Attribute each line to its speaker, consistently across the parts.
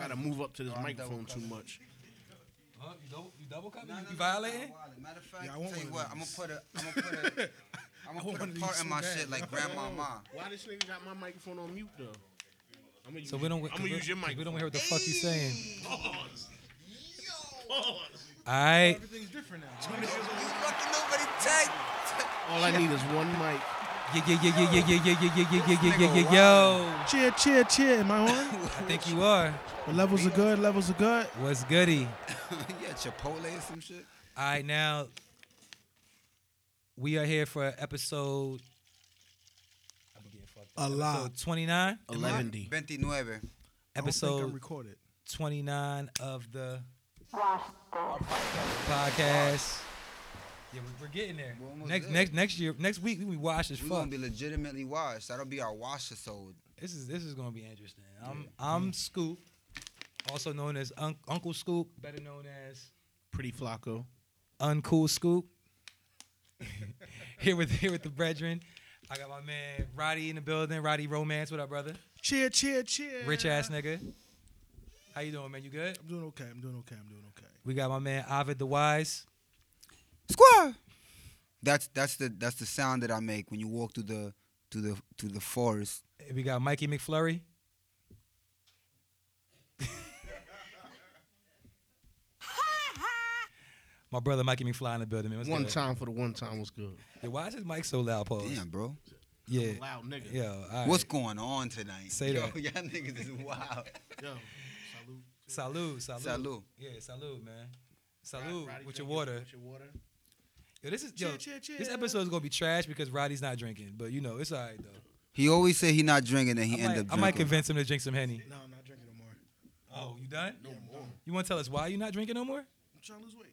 Speaker 1: gotta move up to this
Speaker 2: Oh, I'm double
Speaker 1: microphone too
Speaker 2: covered.
Speaker 1: much.
Speaker 3: Huh? You double, you double cup?
Speaker 2: No, no,
Speaker 3: you
Speaker 2: no,
Speaker 3: you
Speaker 2: no,
Speaker 3: violating?
Speaker 2: no, wallet. Matter of fact,
Speaker 4: Yeah, I
Speaker 2: tell
Speaker 4: want
Speaker 2: you
Speaker 4: one
Speaker 2: what,
Speaker 4: of
Speaker 2: I'm gonna
Speaker 4: these.
Speaker 2: put a, I'm gonna put a, I'm
Speaker 4: I
Speaker 2: gonna
Speaker 4: want
Speaker 2: put
Speaker 4: one of
Speaker 2: a
Speaker 4: these
Speaker 2: part
Speaker 4: so
Speaker 2: in my
Speaker 4: bad.
Speaker 2: shit like Grandma Ma.
Speaker 1: Why this nigga got my microphone on mute though? I'm gonna use,
Speaker 3: So we don't.
Speaker 1: I'm gonna use your
Speaker 3: mic. We
Speaker 1: microphone.
Speaker 3: don't hear what the fuck you saying.
Speaker 1: Pause. Pause.
Speaker 3: All right.
Speaker 4: Everything's different now.
Speaker 2: You fucking nobody tag.
Speaker 1: All I need is one mic.
Speaker 3: Yeah, yeah, yeah, yeah, yeah, yeah, yeah, yeah, yeah, yeah, yeah, yeah, yeah,
Speaker 2: nigga
Speaker 3: yo.
Speaker 4: Cheer, cheer, cheer. Am I on?
Speaker 3: I think you are.
Speaker 4: the levels are good. Levels are good.
Speaker 3: What's goody?
Speaker 2: yeah, Chipotle or some shit.
Speaker 3: All right, now we are here for episode. I'm getting fucked up.
Speaker 4: A lot.
Speaker 3: Episode 29.
Speaker 1: Eleven D.
Speaker 2: 29.
Speaker 4: I don't think I'm
Speaker 3: Episode
Speaker 4: recorded.
Speaker 3: 29 of the podcast. Yeah, we- we're getting there.
Speaker 2: We're almost
Speaker 3: Next,
Speaker 2: there.
Speaker 3: next, next year, next week we gonna be washed as
Speaker 2: We
Speaker 3: fuck.
Speaker 2: gonna be legitimately washed. That'll be our wash episode.
Speaker 3: This is this is gonna be interesting. I'm I'm Scoop, also known as Unc Uncle Scoop, better known as
Speaker 1: Pretty Flacco.
Speaker 3: Uncool Scoop. here with here with the brethren. I got my man Roddy in the building. Roddy Romance, what up, brother?
Speaker 4: Cheer, cheer, cheer.
Speaker 3: Rich ass nigga. How you doing, man? You good?
Speaker 4: I'm doing okay. I'm doing okay. I'm doing okay.
Speaker 3: We got my man Ovid the Wise.
Speaker 2: Squad. That's that's the that's the sound that I make when you walk through the through the through the forest.
Speaker 3: We got Mikey McFlurry. My brother Mikey McFly in the building, man. What's
Speaker 1: One
Speaker 3: good?
Speaker 1: time for the one time was good.
Speaker 3: Yeah, why is his mic so loud, Paul?
Speaker 2: Damn, bro.
Speaker 3: Yeah.
Speaker 1: Loud nigga.
Speaker 3: Yeah. All right.
Speaker 2: What's going on tonight?
Speaker 3: Say
Speaker 2: Yo,
Speaker 3: that.
Speaker 2: y'all niggas is wild.
Speaker 1: Yo. Salute.
Speaker 3: salud, salud.
Speaker 2: Salud.
Speaker 3: Yeah, salud, man.
Speaker 1: Roddy,
Speaker 3: Salud
Speaker 1: Roddy,
Speaker 3: with your
Speaker 1: drink
Speaker 3: water.
Speaker 1: With your water.
Speaker 3: Yo, this is
Speaker 4: Cheer,
Speaker 3: yo,
Speaker 4: cheer, cheer.
Speaker 3: this episode is gonna be trash because Roddy's not drinking, but you know it's all right though.
Speaker 2: He always say he not drinking and he
Speaker 3: I,
Speaker 2: end
Speaker 3: might,
Speaker 2: up
Speaker 3: I
Speaker 2: drinking.
Speaker 3: might convince him to drink some henny.
Speaker 4: No, I'm not drinking no more. I'm
Speaker 3: Oh, you done?
Speaker 1: No more.
Speaker 3: You want to tell us why you're not drinking no more?
Speaker 4: trying to lose weight.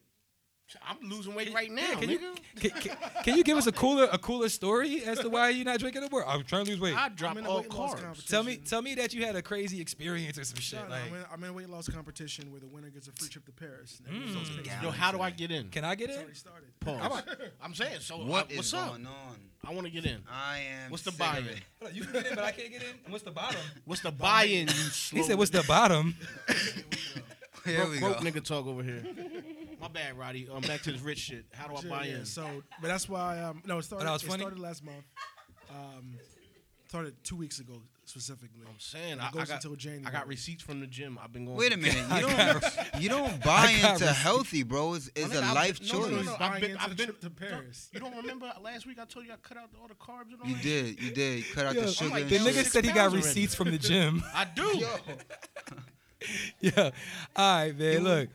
Speaker 1: I'm losing weight right now,
Speaker 3: Yeah, can, you,
Speaker 1: nigga.
Speaker 3: can, can, can you give us a cooler a cooler story as to why you're not drinking no more? I'm trying to lose weight.
Speaker 1: I
Speaker 4: I'm
Speaker 1: drop
Speaker 4: in a
Speaker 1: all
Speaker 4: weight loss
Speaker 1: carbs.
Speaker 4: competition.
Speaker 3: Tell me tell me that you had a crazy experience or some shit.
Speaker 4: No, no,
Speaker 3: like,
Speaker 4: I'm, in, I'm in a weight loss competition where the winner gets a free trip to Paris. And the
Speaker 3: Mm.
Speaker 4: results are-
Speaker 1: Yo, how do I get in?
Speaker 3: can I get
Speaker 4: It's
Speaker 3: in?
Speaker 4: already started.
Speaker 1: Pause.
Speaker 3: I'm a-
Speaker 1: I'm saying so.
Speaker 2: What
Speaker 1: I,
Speaker 2: is
Speaker 1: what's up?
Speaker 2: going on?
Speaker 1: I want to get in.
Speaker 2: I am.
Speaker 1: What's the
Speaker 2: sick of
Speaker 1: buy-in?
Speaker 2: it.
Speaker 3: Hold on, You can get in, but I can't get in. What's the bottom?
Speaker 1: What's the buy-in? You slow
Speaker 3: He said, "What's the bottom?"
Speaker 2: Here we
Speaker 1: broke
Speaker 2: go.
Speaker 1: nigga talk over here. My bad, Roddy. Um, back to this rich shit. How do I
Speaker 4: Yeah,
Speaker 1: buy
Speaker 4: yeah,
Speaker 1: in?
Speaker 4: So, but that's why. Um, no, it started.
Speaker 3: that was
Speaker 4: it
Speaker 3: funny?
Speaker 4: started last month. Um, started two weeks ago specifically.
Speaker 1: I'm saying
Speaker 4: It
Speaker 1: I, I
Speaker 4: goes
Speaker 1: got
Speaker 4: until January.
Speaker 1: I got receipts from the gym. I've been going.
Speaker 2: Wait a minute. You don't. You don't
Speaker 3: I
Speaker 2: buy
Speaker 3: got
Speaker 2: into
Speaker 3: receipts.
Speaker 2: healthy, bro. It's, it's
Speaker 1: Oh, nigga,
Speaker 2: a
Speaker 1: I-
Speaker 2: life
Speaker 1: no, no,
Speaker 2: choice.
Speaker 1: no,
Speaker 4: He's
Speaker 1: I've
Speaker 4: buying
Speaker 1: been-
Speaker 4: into
Speaker 1: I've
Speaker 4: the
Speaker 1: been-
Speaker 4: trip to Paris.
Speaker 1: You don't remember last week I told you I cut out all the carbs and all
Speaker 2: You
Speaker 1: that?
Speaker 2: did. You did. You cut out
Speaker 3: Yo,
Speaker 2: the sugar.
Speaker 1: like,
Speaker 2: and
Speaker 3: the
Speaker 1: damn,
Speaker 2: shit.
Speaker 3: nigga
Speaker 1: six
Speaker 3: said he got
Speaker 1: pounds already.
Speaker 3: receipts from the gym.
Speaker 1: I do.
Speaker 3: yeah. All right, man. Look,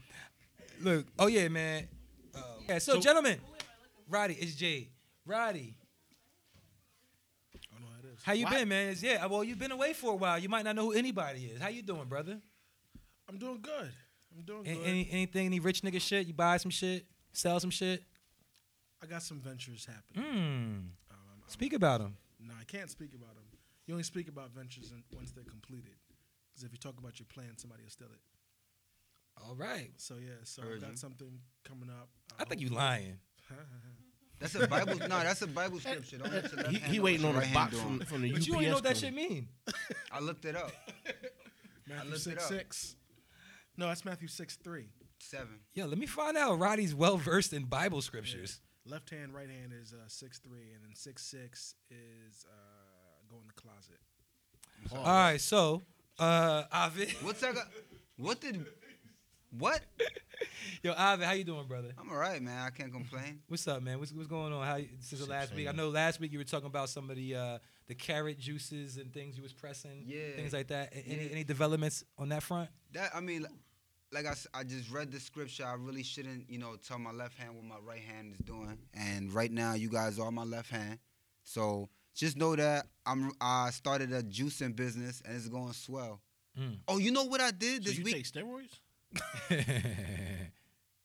Speaker 3: look. Oh yeah, man. Um, yeah. So,
Speaker 1: so-
Speaker 3: gentlemen, Roddy, it's Jade. Roddy,
Speaker 4: I don't know how it is.
Speaker 3: how you
Speaker 1: Why-
Speaker 3: been, man? It's, yeah. Well, you've been away for a while. You might not know who anybody is. How you doing, brother?
Speaker 4: I'm doing good. I'm doing
Speaker 3: An-
Speaker 4: good.
Speaker 3: Any, anything? Any rich nigga shit? You buy some shit? Sell some shit?
Speaker 4: I got some ventures happening.
Speaker 3: Hmm.
Speaker 4: Um, I'm-
Speaker 3: Speak about him.
Speaker 4: no, I can't speak about them. You only speak about ventures in, once they're completed. Because if you talk about your plan, somebody will steal it.
Speaker 3: All right.
Speaker 4: So yeah, so I've
Speaker 2: Heard you.
Speaker 4: got something coming up.
Speaker 3: I think you lying.
Speaker 2: That's a Bible. No, that's a Bible scripture. Don't let your left
Speaker 1: He,
Speaker 2: hand
Speaker 1: he
Speaker 2: know
Speaker 1: waiting
Speaker 2: what
Speaker 1: on
Speaker 2: your
Speaker 1: a
Speaker 2: right
Speaker 1: box
Speaker 2: hand
Speaker 1: from,
Speaker 2: doing.
Speaker 1: from the
Speaker 3: But
Speaker 1: UPS.
Speaker 3: you don't know what that
Speaker 1: company.
Speaker 3: shit mean.
Speaker 2: I looked it up.
Speaker 4: Matthew
Speaker 2: looked it
Speaker 4: six
Speaker 2: up.
Speaker 4: six. No, that's Matthew six three.
Speaker 2: Seven.
Speaker 3: Yo, let me find out. Roddy's well versed in Bible scriptures.
Speaker 4: Left hand, right hand is uh, six three, and then six six is uh, go in the closet.
Speaker 3: All right. So, uh, Ovid.
Speaker 2: What's that? got- What did? What?
Speaker 3: Yo, Ovid, how you doing, brother?
Speaker 2: I'm alright, man. I can't complain.
Speaker 3: What's up, man? What's, what's going on? How you- since the
Speaker 1: Shit,
Speaker 3: last week? I
Speaker 1: same.
Speaker 3: know last week you were talking about some of the uh, the carrot juices and things you was pressing,
Speaker 2: Yeah.
Speaker 3: things like that. A- Any
Speaker 2: Yeah.
Speaker 3: any developments on that front?
Speaker 2: That I mean, like I, s- I just read the scripture. I really shouldn't, you know, tell my left hand what my right hand is doing. And right now, you guys are my left hand. So just know that I'm. I started a juicing business, and it's going swell.
Speaker 3: Mm.
Speaker 2: Oh, you know what I did
Speaker 1: So
Speaker 2: this
Speaker 1: you
Speaker 2: week?
Speaker 1: take steroids?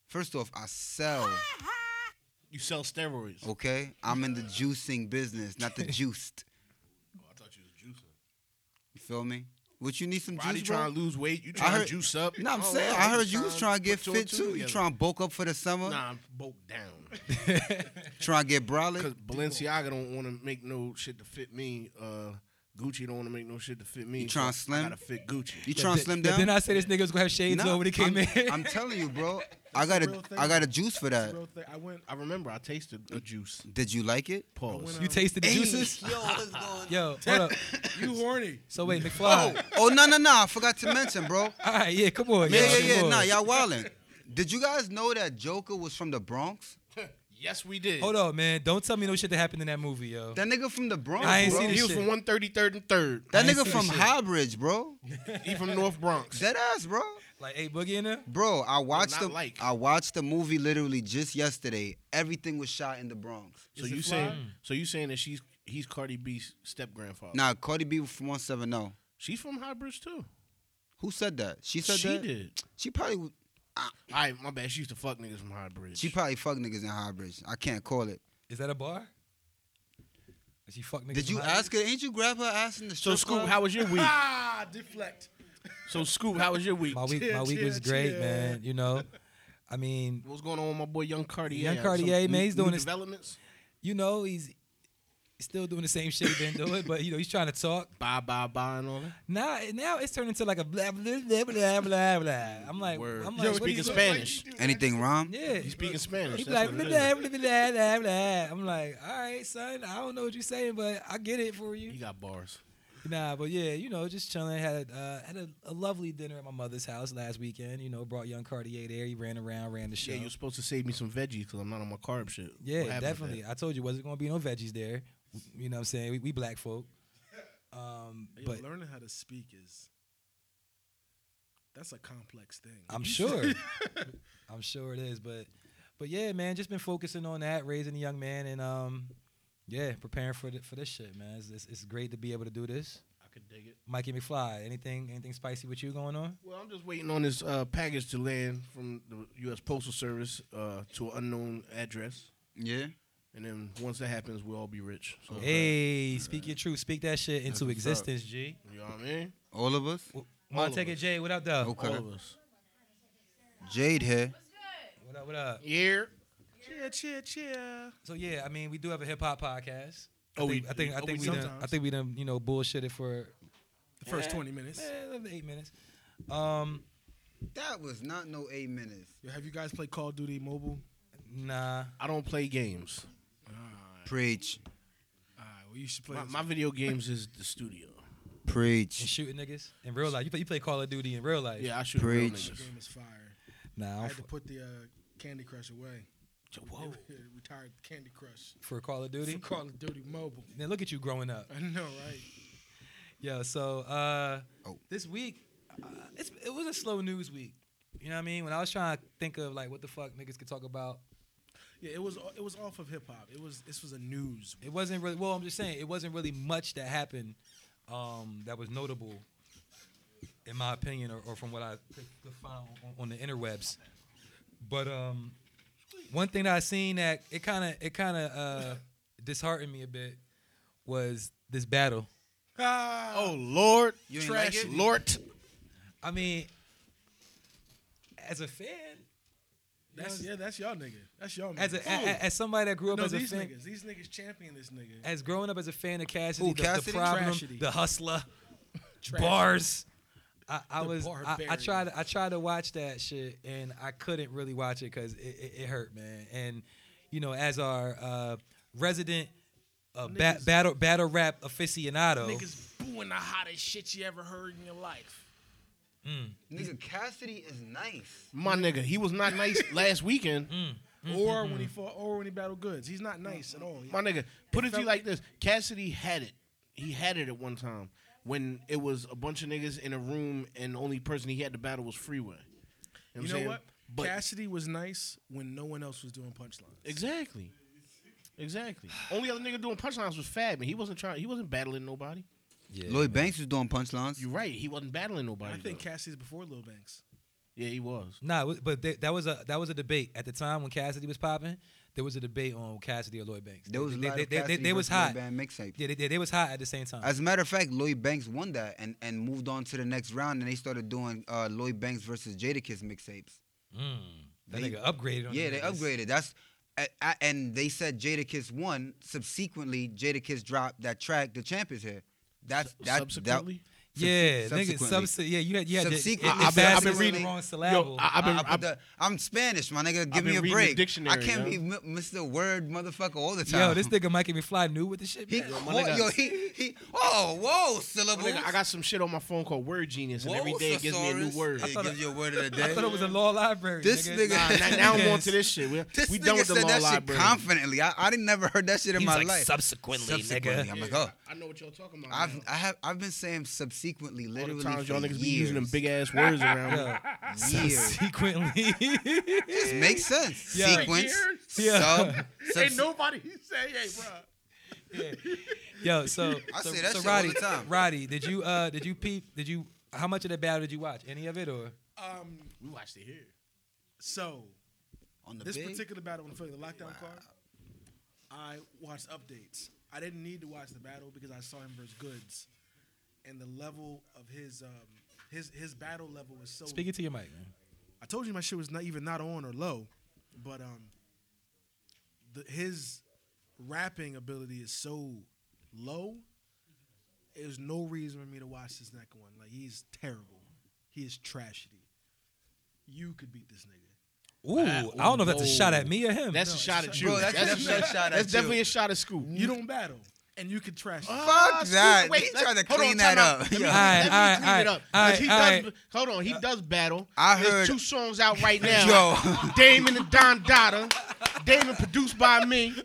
Speaker 2: First off, I sell.
Speaker 1: You sell steroids?
Speaker 2: Okay, I'm in the juicing business, not the juiced.
Speaker 1: Oh, I thought you was juicing.
Speaker 2: You feel me? What you need some
Speaker 1: Roddy
Speaker 2: juice, bro?
Speaker 1: trying to lose weight. You trying to
Speaker 2: heard-
Speaker 1: juice up?
Speaker 2: No, I'm
Speaker 1: Oh,
Speaker 2: saying.
Speaker 1: wow,
Speaker 2: I heard you was
Speaker 1: tryna
Speaker 2: trying to get
Speaker 1: put your
Speaker 2: fit
Speaker 1: two
Speaker 2: too. You
Speaker 1: together.
Speaker 2: trying to bulk up for the summer?
Speaker 1: Nah, I'm bulked down.
Speaker 2: Trying to get brolic?
Speaker 1: Because Balenciaga don't want to make no shit to fit me. Uh, Gucci don't want to make no shit to fit me.
Speaker 2: You tryna
Speaker 1: so
Speaker 2: slim?
Speaker 1: I gotta fit Gucci.
Speaker 2: You trying to slim down?
Speaker 3: Then I say this nigga was gonna have shades
Speaker 2: Nah,
Speaker 3: on when he came
Speaker 2: I'm,
Speaker 3: in.
Speaker 2: I'm telling you, bro. I
Speaker 4: That's
Speaker 2: got
Speaker 4: a
Speaker 2: a
Speaker 4: real thing.
Speaker 2: I got a juice for
Speaker 4: It's
Speaker 2: that.
Speaker 4: a real thing. I went.
Speaker 1: I remember I tasted a juice.
Speaker 2: Did you like it?
Speaker 1: Pause.
Speaker 4: I
Speaker 3: you
Speaker 4: went,
Speaker 3: tasted the
Speaker 2: Hey,
Speaker 3: juices?
Speaker 2: Yo, what's going on?
Speaker 3: Yo, hold up.
Speaker 4: You horny?
Speaker 3: So wait, McFly.
Speaker 2: Oh no no no! I forgot to mention, bro.
Speaker 3: All right, yeah, come on.
Speaker 2: Yeah
Speaker 3: yo,
Speaker 2: yeah yeah.
Speaker 3: come on.
Speaker 2: Nah, y'all wildin'. Did you guys know that Joker was from the Bronx?
Speaker 1: yes, we did.
Speaker 3: Hold on, man. Don't tell me no shit that happened in that movie, yo.
Speaker 2: That nigga from the Bronx.
Speaker 3: I ain't
Speaker 2: bro.
Speaker 3: seen
Speaker 1: He
Speaker 3: this
Speaker 1: was
Speaker 3: shit.
Speaker 1: from 133rd and 3rd.
Speaker 2: That
Speaker 3: I ain't
Speaker 2: nigga
Speaker 3: seen
Speaker 2: from
Speaker 3: shit.
Speaker 2: Highbridge, bro.
Speaker 1: He from North Bronx.
Speaker 2: Dead ass, bro.
Speaker 3: Like, hey, Boogie in there?
Speaker 2: Bro, I watched
Speaker 1: not
Speaker 2: the
Speaker 1: like.
Speaker 2: I watched the movie literally just yesterday. Everything was shot in the Bronx.
Speaker 1: so
Speaker 4: Is
Speaker 1: you
Speaker 4: it
Speaker 1: saying?
Speaker 4: fly?
Speaker 1: So you saying that she's he's Cardi B's step grandfather?
Speaker 2: Nah, Cardi B from 170.
Speaker 1: she's from Highbridge too.
Speaker 2: Who said that? She said
Speaker 1: She
Speaker 2: that.
Speaker 1: did.
Speaker 2: She probably
Speaker 1: All right, my bad. She used to fuck niggas from Highbridge.
Speaker 2: she probably fuck niggas in Highbridge. I can't call it.
Speaker 3: Is that a bar? Is she fuck niggas?
Speaker 2: Did you
Speaker 3: behind?
Speaker 2: ask her? Ain't you grab her ass in the
Speaker 1: so
Speaker 2: strip
Speaker 1: Scoop,
Speaker 2: club?
Speaker 1: how was your week?
Speaker 4: Ah, deflect.
Speaker 1: so Scoop, how was your week?
Speaker 3: My week, my
Speaker 4: Yeah,
Speaker 3: week was
Speaker 4: yeah,
Speaker 3: great,
Speaker 4: yeah.
Speaker 3: man. You know, I mean,
Speaker 1: What's going on with my boy Young Cartier?
Speaker 3: Young
Speaker 1: Some
Speaker 3: Cartier, man,
Speaker 1: new-
Speaker 3: he's doing
Speaker 1: new
Speaker 3: his-
Speaker 1: developments.
Speaker 3: you know, he's still doing the same shit he been doing, but you know, he's trying to talk.
Speaker 1: Bye bye bye and all that.
Speaker 3: Now, now it's turned into like a blah blah blah blah blah blah. I'm like,
Speaker 1: Word.
Speaker 3: I'm
Speaker 1: Yo,
Speaker 3: like, what
Speaker 1: speaking
Speaker 3: are you doing?
Speaker 1: Spanish.
Speaker 2: Anything wrong?
Speaker 3: Yeah,
Speaker 1: He's speaking Spanish.
Speaker 3: He be
Speaker 1: That's
Speaker 3: like,
Speaker 1: what
Speaker 3: blah,
Speaker 1: it
Speaker 3: blah,
Speaker 1: is.
Speaker 3: blah, blah, blah, blah. I'm like, all right, son, I don't know what you're saying, but I get it for
Speaker 1: He
Speaker 3: you.
Speaker 1: got bars.
Speaker 3: Nah, but yeah, you know, just chilling. Had uh, had a, a lovely dinner at my mother's house last weekend. You know, brought young Cartier there. He ran around, ran the show.
Speaker 1: Yeah, you're supposed to save me some veggies because I'm not on my carb shit.
Speaker 3: Yeah,
Speaker 1: What happened to
Speaker 3: definitely. I told you wasn't gonna be no veggies there. You know what I'm saying? We, we black folk. Um,
Speaker 4: Yo,
Speaker 3: but
Speaker 4: learning how to speak is that's a complex thing.
Speaker 3: I'm
Speaker 4: You
Speaker 3: sure.
Speaker 4: should-
Speaker 3: I'm sure it is, but but yeah, man, just been focusing on that, raising the young man, and um, yeah, preparing for th- for this shit, man. It's, it's, it's great to be able to do this.
Speaker 1: I could dig it.
Speaker 3: Mikey McFly, anything anything spicy with you going on?
Speaker 1: Well, I'm just waiting on this uh, package to land from the U.S. Postal Service uh, to an unknown address,
Speaker 2: Yeah.
Speaker 1: and then once that happens, we'll all be rich. So,
Speaker 3: Hey, speak your truth, speak that shit
Speaker 2: That's
Speaker 3: into
Speaker 2: what's up.
Speaker 3: existence, G.
Speaker 1: you know what I mean?
Speaker 2: All of us.
Speaker 1: All of
Speaker 3: Montague
Speaker 1: us.
Speaker 3: J, what up, though?
Speaker 2: Okay.
Speaker 1: All of us.
Speaker 2: Jade here.
Speaker 3: What up? What up?
Speaker 1: Yeah.
Speaker 4: cheer, cheer, cheer.
Speaker 3: So yeah, I mean, we do have a hip hop podcast.
Speaker 1: Oh,
Speaker 3: I think,
Speaker 1: we-
Speaker 3: I think I
Speaker 1: oh,
Speaker 3: think
Speaker 1: we
Speaker 3: we done,
Speaker 4: sometimes.
Speaker 3: I think we done you know bullshitted for
Speaker 4: The first
Speaker 3: Yeah.
Speaker 4: twenty minutes.
Speaker 3: eh, another eight minutes. Um,
Speaker 2: That was not no eight minutes.
Speaker 4: Yo, have you guys played Call of Duty Mobile?
Speaker 3: nah,
Speaker 1: I don't play games.
Speaker 2: Preach.
Speaker 4: All right, well you should play.
Speaker 1: My,
Speaker 4: this.
Speaker 1: my video games is the studio.
Speaker 3: and
Speaker 2: Preach.
Speaker 3: shooting niggas in real life. You play you play Call of Duty in real life.
Speaker 1: Yeah, I shoot real
Speaker 2: Preach.
Speaker 4: This
Speaker 1: niggas.
Speaker 4: game is fire.
Speaker 3: Nah,
Speaker 4: i
Speaker 3: I'm
Speaker 4: had
Speaker 3: f-
Speaker 4: to put the uh, Candy Crush away.
Speaker 1: Whoa.
Speaker 4: Retired Candy Crush.
Speaker 3: for Call of
Speaker 4: For
Speaker 3: Duty.
Speaker 4: Call of Duty Mobile.
Speaker 3: Now look at you growing up.
Speaker 4: I know, right?
Speaker 3: Yeah. So uh,
Speaker 2: Oh.
Speaker 3: this week, uh, it's, it was a slow news week. You know what I mean? When I was trying to think of like what the fuck niggas could talk about,
Speaker 4: Yeah, it was it was off of hip hop. It was this was a news.
Speaker 3: it wasn't really. Well, I'm just saying it wasn't really much that happened um, that was notable, in my opinion, or, or from what I could, could find on, on the interwebs. But um, one thing that I seen that it kind of it kind of uh, disheartened me a bit was this battle.
Speaker 4: Ah,
Speaker 1: Oh Lord,
Speaker 2: You ain't
Speaker 1: trash
Speaker 2: like it?
Speaker 1: Lord.
Speaker 3: I mean, as a fan,
Speaker 4: that's yeah, that's y'all nigga. That's y'all.
Speaker 3: as a,
Speaker 4: niggas.
Speaker 3: a- a- as somebody that grew up
Speaker 4: no,
Speaker 3: as a
Speaker 4: these
Speaker 3: fan,
Speaker 4: niggas, these niggas champion this nigga.
Speaker 3: as growing up as a fan of Cassidy,
Speaker 2: Who,
Speaker 3: the,
Speaker 2: Cassidy?
Speaker 3: the problem,
Speaker 4: Tragedy.
Speaker 3: the hustler,
Speaker 4: Tragedy.
Speaker 3: bars. I, I
Speaker 4: The
Speaker 3: was I, I
Speaker 4: barbarian.
Speaker 3: tried I tried to watch that shit and I couldn't really watch it because it, it, it hurt man and you know as our uh, resident uh, ba-
Speaker 4: Niggas-
Speaker 3: battle battle rap aficionado
Speaker 4: Niggas booing the hottest shit you ever heard in your life.
Speaker 2: Nigga, Cassidy is nice.
Speaker 1: My nigga, he was not nice last weekend.
Speaker 3: Mm-hmm,
Speaker 4: Or when he fought, or when he battled goods. He's not nice at all.
Speaker 1: My nigga, put it to you like this: Cassidy had it. He had it at one time when it was a bunch of niggas in a room, and the only person he had to battle was Freeway. You know,
Speaker 4: you know
Speaker 1: saying?
Speaker 4: what?
Speaker 1: But
Speaker 4: Cassidy was nice when no one else was doing punchlines.
Speaker 1: exactly, exactly. only other nigga doing punchlines was Fab, and he wasn't trying. He wasn't battling nobody.
Speaker 3: yeah,
Speaker 2: Lloyd Banks was doing punchlines.
Speaker 1: You're right. He wasn't battling nobody.
Speaker 4: I think
Speaker 1: though.
Speaker 4: Cassidy's before Lil Banks.
Speaker 1: yeah, he was.
Speaker 3: Nah, it was- but th- that was a that was a debate at the time when Cassidy was popping. There was a debate on Cassidy or Lloyd Banks.
Speaker 2: There was a
Speaker 3: they,
Speaker 2: lot
Speaker 3: they,
Speaker 2: of
Speaker 3: they, they,
Speaker 2: Cassidy
Speaker 3: they was
Speaker 2: versus Lloyd
Speaker 3: hot.
Speaker 2: Band mixtape.
Speaker 3: Yeah, they, they, they was hot at the same time.
Speaker 2: As a matter of fact, Lloyd Banks won that and, and moved on to the next round, and they started doing uh, Lloyd Banks versus Jadakiss mixtapes.
Speaker 3: mm, that
Speaker 2: They-
Speaker 3: nigga upgraded. On
Speaker 2: Yeah,
Speaker 3: the
Speaker 2: they
Speaker 3: niggas.
Speaker 2: upgraded. That's a- a- and they said Jadakiss won. Subsequently, Jadakiss dropped that track, "The Champ Is Here." That's that. that
Speaker 1: Subsequently,
Speaker 3: Yeah, nigga.
Speaker 2: subsequently.
Speaker 3: Subse- yeah, you had you had to-
Speaker 2: Subsequently.
Speaker 3: it- it
Speaker 2: I've been- I've been
Speaker 3: fastest
Speaker 2: reading-
Speaker 3: wrong
Speaker 1: yo,
Speaker 3: syllable.
Speaker 1: I, I've been,
Speaker 2: I- I put
Speaker 1: I've,
Speaker 2: the- I'm Spanish, my nigga. Give
Speaker 1: been
Speaker 2: me a
Speaker 1: reading the
Speaker 2: break. I
Speaker 1: dictionary,
Speaker 2: can't
Speaker 1: yo.
Speaker 2: be m- Mr. Word motherfucker all the time.
Speaker 3: Yo, this nigga Mike and McFly knew what the shit.
Speaker 2: He,
Speaker 3: meant.
Speaker 1: Yo, my
Speaker 2: oh,
Speaker 1: nigga-
Speaker 2: yo, he, he, oh, whoa,
Speaker 1: My
Speaker 2: syllables.
Speaker 1: nigga, I got some shit on my phone called Word Genius, and
Speaker 2: Whoa,
Speaker 1: every day it gives me a new
Speaker 2: thesaurus.
Speaker 1: word.
Speaker 2: It gives you a word of the day.
Speaker 3: I thought it was a law library.
Speaker 2: This
Speaker 3: nigga.
Speaker 2: nigga-
Speaker 1: Nah, now, now I'm on to this shit. We,
Speaker 2: This
Speaker 1: we
Speaker 2: nigga
Speaker 1: done with the
Speaker 2: said
Speaker 1: law
Speaker 2: that
Speaker 1: library.
Speaker 2: shit confidently. I, I didn't never heard that shit in
Speaker 3: He was
Speaker 2: my
Speaker 3: like,
Speaker 2: life.
Speaker 3: subsequently,
Speaker 2: Subsequently, I'm like, oh,
Speaker 1: I know what y'all talking about.
Speaker 2: I've
Speaker 1: now.
Speaker 2: I have I've been saying subsequently
Speaker 1: All
Speaker 2: literally
Speaker 1: the times
Speaker 2: for
Speaker 1: y'all niggas
Speaker 2: years.
Speaker 1: be using them big ass words around. me.
Speaker 3: Yeah.
Speaker 2: years.
Speaker 3: Subsequently,
Speaker 2: This makes sense.
Speaker 3: Yeah.
Speaker 2: Sequence.
Speaker 3: Yeah.
Speaker 2: Sub. subs-
Speaker 1: nobody say, "Hey, bro."
Speaker 3: yo, so
Speaker 2: I
Speaker 3: so,
Speaker 2: say that
Speaker 3: so
Speaker 2: shit all
Speaker 3: Roddy,
Speaker 2: the time.
Speaker 3: Roddy, did you uh did you peep? Did you how much of that battle did you watch? Any of it or
Speaker 4: Um,
Speaker 1: We watched it here.
Speaker 4: so
Speaker 2: on the
Speaker 4: this
Speaker 2: big.
Speaker 4: particular battle, when I played the lockdown card, I watched updates. I didn't need to watch the battle because I saw him versus Goods, and the level of his um his his battle level was so.
Speaker 3: speaking to your mic, man?
Speaker 4: I told you my shit was not even not on or low, but um, the, his rapping ability is so low. There's no reason for me to watch this next one. Like he's terrible. He is trashity. You could beat this nigga.
Speaker 3: Ooh, I don't know if that's a shot at me or him.
Speaker 1: That's
Speaker 4: No,
Speaker 1: a
Speaker 4: it's
Speaker 1: shot
Speaker 4: a
Speaker 1: at
Speaker 4: shot-
Speaker 1: you.
Speaker 2: Bro, that's definitely a shot at
Speaker 1: That's
Speaker 2: you.
Speaker 1: definitely a shot at school.
Speaker 4: You don't battle, and you could trash. him.
Speaker 2: Fuck
Speaker 1: Scoop,
Speaker 2: that.
Speaker 1: Ah,
Speaker 2: He
Speaker 1: let-
Speaker 2: tried to
Speaker 1: hold on,
Speaker 2: clean
Speaker 1: time
Speaker 2: that
Speaker 1: out.
Speaker 2: up.
Speaker 1: Let me-
Speaker 2: Yo.
Speaker 1: let me
Speaker 3: All right,
Speaker 1: clean it
Speaker 3: all
Speaker 1: up.
Speaker 3: right,
Speaker 1: 'Cause he
Speaker 3: all
Speaker 1: does-
Speaker 3: right.
Speaker 1: Hold on, he does battle.
Speaker 2: I heard-
Speaker 1: There's two songs out right now.
Speaker 2: Yo.
Speaker 1: Damon and Don Dada. Damon produced by me.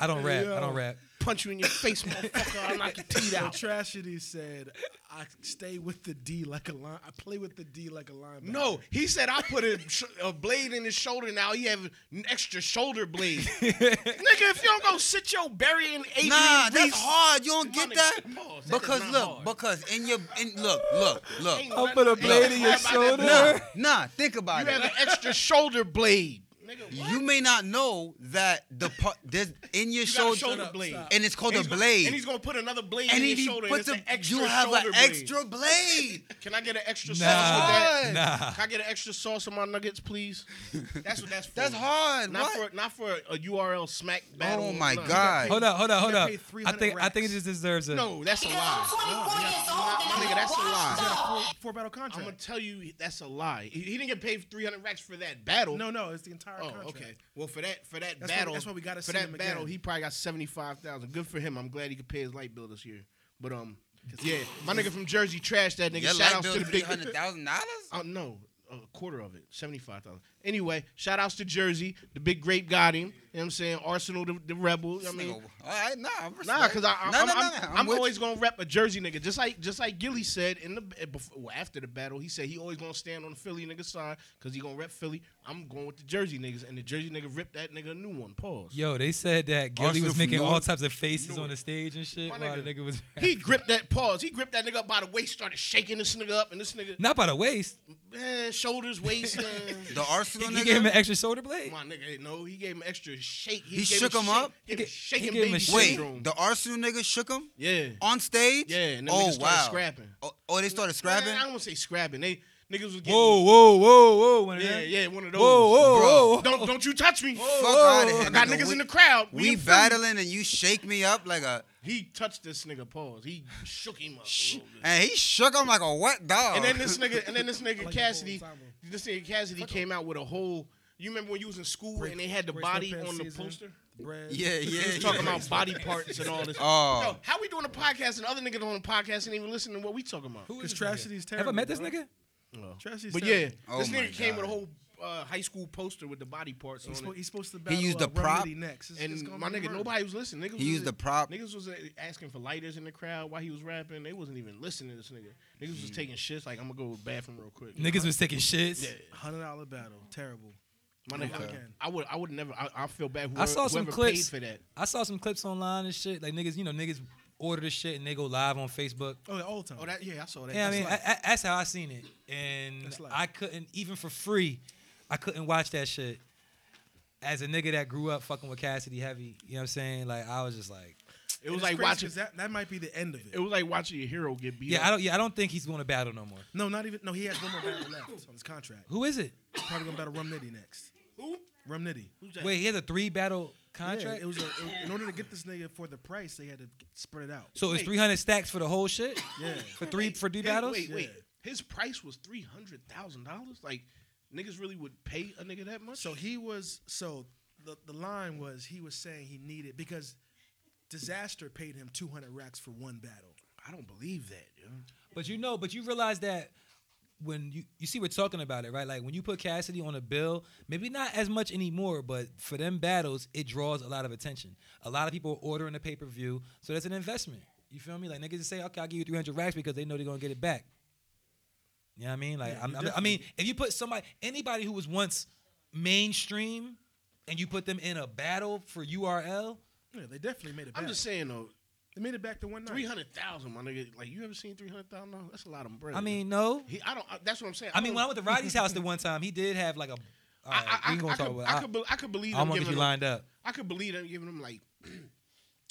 Speaker 3: I don't rap. I
Speaker 4: Yo.
Speaker 3: don't rap.
Speaker 1: Punch you in your face, motherfucker. I'll knock your teeth
Speaker 4: So
Speaker 1: out.
Speaker 4: Trashity said, "I stay with the D like a line. I play with the D like a linebacker."
Speaker 1: No, he said I put a, sh- a blade in his shoulder. Now he have an extra shoulder blade. Nigga, if you don't go sit your berry in eight
Speaker 2: Nah, that's
Speaker 1: Reese's-
Speaker 2: hard. You don't
Speaker 1: My
Speaker 2: get
Speaker 1: nigga,
Speaker 2: that?
Speaker 1: come on, that
Speaker 2: Because
Speaker 1: is not
Speaker 2: look,
Speaker 1: hard.
Speaker 2: because in your in look, look, look.
Speaker 1: Ain't
Speaker 3: I put a
Speaker 1: ain't
Speaker 3: blade in your
Speaker 1: nobody about that.
Speaker 2: Nah,
Speaker 3: Sure.
Speaker 2: nah, think about
Speaker 1: You have
Speaker 2: it.
Speaker 1: an extra shoulder blade. Nigga, what?
Speaker 2: You may not know that the part there's in your
Speaker 1: got a
Speaker 2: shoulder,
Speaker 1: shoulder blade.
Speaker 2: and it's called
Speaker 1: And he's
Speaker 2: a
Speaker 1: gonna-
Speaker 2: blade.
Speaker 1: and he's gonna put another blade
Speaker 2: And
Speaker 1: in
Speaker 2: if
Speaker 1: his
Speaker 2: he
Speaker 1: shoulder.
Speaker 2: puts
Speaker 1: and it's
Speaker 2: a,
Speaker 1: an extra
Speaker 2: you have
Speaker 1: shoulder
Speaker 2: an
Speaker 1: blade.
Speaker 2: extra blade.
Speaker 1: Can I get an extra
Speaker 3: Nah,
Speaker 1: sauce with that?
Speaker 3: nah.
Speaker 1: Can I get an extra sauce on my nuggets, please? That's what that's for.
Speaker 2: That's hard.
Speaker 1: Not
Speaker 2: what?
Speaker 1: for not for a URL smack battle.
Speaker 2: oh my
Speaker 1: Nah.
Speaker 2: god.
Speaker 3: Hold up, hold up,
Speaker 4: You
Speaker 3: hold
Speaker 4: gotta
Speaker 3: up.
Speaker 4: pay
Speaker 3: I
Speaker 4: 300
Speaker 3: think I think it
Speaker 4: racks.
Speaker 3: just deserves a.
Speaker 1: No, that's a lie. My nigga, that's a lie.
Speaker 4: Four, four battle
Speaker 1: I'm gonna
Speaker 4: contract.
Speaker 1: tell you that's a lie. He, he didn't get paid 300 racks for that battle.
Speaker 4: no, no, it's the entire
Speaker 1: Oh,
Speaker 4: contract.
Speaker 1: okay. Well, for that for that
Speaker 4: That's why-
Speaker 1: battle,
Speaker 4: that's why we gotta
Speaker 1: for
Speaker 4: see
Speaker 1: that
Speaker 4: him again.
Speaker 1: battle. He probably got 75,000. Good for him. I'm glad he could pay his light bill this year. But um, yeah, my nigga from Jersey trashed that nigga.
Speaker 2: Your
Speaker 1: Shout
Speaker 2: light
Speaker 1: out
Speaker 2: bill
Speaker 1: to the
Speaker 2: three
Speaker 1: big
Speaker 2: hundred thousand dollars?
Speaker 1: Oh no, a quarter of it, seventy-five thousand. Anyway, shout outs to Jersey, the big grape got him. You know what I'm saying? Arsenal, the, the rebel. I mean,
Speaker 2: All right, nah, I'm
Speaker 1: nah, because I, I,
Speaker 2: nah,
Speaker 1: am
Speaker 2: nah, nah,
Speaker 1: I'm, I'm,
Speaker 2: with
Speaker 1: always
Speaker 2: you.
Speaker 1: gonna rep a Jersey nigga, just like just like Gilly said in the eh, before, well, after the battle, he said he always gonna stand on the Philly nigga side because he gonna rep Philly. I'm going with the Jersey niggas, and the Jersey nigga ripped that nigga a new one. Pause.
Speaker 3: Yo, they said that Gilly
Speaker 2: Arsenal
Speaker 3: was
Speaker 2: from
Speaker 3: making all
Speaker 2: North-
Speaker 3: types of faces on
Speaker 1: North.
Speaker 3: the stage and shit
Speaker 1: My
Speaker 3: while the
Speaker 1: nigga.
Speaker 3: nigga was.
Speaker 1: He gripped that pause. He gripped that nigga up by the waist, started shaking this nigga up, and this nigga,
Speaker 3: Not by the waist.
Speaker 1: eh, shoulders, waist. eh.
Speaker 2: the
Speaker 3: He,
Speaker 2: Arsenal
Speaker 3: he
Speaker 2: nigga.
Speaker 3: gave him an extra shoulder blade.
Speaker 1: My nigga, no, he gave him extra shake.
Speaker 2: He
Speaker 1: gave
Speaker 2: shook him
Speaker 1: shake-
Speaker 2: up?
Speaker 1: Gave
Speaker 3: He
Speaker 1: him
Speaker 3: ga-
Speaker 1: shaking
Speaker 3: he gave him
Speaker 1: baby
Speaker 3: a shake.
Speaker 2: Wait,
Speaker 1: syndrome.
Speaker 2: the Arsenal nigga shook him
Speaker 1: yeah,
Speaker 2: on stage.
Speaker 1: yeah. And them
Speaker 2: oh
Speaker 1: niggas started
Speaker 2: wow.
Speaker 1: scrapping.
Speaker 2: Oh, oh, they started scrapping.
Speaker 1: Man, I don't want to say scrapping. They niggas was getting.
Speaker 3: Whoa, whoa, whoa, whoa! One of
Speaker 1: Yeah,
Speaker 3: them.
Speaker 1: yeah, one of those.
Speaker 3: Whoa, whoa,
Speaker 2: Bro.
Speaker 3: whoa!
Speaker 1: Don't don't you touch me.
Speaker 2: Fuck outta here,
Speaker 1: I got
Speaker 2: nigga.
Speaker 1: niggas
Speaker 2: We-
Speaker 1: in the crowd.
Speaker 2: We
Speaker 1: in Philly.
Speaker 2: battling and you shake me up like a
Speaker 1: He touched this nigga. Pause. He shook him up. a little bit.
Speaker 2: and he shook him like a wet dog.
Speaker 1: And then this nigga, and then this nigga
Speaker 4: like the
Speaker 1: Cassidy,
Speaker 4: whole ensemble.
Speaker 1: this nigga Cassidy came out with a whole. You remember when you was in school and they had the
Speaker 4: Grace
Speaker 1: body
Speaker 4: Lopez
Speaker 1: on the
Speaker 4: season,
Speaker 1: poster?
Speaker 4: Bread.
Speaker 2: yeah, yeah.
Speaker 1: He was talking about body parts and all this.
Speaker 2: Oh.
Speaker 1: Yo, how we doing a podcast and other niggas on the podcast and even listening to what we talking about?
Speaker 3: Who
Speaker 4: This
Speaker 3: is this nigga?
Speaker 4: tragedy is terrible.
Speaker 3: Ever met this
Speaker 4: bro.
Speaker 3: nigga?
Speaker 1: Well,
Speaker 4: Trashy's
Speaker 1: but yeah,
Speaker 4: terrible.
Speaker 2: Oh
Speaker 1: this
Speaker 2: my
Speaker 1: nigga came with a
Speaker 2: God.
Speaker 1: whole uh, high school poster with the body parts
Speaker 4: He's,
Speaker 1: on
Speaker 4: spo-
Speaker 1: it.
Speaker 4: he's supposed to battle.
Speaker 2: used
Speaker 4: uh,
Speaker 2: the prop,
Speaker 4: Remedy next. It's- it's
Speaker 1: And
Speaker 4: gonna
Speaker 1: my
Speaker 4: be
Speaker 1: nigga,
Speaker 4: murder.
Speaker 1: nobody was listening. Niggas
Speaker 2: He
Speaker 1: was
Speaker 2: used the prop.
Speaker 1: Niggas was uh, asking for lighters in the crowd while he was rapping. They wasn't even listening to this nigga. Niggas
Speaker 2: Hmm.
Speaker 1: was taking shits like I'm gonna go to the bathroom real quick.
Speaker 3: Niggas was taking shits.
Speaker 1: Yeah,
Speaker 4: Hundred dollar battle. Terrible.
Speaker 1: my nigga.
Speaker 4: Okay.
Speaker 1: I would, I would never. I, I feel bad. Whoever,
Speaker 3: I saw some
Speaker 1: whoever
Speaker 3: clips.
Speaker 1: paid for that.
Speaker 3: I saw some clips online and shit. Like niggas, you know, niggas order the shit and they go live on Facebook.
Speaker 4: Oh, yeah, all the time.
Speaker 1: Oh, that yeah, I saw that.
Speaker 3: Yeah, I
Speaker 1: That's
Speaker 3: mean,
Speaker 1: like-
Speaker 3: I, I, that's how I seen it, and
Speaker 4: That's life.
Speaker 3: I couldn't even for free. I couldn't watch that shit. As a nigga that grew up fucking with Cassidy Heavy, you know what I'm saying? Like I was just like,
Speaker 1: it was
Speaker 4: It's
Speaker 1: like
Speaker 4: crazy
Speaker 1: watching.
Speaker 4: 'cause that. That might be the end of it.
Speaker 1: It was like watching your hero get beat.
Speaker 3: yeah,
Speaker 1: up.
Speaker 3: I don't, yeah, I don't think he's going to battle no more.
Speaker 4: No, not even. No, he has one more battle left on his contract.
Speaker 3: Who is it?
Speaker 4: He's probably gonna battle Rum Nitty next.
Speaker 1: Who?
Speaker 4: Rum Nitty.
Speaker 1: Who's that?
Speaker 3: Wait, he has a three battle contract?
Speaker 4: it was a, it- in order to get this nigga for the price, they had to g- spread it out.
Speaker 3: so it's
Speaker 1: Wait.
Speaker 3: 300 stacks for the whole shit?
Speaker 4: Yeah,
Speaker 3: For three for three
Speaker 1: His-
Speaker 3: battles?
Speaker 1: Wait, wait.
Speaker 4: Yeah.
Speaker 1: His price was three hundred thousand dollars. Like niggas really would pay a nigga that much.
Speaker 4: So he was so the the line was he was saying he needed because disaster paid him two hundred racks for one battle.
Speaker 1: I don't believe that, yo.
Speaker 3: But you know, but you realize that when you you see we're talking about it, right? Like when you put Cassidy on a bill, maybe not as much anymore, but for them battles, it draws a lot of attention. A lot of people are ordering the pay per view, so that's an investment. You feel me? Like niggas just say, okay, I'll give you 300 racks because they know they're gonna get it back. You know what I mean? Like
Speaker 4: Yeah,
Speaker 3: I'm,
Speaker 4: you
Speaker 3: I'm- I mean, if you put somebody, anybody who was once mainstream, and you put them in a battle for URL,
Speaker 4: Yeah, they definitely made it. Back.
Speaker 1: I'm just saying though,
Speaker 4: they made it back to one night.
Speaker 1: three hundred thousand, my nigga. Like you ever seen three hundred thousand dollars? That's a lot of bread.
Speaker 3: I mean, no.
Speaker 1: he, I don't. I, that's what I'm saying.
Speaker 3: I mean,
Speaker 1: don't-
Speaker 3: when I went to Roddy's house the one time, he did have like a. all right,
Speaker 1: I, I,
Speaker 3: we
Speaker 1: I,
Speaker 3: gonna
Speaker 1: I,
Speaker 3: talk
Speaker 1: could,
Speaker 3: about-
Speaker 1: I, could, be- I could believe
Speaker 3: I'm
Speaker 1: them
Speaker 3: gonna get
Speaker 1: giving
Speaker 3: you
Speaker 1: him,
Speaker 3: lined up.
Speaker 1: I could believe them giving him like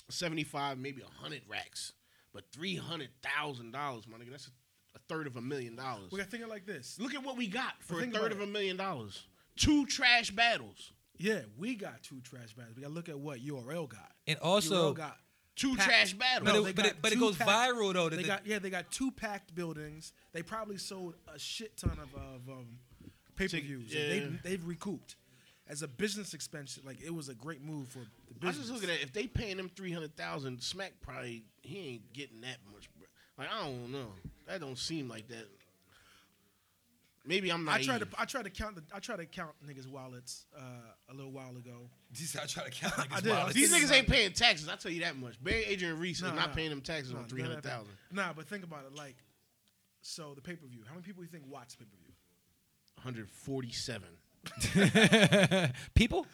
Speaker 1: seventy five, maybe hundred racks, but three hundred thousand dollars, my nigga. That's a, a third of a million dollars.
Speaker 4: we got to think of it like this.
Speaker 1: Look at what we got for a
Speaker 4: think about
Speaker 1: third of
Speaker 4: it.
Speaker 1: a million dollars. Two trash battles.
Speaker 4: Yeah, we got two trash battles. We got to look at what URL got.
Speaker 3: And also,
Speaker 4: URL got
Speaker 1: Two
Speaker 4: packed-
Speaker 1: trash battles.
Speaker 3: But it-
Speaker 4: they
Speaker 3: but
Speaker 4: got
Speaker 3: it- but it
Speaker 4: two
Speaker 3: goes viral, though, that
Speaker 4: They
Speaker 3: the-
Speaker 4: got yeah, they got two packed buildings. They probably sold a shit ton of, of um, pay per views.
Speaker 1: yeah.
Speaker 4: They they've recouped as a business expense. Like it was a great move for the
Speaker 1: I
Speaker 4: business.
Speaker 1: just look at that. If they paying him three hundred thousand, Smack probably he ain't getting that much. Bro. Like I don't know. That don't seem like that. Maybe I'm not.
Speaker 4: I tried to I tried to count the I tried to count niggas wallets uh, a little while ago.
Speaker 3: these I try to count niggas'
Speaker 4: I did.
Speaker 3: wallets.
Speaker 1: These
Speaker 4: Think
Speaker 1: niggas
Speaker 4: about
Speaker 1: ain't
Speaker 4: it.
Speaker 1: paying taxes. I tell you that much. Barry, Adrian Reese
Speaker 4: Nah,
Speaker 1: is not
Speaker 4: nah.
Speaker 1: paying them taxes
Speaker 4: Nah,
Speaker 1: on
Speaker 4: none
Speaker 1: three
Speaker 4: of
Speaker 1: hundred
Speaker 4: that.
Speaker 1: thousand.
Speaker 4: Nah, but think about it. Like, so the pay per view. How many people you think watch pay per view?
Speaker 1: One hundred forty-seven.
Speaker 3: people.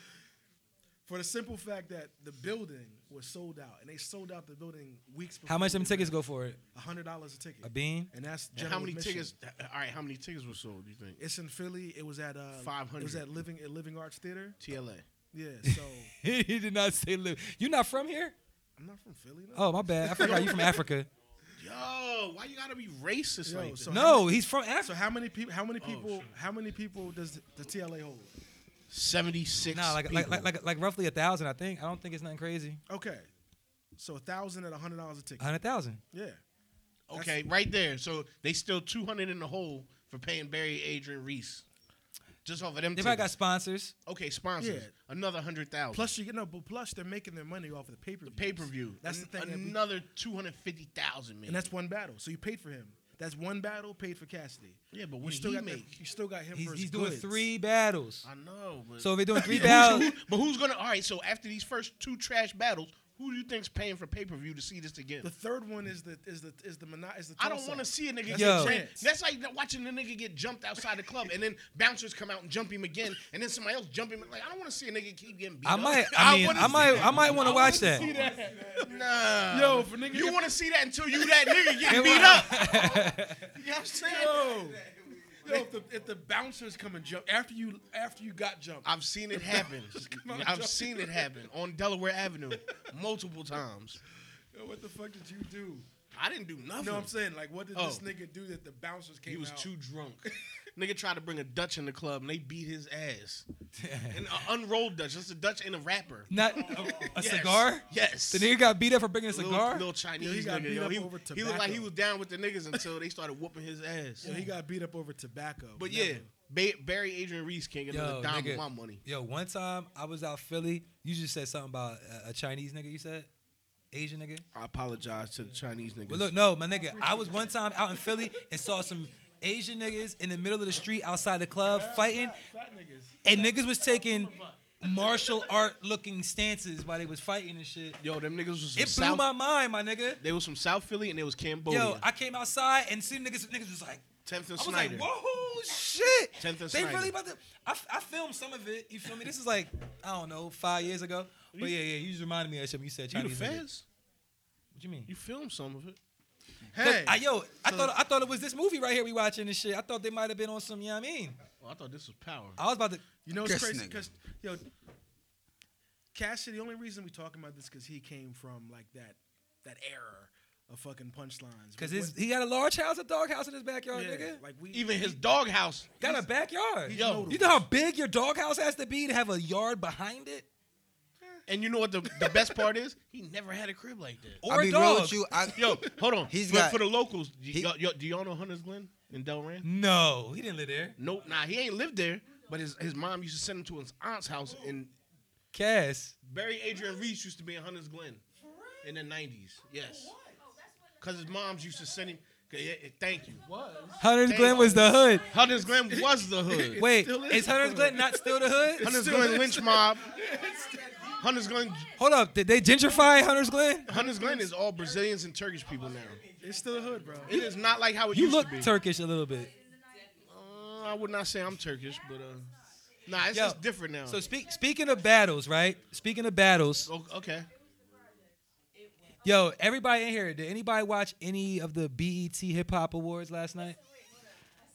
Speaker 4: For the simple fact that the building was sold out, and they sold out the building weeks. before
Speaker 3: How much them
Speaker 4: the
Speaker 3: tickets go
Speaker 4: event.
Speaker 3: for?
Speaker 4: A hundred dollars a ticket.
Speaker 3: A bean?
Speaker 4: And that's
Speaker 1: And
Speaker 4: general
Speaker 1: How many
Speaker 4: admission.
Speaker 1: tickets? All right, how many tickets were sold? You think?
Speaker 4: It's in Philly. It was at uh,
Speaker 1: 500.
Speaker 4: It was at Living at Living Arts Theater.
Speaker 1: TLA.
Speaker 4: Yeah. So
Speaker 3: he did not say live. You not from here?
Speaker 4: I'm not from Philly. No.
Speaker 3: Oh my bad. I forgot you from Africa.
Speaker 1: Yo, why you gotta be racist
Speaker 4: Yo,
Speaker 1: like
Speaker 4: so
Speaker 1: that?
Speaker 3: No, he's from
Speaker 4: So
Speaker 3: Africa.
Speaker 4: how many people? How many
Speaker 1: Oh,
Speaker 4: people?
Speaker 1: shit.
Speaker 4: how many people does the TLA hold?
Speaker 1: Seventy-six.
Speaker 3: Nah, like like,
Speaker 1: people.
Speaker 3: like like like roughly a thousand. I think. I don't think it's nothing crazy.
Speaker 4: Okay. So a thousand at a hundred dollars a
Speaker 3: A
Speaker 4: ticket.
Speaker 3: hundred thousand.
Speaker 4: Yeah.
Speaker 1: Okay, right there. So they still two hundred in the hole for paying Barry Adrian Reese. Just off of them.
Speaker 3: They probably got
Speaker 1: tickets.
Speaker 3: sponsors.
Speaker 1: okay, sponsors.
Speaker 4: Yeah.
Speaker 1: Another hundred thousand.
Speaker 4: Plus you get no, but plus they're making their money off of the pay per view.
Speaker 1: pay per view.
Speaker 4: That's the thing. that we-
Speaker 1: Another two hundred fifty thousand, man.
Speaker 4: and that's one battle. So you paid for him. That's one battle paid for Cassidy.
Speaker 1: yeah, but
Speaker 4: You
Speaker 1: what
Speaker 4: still
Speaker 1: still he
Speaker 4: got that-
Speaker 1: make?
Speaker 4: you still got him.
Speaker 3: He's,
Speaker 4: for his
Speaker 3: he's doing
Speaker 4: goods.
Speaker 3: three battles.
Speaker 1: I know, but
Speaker 3: So uh, if they're doing three
Speaker 1: Who's-
Speaker 3: battles,
Speaker 1: who- but who's gonna? All right. So after these first two trash battles, who do you think's paying for pay per view to see this again?
Speaker 4: The third one is the is the is the mono- is the.
Speaker 1: I don't
Speaker 4: toss-up.
Speaker 1: want to see a nigga
Speaker 4: That's
Speaker 1: get
Speaker 3: Yo.
Speaker 1: jumped.
Speaker 4: chance.
Speaker 1: That's like watching a nigga get jumped outside the club, and then bouncers come out and jump him again, and then somebody else jump him. Like I don't want to see a nigga keep getting beat
Speaker 3: I
Speaker 1: up.
Speaker 3: might. I mean,
Speaker 1: wanna
Speaker 3: I
Speaker 1: see
Speaker 3: might.
Speaker 1: that.
Speaker 3: I might want to watch that.
Speaker 1: Nah.
Speaker 4: Yo, for nigga
Speaker 1: You
Speaker 4: get-
Speaker 1: want to see that until you that nigga get beat up. you know what I'm saying?
Speaker 4: Yo, yo if, the, if the bouncers come and jump after you after you got jumped,
Speaker 1: I've seen it happen.
Speaker 4: on,
Speaker 1: I've
Speaker 4: Joe.
Speaker 1: seen it happen on Delaware Avenue multiple times.
Speaker 4: yo, what the fuck did you do?
Speaker 1: I didn't do nothing.
Speaker 4: No, I'm saying like, what did
Speaker 1: Oh.
Speaker 4: this nigga do that the bouncers came
Speaker 1: He was
Speaker 4: out?
Speaker 1: too drunk. Nigga tried to bring a Dutch in the club and they beat his ass. An uh, unrolled Dutch, just a Dutch and a rapper.
Speaker 3: Not a, a
Speaker 1: Yes.
Speaker 3: cigar.
Speaker 1: Yes.
Speaker 3: The nigga got beat up for bringing a
Speaker 1: Little-
Speaker 3: cigar.
Speaker 1: Little Chinese
Speaker 4: Yo, he got
Speaker 1: nigga.
Speaker 4: beat
Speaker 1: yo.
Speaker 4: up
Speaker 1: he,
Speaker 4: over
Speaker 1: he looked like he
Speaker 4: tobacco.
Speaker 1: was down with the niggas until they started whooping his ass.
Speaker 4: Yo, he got beat up over tobacco.
Speaker 1: but
Speaker 4: Never.
Speaker 1: yeah, ba- Barry Adrian Reese can't get another dime of my money.
Speaker 3: Yo, one time I was out Philly. You just said something about a, a Chinese nigga. You said Asian nigga.
Speaker 1: I apologize to the Chinese niggas.
Speaker 3: But look, no, my nigga. I was one time out in Philly and saw some Asian niggas in the middle of the street outside the club fighting,
Speaker 4: fat niggas.
Speaker 3: and niggas was taking martial art looking stances while they was fighting and shit.
Speaker 1: yo, them niggas was from
Speaker 3: It blew
Speaker 1: South. Oh,
Speaker 3: my mind, my nigga.
Speaker 1: they was from South Philly and they was Cambodia.
Speaker 3: Yo, I came outside and seen niggas. Niggas was like.
Speaker 1: Tenth and
Speaker 3: I was
Speaker 1: Snyder.
Speaker 3: like, whoa, shit.
Speaker 1: Tenth and
Speaker 3: they
Speaker 1: Snyder.
Speaker 3: really about to. I, I filmed some of it. You feel me? This is like, I don't know, five years ago. But yeah, yeah, you just reminded me of that shit when you said
Speaker 1: you the
Speaker 3: Chinese. nigga.
Speaker 1: feds?
Speaker 3: What you mean?
Speaker 1: You filmed some of it.
Speaker 4: Hey,
Speaker 3: I, yo, I
Speaker 4: So-
Speaker 3: thought I thought it was this movie right here we watching this shit. I thought they might have been on some, you know what I mean?
Speaker 1: Oh, I thought this was power.
Speaker 3: I was about to.
Speaker 4: you know it's
Speaker 2: Kiss
Speaker 4: crazy
Speaker 2: nigga.
Speaker 4: because yo, Cassidy. The only reason we talking about this because he came from like that that era of fucking punchlines.
Speaker 3: Because
Speaker 4: What-
Speaker 3: he got a large house, a dog house in his backyard,
Speaker 4: yeah,
Speaker 3: nigga.
Speaker 4: like we
Speaker 1: Even his doghouse.
Speaker 3: got a backyard.
Speaker 4: he's
Speaker 1: yo,
Speaker 4: notable.
Speaker 3: You know how big your doghouse has to be to have a yard behind it?
Speaker 1: And you know what the, the best part is? He never had a crib like that.
Speaker 3: Or
Speaker 2: I be real
Speaker 3: dogs.
Speaker 2: with you. I,
Speaker 1: Yo, hold on.
Speaker 2: He's
Speaker 1: for,
Speaker 2: got-
Speaker 1: for the locals. y-
Speaker 2: he-
Speaker 1: y'all- y'all- do y'all know Hunters Glen in Delran?
Speaker 3: No, he didn't live there.
Speaker 1: Nope. Nah, he ain't lived there. But his, his mom used to send him to his aunt's house. And
Speaker 3: Cass.
Speaker 1: Barry Adrian Reese used to be in Hunters Glen in the nineties. Yes, because his moms used to send him. 'kay, yeah, yeah, Thank you.
Speaker 3: Hunter's
Speaker 1: Damn.
Speaker 3: Glen was the hood.
Speaker 1: Hunters Glen was the hood.
Speaker 3: Wait,
Speaker 1: Still
Speaker 3: is Hunter's Glen not still the hood?
Speaker 1: Hunters
Speaker 3: Still
Speaker 1: Glen
Speaker 3: is.
Speaker 1: lynch mob. Hunters Glen.
Speaker 3: Hold up, did they gentrify Hunter's Glen?
Speaker 1: Hunters Glen is all Brazilians and Turkish people now.
Speaker 4: It's still a hood, bro.
Speaker 1: It is not like how it
Speaker 3: You
Speaker 1: used
Speaker 3: look
Speaker 1: to be.
Speaker 3: Turkish a little bit.
Speaker 1: Uh, I would not say I'm Turkish, but uh, nah, it's
Speaker 3: Yo,
Speaker 1: just different now.
Speaker 3: So speak, speaking of battles, right? Speaking of battles,
Speaker 1: O- okay.
Speaker 3: yo, everybody in here, did anybody watch any of the BET Hip Hop Awards last night?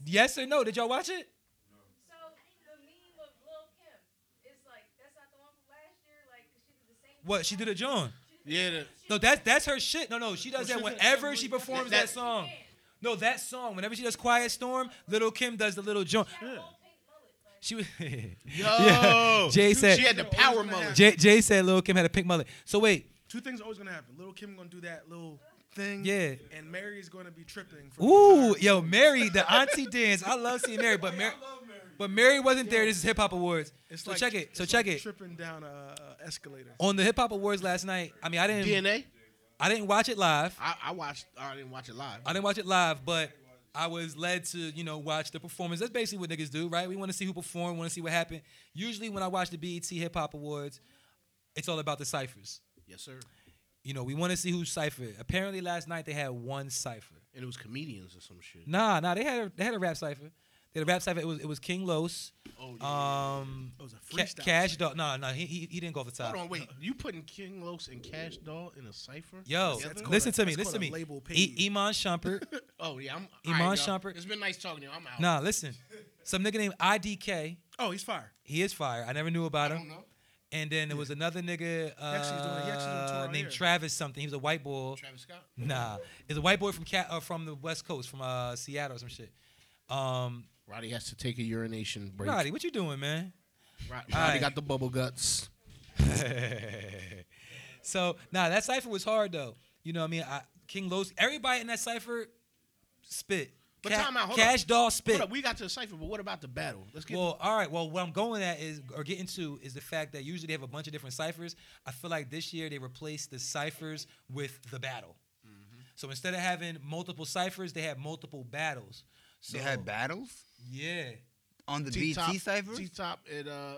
Speaker 3: Yes or no? Did y'all watch it?
Speaker 5: So the meme of Lil Kim is like that's not the one from last year. Like 'cause she did the same.
Speaker 3: What she did a John?
Speaker 1: Yeah. The,
Speaker 3: No, that's that's her shit. No, no, she does that whenever she performs that,
Speaker 1: That-
Speaker 3: song. No, that song. Whenever she does Quiet Storm, Little Kim does the Little John. She was.
Speaker 1: yo.
Speaker 3: Yeah, Jay said-
Speaker 1: she had the power mullet.
Speaker 3: Jay, Jay said Little Kim had a pink mullet. So wait,
Speaker 4: Two things are always gonna happen. Little Kim gonna do that little thing.
Speaker 3: Yeah.
Speaker 4: And Mary is gonna be tripping. For
Speaker 3: ooh, yo, Mary, the auntie dance. I love seeing Mary, but Mary, but Mary wasn't there. This is Hip Hop Awards. so check it. So
Speaker 4: it's
Speaker 3: check
Speaker 4: like
Speaker 3: it.
Speaker 4: Tripping down a a escalator.
Speaker 3: On the Hip Hop Awards last night. I mean, I didn't.
Speaker 1: DNA.
Speaker 3: I didn't watch it live.
Speaker 1: I, I watched. I didn't watch it live.
Speaker 3: I didn't watch it live, but I was led to, you know, watch the performance. That's basically what niggas do, right? We want to see who performed, want to see what happened. Usually, when I watch the BET Hip Hop Awards, it's all about the ciphers.
Speaker 1: Yes, sir.
Speaker 3: You know, we want to see who ciphered. Apparently, last night they had one cipher.
Speaker 1: And it was comedians or some shit.
Speaker 3: Nah, nah, they had a, they had a rap cipher. They had a rap cipher. It was it was King Los.
Speaker 1: Oh, yeah.
Speaker 3: Um,
Speaker 4: It was a
Speaker 3: Ca-
Speaker 4: freestyle.
Speaker 3: Cash Dog. Nah, nah, he, he he didn't go off the top.
Speaker 1: Hold on, wait. You putting King Los and Cash Doll in a cipher?
Speaker 3: Yo,
Speaker 1: together?
Speaker 4: That's called
Speaker 3: listen
Speaker 4: a-
Speaker 3: to me,
Speaker 4: that's
Speaker 3: listen to
Speaker 4: called a
Speaker 3: me.
Speaker 4: label
Speaker 3: E-
Speaker 4: page.
Speaker 3: Iman Shumpert.
Speaker 1: Oh yeah, I'm.
Speaker 3: Iman
Speaker 1: alright, y'all.
Speaker 3: Shumpert.
Speaker 1: It's been nice talking to you. I'm out.
Speaker 3: nah, listen. Some nigga named IDK.
Speaker 4: Oh, he's fire.
Speaker 3: He is fire. I never knew about
Speaker 1: I
Speaker 3: him.
Speaker 1: don't know.
Speaker 3: And then there was another nigga
Speaker 4: actually doing- he actually doing
Speaker 3: uh,
Speaker 4: tour out
Speaker 3: named
Speaker 4: here.
Speaker 3: Travis something. He was a white boy.
Speaker 1: Travis Scott.
Speaker 3: Nah, it's a white boy from Cat, uh, from the West Coast, from uh, Seattle or some shit. Um,
Speaker 1: Roddy has to take a urination break.
Speaker 3: Roddy, what you doing, man?
Speaker 1: Rod- Roddy
Speaker 3: Alright.
Speaker 1: got the bubble guts.
Speaker 3: so nah, that cipher was hard though. You know what I mean? I, King Los, everybody in that cipher spit.
Speaker 1: But time out, hold
Speaker 3: Cash Doll spit.
Speaker 1: Hold up, we got to the cipher, but what about the battle? Let's get.
Speaker 3: Well, all right. Well, what I'm going at is, or getting to, is the fact that usually they have a bunch of different ciphers. I feel like this year they replaced the ciphers with the battle.
Speaker 1: Mm-hmm.
Speaker 3: So instead of having multiple ciphers, they had multiple battles. So,
Speaker 2: They had battles
Speaker 3: Yeah.
Speaker 2: on the
Speaker 1: T-top-
Speaker 2: BT cipher.
Speaker 1: T-top at uh,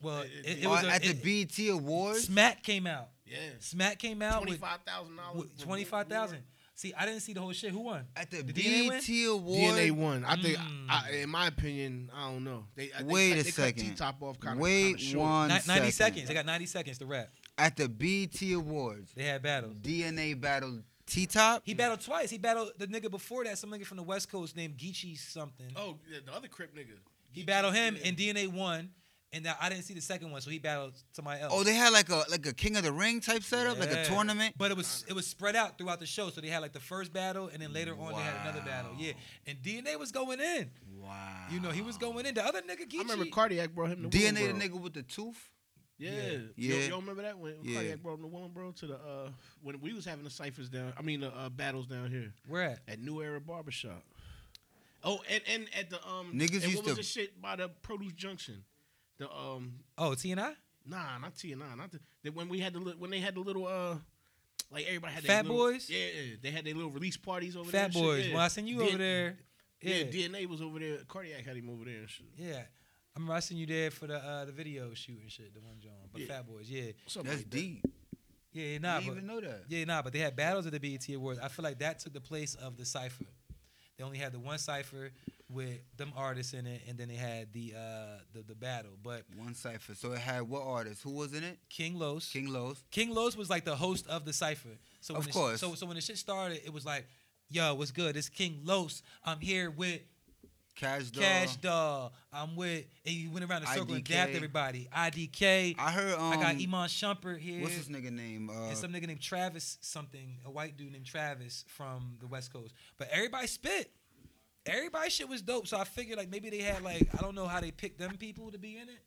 Speaker 3: Well,
Speaker 1: It-
Speaker 3: it, it
Speaker 1: it
Speaker 2: Or
Speaker 3: was a,
Speaker 2: at the
Speaker 3: it-
Speaker 2: BT Awards.
Speaker 3: Smack came out.
Speaker 1: yeah,
Speaker 3: Smack came out
Speaker 1: twenty
Speaker 3: with,
Speaker 1: five thousand dollars.
Speaker 3: with twenty five thousand. See, I didn't see the whole shit. Who won?
Speaker 2: At the
Speaker 3: Did DNA win?
Speaker 2: BT
Speaker 1: DNA
Speaker 2: Awards.
Speaker 1: one. I think,
Speaker 3: Mm.
Speaker 1: I, in my opinion, I don't know. They, I,
Speaker 2: Wait
Speaker 1: they,
Speaker 2: a
Speaker 1: cut-
Speaker 2: second.
Speaker 1: They cut T-top off kind of
Speaker 2: Wait
Speaker 1: short.
Speaker 2: one
Speaker 3: Ni- Ninety
Speaker 2: second.
Speaker 3: seconds. They got ninety seconds to rap.
Speaker 2: At the BT Awards,
Speaker 3: They had battles.
Speaker 2: DNA battled T Top.
Speaker 3: He battled twice. He battled the nigga before that, some nigga from the West Coast named Geechee something.
Speaker 1: Oh, yeah, the other Crip nigga.
Speaker 3: He battled him, and DNA won. And now I didn't see the second one, so he battled somebody else.
Speaker 2: Oh, they had like a like a King of the Ring type setup, like
Speaker 3: Yeah.
Speaker 2: a tournament.
Speaker 3: But it was it was spread out throughout the show, so they had like the first battle, and then later on they had another battle. Yeah, and DNA was going in.
Speaker 2: Wow.
Speaker 3: You know, he was going in. The other nigga, Geechee.
Speaker 1: I remember Cardiac brought him to
Speaker 2: DNA the
Speaker 1: Willenboro.
Speaker 2: nigga with the tooth.
Speaker 1: Yeah.
Speaker 3: Yeah.
Speaker 1: You,
Speaker 2: Yeah.
Speaker 1: you remember that when
Speaker 2: Yeah.
Speaker 1: Cardiac brought him to Willenboro to the uh when we was having the ciphers down I mean the uh, battles down here
Speaker 3: Where at?
Speaker 1: at New Era Barbershop. Oh, and, and at the um
Speaker 2: Niggas
Speaker 1: and
Speaker 2: used
Speaker 1: what was
Speaker 2: to-
Speaker 1: the shit by the produce junction? The um
Speaker 3: Oh, T and I.
Speaker 1: nah, not T and I, not the, that when we had the li- when they had the little uh like everybody had
Speaker 3: Fat
Speaker 1: their little-
Speaker 3: boys?
Speaker 1: Yeah, yeah, they had their little release parties over there.
Speaker 3: Fat
Speaker 1: and shit,
Speaker 3: Boys.
Speaker 1: yeah.
Speaker 3: Well, I seen you
Speaker 1: D-
Speaker 3: over there.
Speaker 1: Yeah.
Speaker 3: Yeah, yeah.
Speaker 1: DNA was over there. Cardiac had him over there and shit.
Speaker 3: I remember I seen you there for the uh, the video shoot and shit, the one John. But
Speaker 1: Yeah.
Speaker 3: Fat Boys, yeah,
Speaker 1: Something
Speaker 2: That's
Speaker 1: like that.
Speaker 2: deep.
Speaker 3: yeah,
Speaker 2: I
Speaker 3: nah,
Speaker 2: didn't
Speaker 3: but
Speaker 2: even know that.
Speaker 3: yeah, nah, but they had battles at the BET Awards. I feel like that took the place of the cipher. They only had the one cipher with them artists in it, and then they had the uh, the the battle. But
Speaker 2: One cipher. So it had what artist? Who was in it?
Speaker 3: King Los, King,
Speaker 2: King Los.
Speaker 3: Los was like the host of the cipher. So
Speaker 2: Of
Speaker 3: when the sh-
Speaker 2: course.
Speaker 3: so so when the shit started, it was like, yo, what's good? It's King Los. I'm here with
Speaker 2: Cash Doll.
Speaker 3: Cash Doll. I'm with. And you went around the circle and
Speaker 2: IDK.
Speaker 3: dapped everybody. IDK.
Speaker 2: I heard. Um,
Speaker 3: I got Iman Shumpert here.
Speaker 2: What's his nigga name? Uh,
Speaker 3: and some nigga named Travis something, a white dude named Travis from the West Coast. But everybody spit. Everybody shit was dope. So I figured like maybe they had like I don't know how they picked them people to be in it,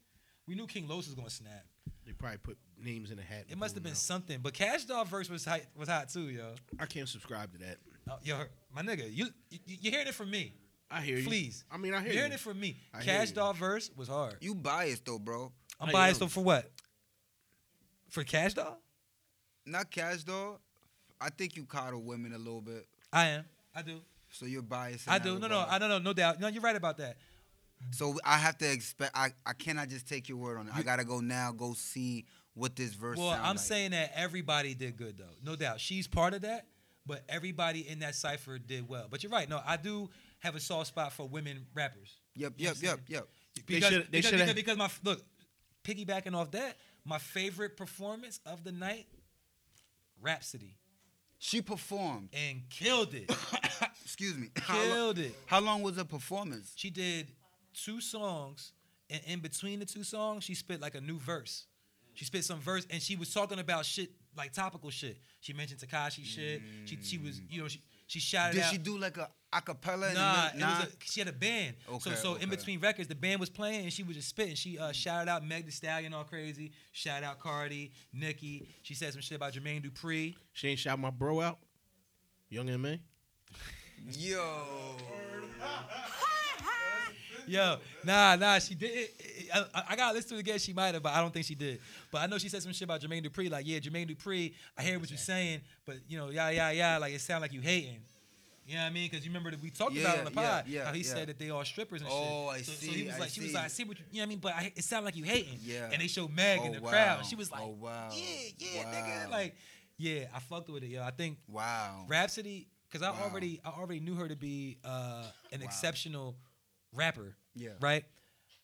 Speaker 3: We knew King Los was gonna snap.
Speaker 1: They probably put names in a hat. and
Speaker 3: It must have
Speaker 1: pulled
Speaker 3: been
Speaker 1: them
Speaker 3: something. But Cash Doll verse was hot, was hot too, yo.
Speaker 1: out. I can't subscribe to that.
Speaker 3: Uh, yo, my nigga, you, you you're hearing it from me.
Speaker 1: I hear you.
Speaker 3: Please.
Speaker 1: I mean, I
Speaker 3: You're
Speaker 1: hear
Speaker 3: hearing
Speaker 1: you.
Speaker 3: it from me.
Speaker 1: I hear
Speaker 3: Cash
Speaker 1: you.
Speaker 3: Doll verse was hard.
Speaker 2: You biased though, bro.
Speaker 3: I'm
Speaker 1: I
Speaker 3: biased
Speaker 1: am.
Speaker 3: though for what? For Cash Doll?
Speaker 2: Not cash though. I think you coddle women a little bit,
Speaker 3: I am. I do.
Speaker 2: so you're biased. in
Speaker 3: I
Speaker 2: that
Speaker 3: do. No, no,
Speaker 2: regard.
Speaker 3: I no, no, no doubt. No, you're right about that.
Speaker 2: So I have to expect. I, I cannot just take your word on it. I gotta go now. Go see what this verse.
Speaker 3: Well,
Speaker 2: sound
Speaker 3: I'm
Speaker 2: like.
Speaker 3: saying that everybody did good though, no doubt. She's part of that, but everybody in that cipher did well. But you're right. No, I do have a soft spot for women rappers.
Speaker 2: Yep, yep, yep, yep.
Speaker 1: They
Speaker 3: Because,
Speaker 1: shoulda- they
Speaker 3: because,
Speaker 1: shoulda-
Speaker 3: because, because my look, piggybacking off that, my favorite performance of the night, Rhapsody,
Speaker 2: She performed.
Speaker 3: and killed it.
Speaker 2: Excuse me. How, lo-
Speaker 3: killed it.
Speaker 2: how long was the performance?
Speaker 3: She did two songs, and in between the two songs, she spit like a new verse. She spit some verse, and she was talking about shit like topical shit. She mentioned Takashi shit. She she was you know she she shouted
Speaker 2: Did
Speaker 3: out.
Speaker 2: she do like a acapella? in the
Speaker 3: Nah,
Speaker 2: middle?
Speaker 3: it was a, she had a band. so
Speaker 2: Okay,
Speaker 3: so in
Speaker 2: okay.
Speaker 3: between records, the band was playing and she was just spitting. She uh, shouted out Meg The Stallion all crazy. Shout out Cardi, Nicki. She said some shit about Jermaine Dupri.
Speaker 1: She ain't shout my bro out. Young M.A.
Speaker 2: Yo.
Speaker 3: Yo, nah, nah, she did. I, I- I gotta listen to it again. She might have, but I don't think she did. But I know she said some shit about Jermaine Dupri. Like, yeah, Jermaine Dupri, I hear what you're saying, but you know, yeah, yeah, yeah. Like, it sound like you hating. You know what I mean? Because you remember that we talked about it on the
Speaker 2: Yeah, yeah,
Speaker 3: pod
Speaker 2: yeah,
Speaker 3: how he
Speaker 2: yeah.
Speaker 3: said that they all strippers and
Speaker 2: Oh,
Speaker 3: shit.
Speaker 2: I
Speaker 3: so, So
Speaker 2: see,
Speaker 3: he was
Speaker 2: I
Speaker 3: like, she was
Speaker 2: see.
Speaker 3: like, I see what you, you know what I mean, but I, it sounded like you hating.
Speaker 2: Yeah.
Speaker 3: And they showed Meg in
Speaker 2: Oh,
Speaker 3: the crowd,
Speaker 2: wow.
Speaker 3: and she was like,
Speaker 2: Oh, wow.
Speaker 3: Yeah, yeah,
Speaker 2: Wow.
Speaker 3: nigga. Like, yeah, I fucked with it, yo. I think
Speaker 2: Wow.
Speaker 3: Rhapsody, because I
Speaker 2: Wow.
Speaker 3: already I already knew her to be uh, an
Speaker 2: Wow.
Speaker 3: exceptional rapper,
Speaker 2: Yeah.
Speaker 3: right?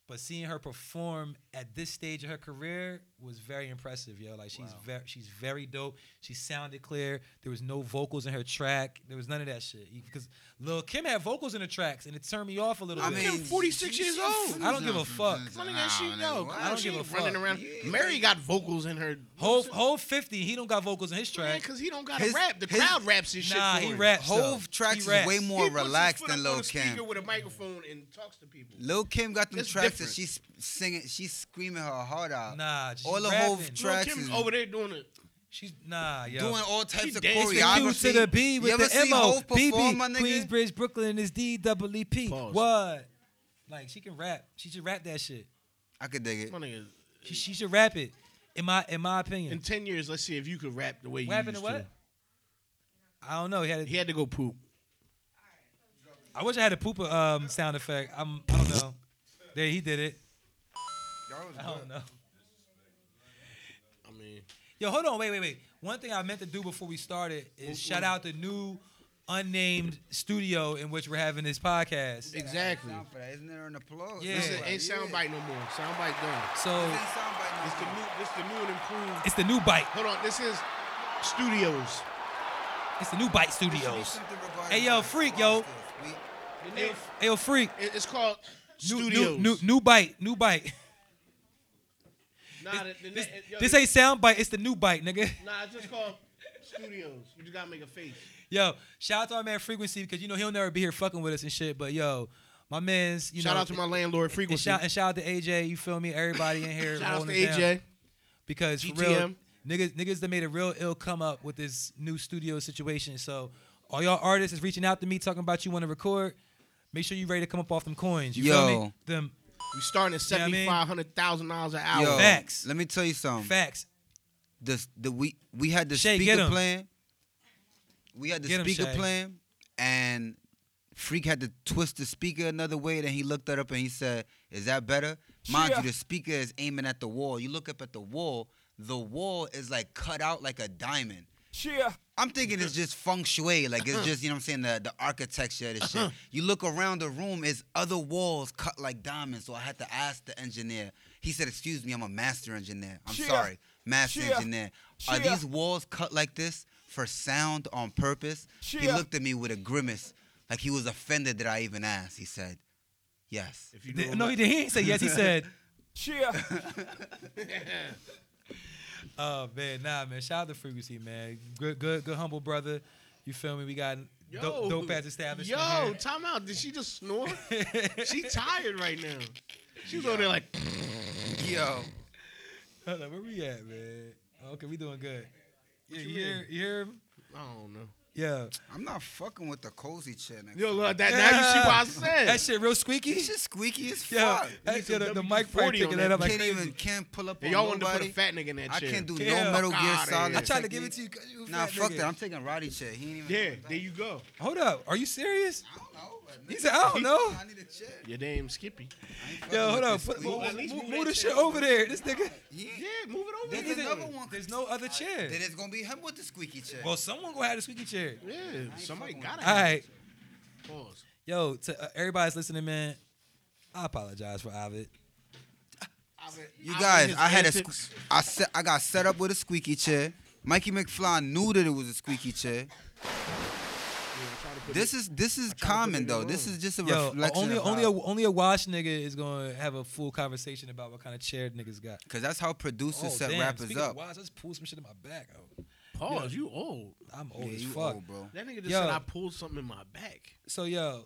Speaker 3: But seeing her perform at this stage of her career was very impressive, yo. Like she's
Speaker 2: Wow.
Speaker 3: very she's very dope. She sounded clear. There was no vocals in her track. There was none of that shit. Because Lil Kim had vocals in the tracks, and it turned me off a little
Speaker 2: I
Speaker 3: bit.
Speaker 2: mean,
Speaker 1: 46 years old.
Speaker 3: I don't give a fuck.
Speaker 1: My nigga, she no.
Speaker 2: what?
Speaker 1: I don't give a
Speaker 3: fuck.
Speaker 1: running around.
Speaker 2: Yeah.
Speaker 1: Mary got vocals in her.
Speaker 3: Whole Whole 50, he don't got vocals in his
Speaker 1: man,
Speaker 3: track.
Speaker 1: cause he don't got to
Speaker 2: His-
Speaker 1: rap. The
Speaker 2: his-
Speaker 1: crowd raps his shit.
Speaker 3: Nah,
Speaker 1: for
Speaker 3: he
Speaker 1: him.
Speaker 3: raps. though.
Speaker 2: Hove tracks
Speaker 3: He
Speaker 2: is
Speaker 3: raps.
Speaker 2: way
Speaker 1: He
Speaker 2: more
Speaker 1: puts his
Speaker 2: relaxed
Speaker 1: foot
Speaker 2: than
Speaker 1: up
Speaker 2: Lil
Speaker 1: on a speaker
Speaker 2: Kim.
Speaker 1: with a microphone and talks to people.
Speaker 2: Lil Kim got them
Speaker 1: It's
Speaker 2: tracks
Speaker 1: different.
Speaker 2: that she's singing. She's screaming her heart out.
Speaker 3: Nah, she's
Speaker 2: all the
Speaker 3: rapping.
Speaker 2: Hove
Speaker 1: Lil
Speaker 2: tracks
Speaker 1: Kim's
Speaker 2: is
Speaker 1: over there doing it.
Speaker 3: She's nah, yo.
Speaker 2: doing all types
Speaker 1: She
Speaker 2: of
Speaker 1: dancing
Speaker 3: It's the U
Speaker 2: choreography.
Speaker 3: to the B with
Speaker 2: you ever
Speaker 3: the
Speaker 2: see
Speaker 3: MO.
Speaker 2: Hov perform, my
Speaker 3: BB,
Speaker 2: nigga?
Speaker 3: Queensbridge, Brooklyn is DWP.
Speaker 1: Pause.
Speaker 3: What? Like, she can rap. She should rap that shit.
Speaker 2: I could dig it.
Speaker 1: My nigga,
Speaker 3: She, she should rap it, in my in my opinion.
Speaker 1: in ten years, let's see if you could rap the way you
Speaker 3: Rapping
Speaker 1: used
Speaker 3: to what? I don't know. He had a,
Speaker 1: to. He had to go poop.
Speaker 3: I wish I had a pooper um, sound effect. I'm, I don't know. There, he did it. I don't know.
Speaker 1: I mean,
Speaker 3: Yo, hold on. Wait, wait, wait. One thing I meant to do before we started is shout out the new unnamed studio in which we're having this podcast.
Speaker 1: exactly.
Speaker 2: Sound for that. Isn't there an applause?
Speaker 3: Yeah.
Speaker 1: Listen, ain't
Speaker 2: Yeah.
Speaker 1: soundbite no more. Soundbite done.
Speaker 3: So
Speaker 2: This ain't soundbite no
Speaker 1: It's the
Speaker 2: more.
Speaker 1: new. It's the new and improved.
Speaker 3: it's the new bite.
Speaker 1: Hold on. This is studios.
Speaker 3: It's the new bite
Speaker 2: This should be
Speaker 3: studios.
Speaker 2: something regarding
Speaker 3: Hey, yo,
Speaker 2: our
Speaker 3: freak, yo.
Speaker 2: rosters. We-
Speaker 1: The name,
Speaker 3: Hey, yo, freak.
Speaker 1: it- it's called
Speaker 3: New,
Speaker 1: studios.
Speaker 3: new, new, new bite, new bite.
Speaker 1: Nah, the, the,
Speaker 3: This,
Speaker 1: na- yo,
Speaker 3: this ain't sound bite. It's the new bite, nigga.
Speaker 1: Nah, it's just called studios. You just gotta make a face.
Speaker 3: Yo, shout out to our man Frequency because you know he'll never be here fucking with us and shit. But yo, my man's you
Speaker 1: shout
Speaker 3: know.
Speaker 1: out to my landlord
Speaker 3: and
Speaker 1: frequency.
Speaker 3: shout, and shout out to AJ. You feel me? Everybody in here.
Speaker 1: Shout out to
Speaker 3: rolling it down.
Speaker 1: AJ.
Speaker 3: because for real,
Speaker 1: GTM.
Speaker 3: niggas niggas that made a real ill come up with this new studio situation. So all y'all artists is reaching out to me talking about you want to record. Make sure you ready to come up off them coins. You feel me?
Speaker 2: Yo.
Speaker 3: Them
Speaker 1: We starting at
Speaker 3: You know what I
Speaker 1: seventy
Speaker 3: mean?
Speaker 1: five hundred thousand dollars an hour.
Speaker 2: Yo,
Speaker 3: Facts.
Speaker 2: Let me tell you something.
Speaker 3: facts.
Speaker 2: the the we we had the
Speaker 3: Shay, get
Speaker 2: speaker
Speaker 3: 'em.
Speaker 2: plan. We had the
Speaker 3: Get 'em,
Speaker 2: speaker
Speaker 3: Shay.
Speaker 2: plan, and Freak had to twist the speaker another way. Then he looked that up and he said, "Is that better?" Mind
Speaker 3: Yeah.
Speaker 2: you, the speaker is aiming at the wall. You look up at the wall. The wall is like cut out like a diamond.
Speaker 3: Yeah.
Speaker 2: I'm thinking it's just feng shui, like it's just you know what I'm saying the the architecture of this
Speaker 1: Uh-huh.
Speaker 2: shit. You look around the room, it's other walls cut like diamonds. So I had to ask the engineer. He said, "Excuse me, I'm a master engineer. I'm sorry, master engineer. Are these walls cut like this for sound on purpose?" He looked at me with a grimace, like he was offended that I even asked. He said, "Yes."
Speaker 1: If you know
Speaker 3: no, he didn't. He ain't say yes. He said. Oh man, nah, man. Shout out to Frequency, man. Good, good, good, humble brother. You feel me? We got
Speaker 1: Yo,
Speaker 3: dope, dope ass establishment.
Speaker 1: Yo,
Speaker 3: here.
Speaker 1: time out. Did she just snore? she tired right now. She was over there like,
Speaker 2: Yo,
Speaker 3: Hold on, where we at, man? Oh, Okay, we doing good. Yeah,
Speaker 1: you
Speaker 3: you hear, you hear him?
Speaker 1: I don't know.
Speaker 3: Yeah.
Speaker 2: I'm not fucking with the cozy chick. nigga.
Speaker 1: Yo, look, that, now you see what I said.
Speaker 3: That shit real squeaky?
Speaker 2: He's just squeaky as
Speaker 3: Yeah,
Speaker 2: fuck.
Speaker 3: that-
Speaker 1: some
Speaker 3: yeah, the, the mic
Speaker 1: WD-40
Speaker 3: probably
Speaker 1: on
Speaker 3: picking
Speaker 1: that
Speaker 3: that up. like
Speaker 2: can't
Speaker 3: crazy.
Speaker 2: even can't pull up
Speaker 1: Hey,
Speaker 2: on
Speaker 1: y'all wanted to put a
Speaker 2: nobody.
Speaker 1: fat nigga in that
Speaker 2: I
Speaker 1: chair.
Speaker 2: can't do
Speaker 3: Yeah.
Speaker 2: no Metal
Speaker 1: Fuck
Speaker 2: Gear
Speaker 1: outta
Speaker 2: Solid.
Speaker 1: here.
Speaker 3: I tried to give it
Speaker 2: technique.
Speaker 3: to you. 'cause you
Speaker 2: Nah,
Speaker 3: fat
Speaker 2: fuck
Speaker 3: nigga.
Speaker 2: that. I'm taking Roddy chick. He ain't even.
Speaker 1: Yeah, there you go.
Speaker 3: Hold up. Are you serious?
Speaker 2: I don't know. but
Speaker 3: He
Speaker 2: nigga,
Speaker 3: said, I don't know.
Speaker 2: I need a chick.
Speaker 1: Your damn Skippy.
Speaker 2: I ain't
Speaker 3: Yo,
Speaker 2: fucking
Speaker 3: hold
Speaker 2: with
Speaker 3: up.
Speaker 2: this
Speaker 3: Put,
Speaker 2: weak-
Speaker 3: move
Speaker 1: at least
Speaker 3: move-
Speaker 1: move
Speaker 3: move
Speaker 1: that
Speaker 3: the shit
Speaker 1: shit
Speaker 3: over there. This nigga.
Speaker 2: Yeah.
Speaker 1: Yeah, move it over.
Speaker 2: There's
Speaker 1: there.
Speaker 2: another one.
Speaker 3: There's no other chair.
Speaker 2: Then it's gonna be him with the squeaky chair.
Speaker 3: Well, someone gonna have the squeaky chair.
Speaker 1: Yeah, somebody
Speaker 2: fucking
Speaker 1: gotta
Speaker 3: All
Speaker 1: have
Speaker 3: right.
Speaker 1: it. Pause.
Speaker 3: Yo, to uh, everybody's listening, man. I apologize for Ovid.
Speaker 2: you
Speaker 1: I
Speaker 2: guys,
Speaker 1: mean,
Speaker 2: I had a,
Speaker 1: his
Speaker 2: sque- I set, I got set up with a squeaky chair. Mikey McFly knew that it was a squeaky chair. This is this is
Speaker 1: to put it
Speaker 2: common
Speaker 1: in
Speaker 2: though.
Speaker 1: the
Speaker 2: This
Speaker 1: room.
Speaker 2: is just a
Speaker 3: Yo,
Speaker 2: reflection.
Speaker 3: only
Speaker 2: of
Speaker 3: only a,
Speaker 2: how-
Speaker 3: only a wash nigga is gonna have a full conversation about what kind of chair niggas got. Oh,
Speaker 2: Cause that's how producers set
Speaker 3: damn.
Speaker 2: rappers
Speaker 3: Speaking of
Speaker 2: up.
Speaker 3: Wash, let's pull some shit in my back. Oh,
Speaker 1: Pause. You old.
Speaker 3: I'm
Speaker 2: Yeah,
Speaker 3: old as
Speaker 2: you
Speaker 3: fuck.
Speaker 2: old, bro.
Speaker 1: That nigga just
Speaker 3: Yo.
Speaker 1: said I pulled something in my back.
Speaker 3: So yo,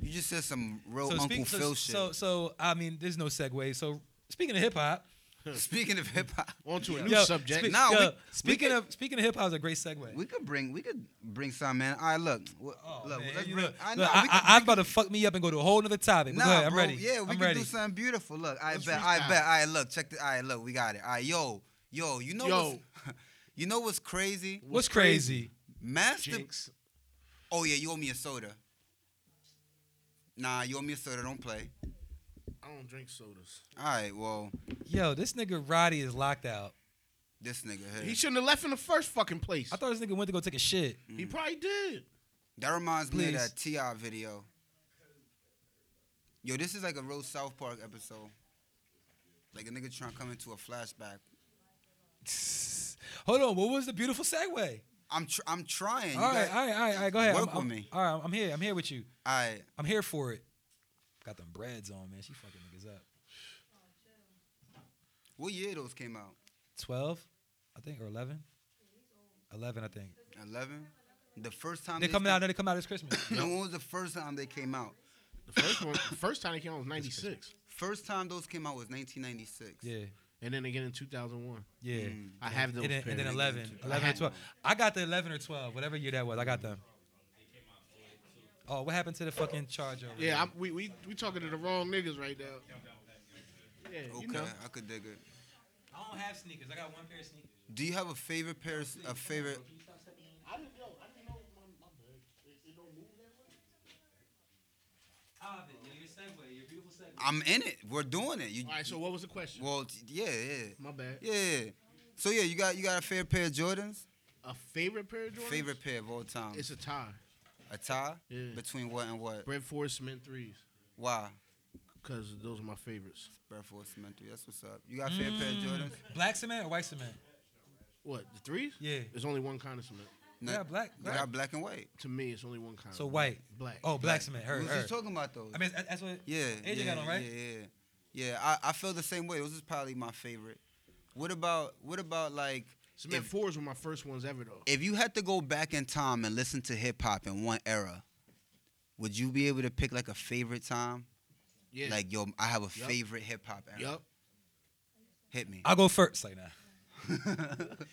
Speaker 2: You just said some real
Speaker 3: so,
Speaker 2: Uncle
Speaker 3: speak, so,
Speaker 2: Phil shit.
Speaker 3: so so I mean, there's no segue. So speaking of hip hop,
Speaker 2: Speaking of hip hop,
Speaker 1: On to a new
Speaker 3: yo,
Speaker 1: subject.
Speaker 3: Speak,
Speaker 2: Nah,
Speaker 3: yo,
Speaker 2: we- we
Speaker 3: speaking
Speaker 2: could-
Speaker 3: of speaking of hip hop is a great segue.
Speaker 2: we could bring we could bring some man. All right, look, w-
Speaker 3: Oh,
Speaker 2: look,
Speaker 3: man,
Speaker 2: let's
Speaker 3: you
Speaker 2: bring.
Speaker 3: look,
Speaker 2: I
Speaker 3: look,
Speaker 2: know
Speaker 3: I,
Speaker 2: we could-
Speaker 3: I, am about to fuck me up and go to a whole nother topic. but
Speaker 2: Nah,
Speaker 3: go ahead, I'm
Speaker 2: bro.
Speaker 3: ready.
Speaker 2: Yeah, we
Speaker 3: I'm
Speaker 2: can
Speaker 3: ready.
Speaker 2: do something beautiful. Look, I
Speaker 1: Let's
Speaker 2: bet. I
Speaker 1: freestyle.
Speaker 2: bet. I look. Check the. I look. We got it. I yo, yo. You know
Speaker 1: Yo.
Speaker 2: what's You know what's crazy?
Speaker 3: What's crazy?
Speaker 2: Master.
Speaker 1: Jinx.
Speaker 2: Oh yeah, you owe me a soda. Nah, you owe me a soda. Don't play.
Speaker 1: I don't drink sodas.
Speaker 2: All right. Well,
Speaker 3: Yo, this nigga Roddy is locked out.
Speaker 2: this nigga here.
Speaker 1: He shouldn't have left in the first fucking place.
Speaker 3: I thought this nigga went to go take a shit.
Speaker 1: he probably did.
Speaker 2: that reminds me
Speaker 3: Please.
Speaker 2: of that Ti video. Yo, this is like a real South Park episode. Like a nigga trying to come into a flashback.
Speaker 3: Hold on, what was the beautiful segue?
Speaker 2: I'm tr- I'm trying.
Speaker 3: All right, all
Speaker 2: All
Speaker 3: right, all right, all right, go ahead.
Speaker 2: Work
Speaker 3: I'm, I'm-
Speaker 2: with me.
Speaker 3: All right, I'm here. I'm here with you.
Speaker 2: right.
Speaker 3: I'm here for it. Got them breads on, man. She fucking niggas up.
Speaker 2: What year those came out?
Speaker 3: Twelve, I think, or eleven. Eleven, I think.
Speaker 2: Eleven. The first time
Speaker 3: They
Speaker 2: they
Speaker 3: coming
Speaker 2: came-
Speaker 3: out. No, they come out this Christmas.
Speaker 2: No, when was the first time they came out?
Speaker 1: The first one, the first time he came out was '96,
Speaker 2: First time those came out was 1996.
Speaker 3: Yeah,
Speaker 1: and then again in 2001.
Speaker 3: yeah.
Speaker 2: Mm.
Speaker 1: I have those.
Speaker 3: And then, and then
Speaker 1: pairs.
Speaker 3: 11,
Speaker 1: I
Speaker 3: 11 or
Speaker 1: had-
Speaker 3: 12. I got the 11 or 12, whatever year that was. I got them. Oh, what happened to the fucking charge over there?
Speaker 1: Yeah, I'm, we we we talking to the wrong niggas right now. Yeah,
Speaker 2: Okay,
Speaker 1: you know.
Speaker 2: I could dig it.
Speaker 3: I don't have sneakers. I got one pair of sneakers.
Speaker 2: Do you have a favorite pair? Of, a favorite?
Speaker 1: I didn't know. I didn't know my, my bag. It, it don't move that way.
Speaker 3: your segue, your beautiful segue.
Speaker 2: I'm in it. We're doing it. You,
Speaker 1: All right. So what was the question?
Speaker 2: well, t- yeah, yeah,
Speaker 1: my bad.
Speaker 2: yeah. So yeah, you got you got a favorite pair of Jordans.
Speaker 1: A favorite pair of Jordans?
Speaker 2: Favorite pair of all time.
Speaker 1: It's a tie.
Speaker 2: a tie
Speaker 1: Yeah.
Speaker 2: between what and what?
Speaker 1: Brent Forrest Mint threes.
Speaker 2: Why?
Speaker 1: Cause those are my favorites.
Speaker 2: Brad Force Cement three. That's what's up. You got a favorite pair of Jordans?
Speaker 3: Black cement or white cement?
Speaker 1: What the threes?
Speaker 3: Yeah.
Speaker 1: There's only one kind of cement.
Speaker 2: No,
Speaker 3: Yeah, black.
Speaker 2: You
Speaker 3: black.
Speaker 2: got black and white.
Speaker 1: To me, it's only one kind.
Speaker 3: So white.
Speaker 1: Black.
Speaker 3: Oh, black cement. Her,
Speaker 2: we was
Speaker 3: her.
Speaker 2: just talking about those.
Speaker 3: I mean, that's that's what.
Speaker 2: yeah,
Speaker 3: AJ
Speaker 2: yeah,
Speaker 3: got on, right?
Speaker 2: Yeah, yeah. Yeah, I, I feel the same way. Those is probably my favorite. What about what about like
Speaker 1: Cement
Speaker 2: if-
Speaker 1: fours were my first ones ever though.
Speaker 2: if you had to go back in time and listen to hip hop in one era, would you be able to pick like a favorite time?
Speaker 1: Yeah.
Speaker 2: Like yo, I have a
Speaker 1: Yup.
Speaker 2: favorite hip hop era.
Speaker 1: Yup.
Speaker 2: Hit me.
Speaker 3: I'll go first like that.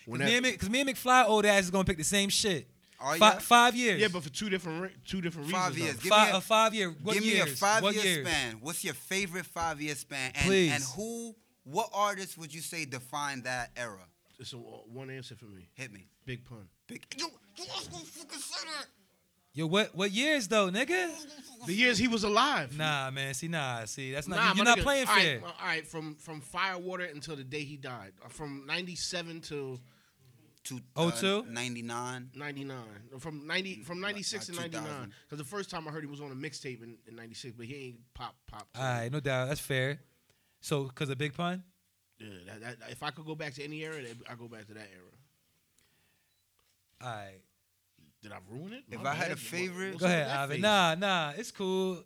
Speaker 1: When that-
Speaker 3: Cause me, and Mc- 'cause me and McFly old ass is gonna pick the same shit.
Speaker 2: Are
Speaker 3: Fi-
Speaker 2: ya?
Speaker 3: Five years.
Speaker 1: yeah, but for two different re- two different
Speaker 2: Five
Speaker 1: reasons.
Speaker 2: years.
Speaker 1: though.
Speaker 2: Give
Speaker 3: Fi-
Speaker 2: me a-
Speaker 3: a five year. What
Speaker 2: Give me
Speaker 3: years?
Speaker 2: a five
Speaker 3: what
Speaker 2: year
Speaker 3: years?
Speaker 2: span. What's your favorite five year span? And
Speaker 3: Please.
Speaker 2: and who what artist would you say defined that era?
Speaker 1: It's a, uh, one answer for me.
Speaker 2: Hit me.
Speaker 1: Big pun.
Speaker 2: Big you you was gonna fucking say that.
Speaker 3: Yo, what what years though, nigga?
Speaker 1: The years he was alive.
Speaker 3: Nah, man. See, nah, see, that's not.
Speaker 1: Nah,
Speaker 3: you,
Speaker 1: my
Speaker 3: are not
Speaker 1: nigga.
Speaker 3: playing
Speaker 1: All right,
Speaker 3: fair.
Speaker 1: well, all right, from from Firewater until the day he died, Uh, from '97 to
Speaker 2: Two, uh,
Speaker 3: Oh, two?
Speaker 2: ninety nine.
Speaker 1: '99, from '90 from '96 to
Speaker 2: Like
Speaker 1: '99.
Speaker 2: 2000.
Speaker 1: Because the first time I heard he was on a mixtape in '96, but he ain't pop pop.
Speaker 3: All right, no doubt, that's fair. So, cause a big pun.
Speaker 1: Yeah, that, that, if I could go back to any era, that- I go back to that era.
Speaker 3: All right,
Speaker 1: Did I ruin it?
Speaker 2: If
Speaker 1: My
Speaker 2: I had
Speaker 1: bad.
Speaker 2: a favorite-
Speaker 1: What's
Speaker 3: go
Speaker 1: up
Speaker 3: ahead,
Speaker 1: with that
Speaker 3: Ivan.
Speaker 1: face?
Speaker 3: Nah, nah, it's cool.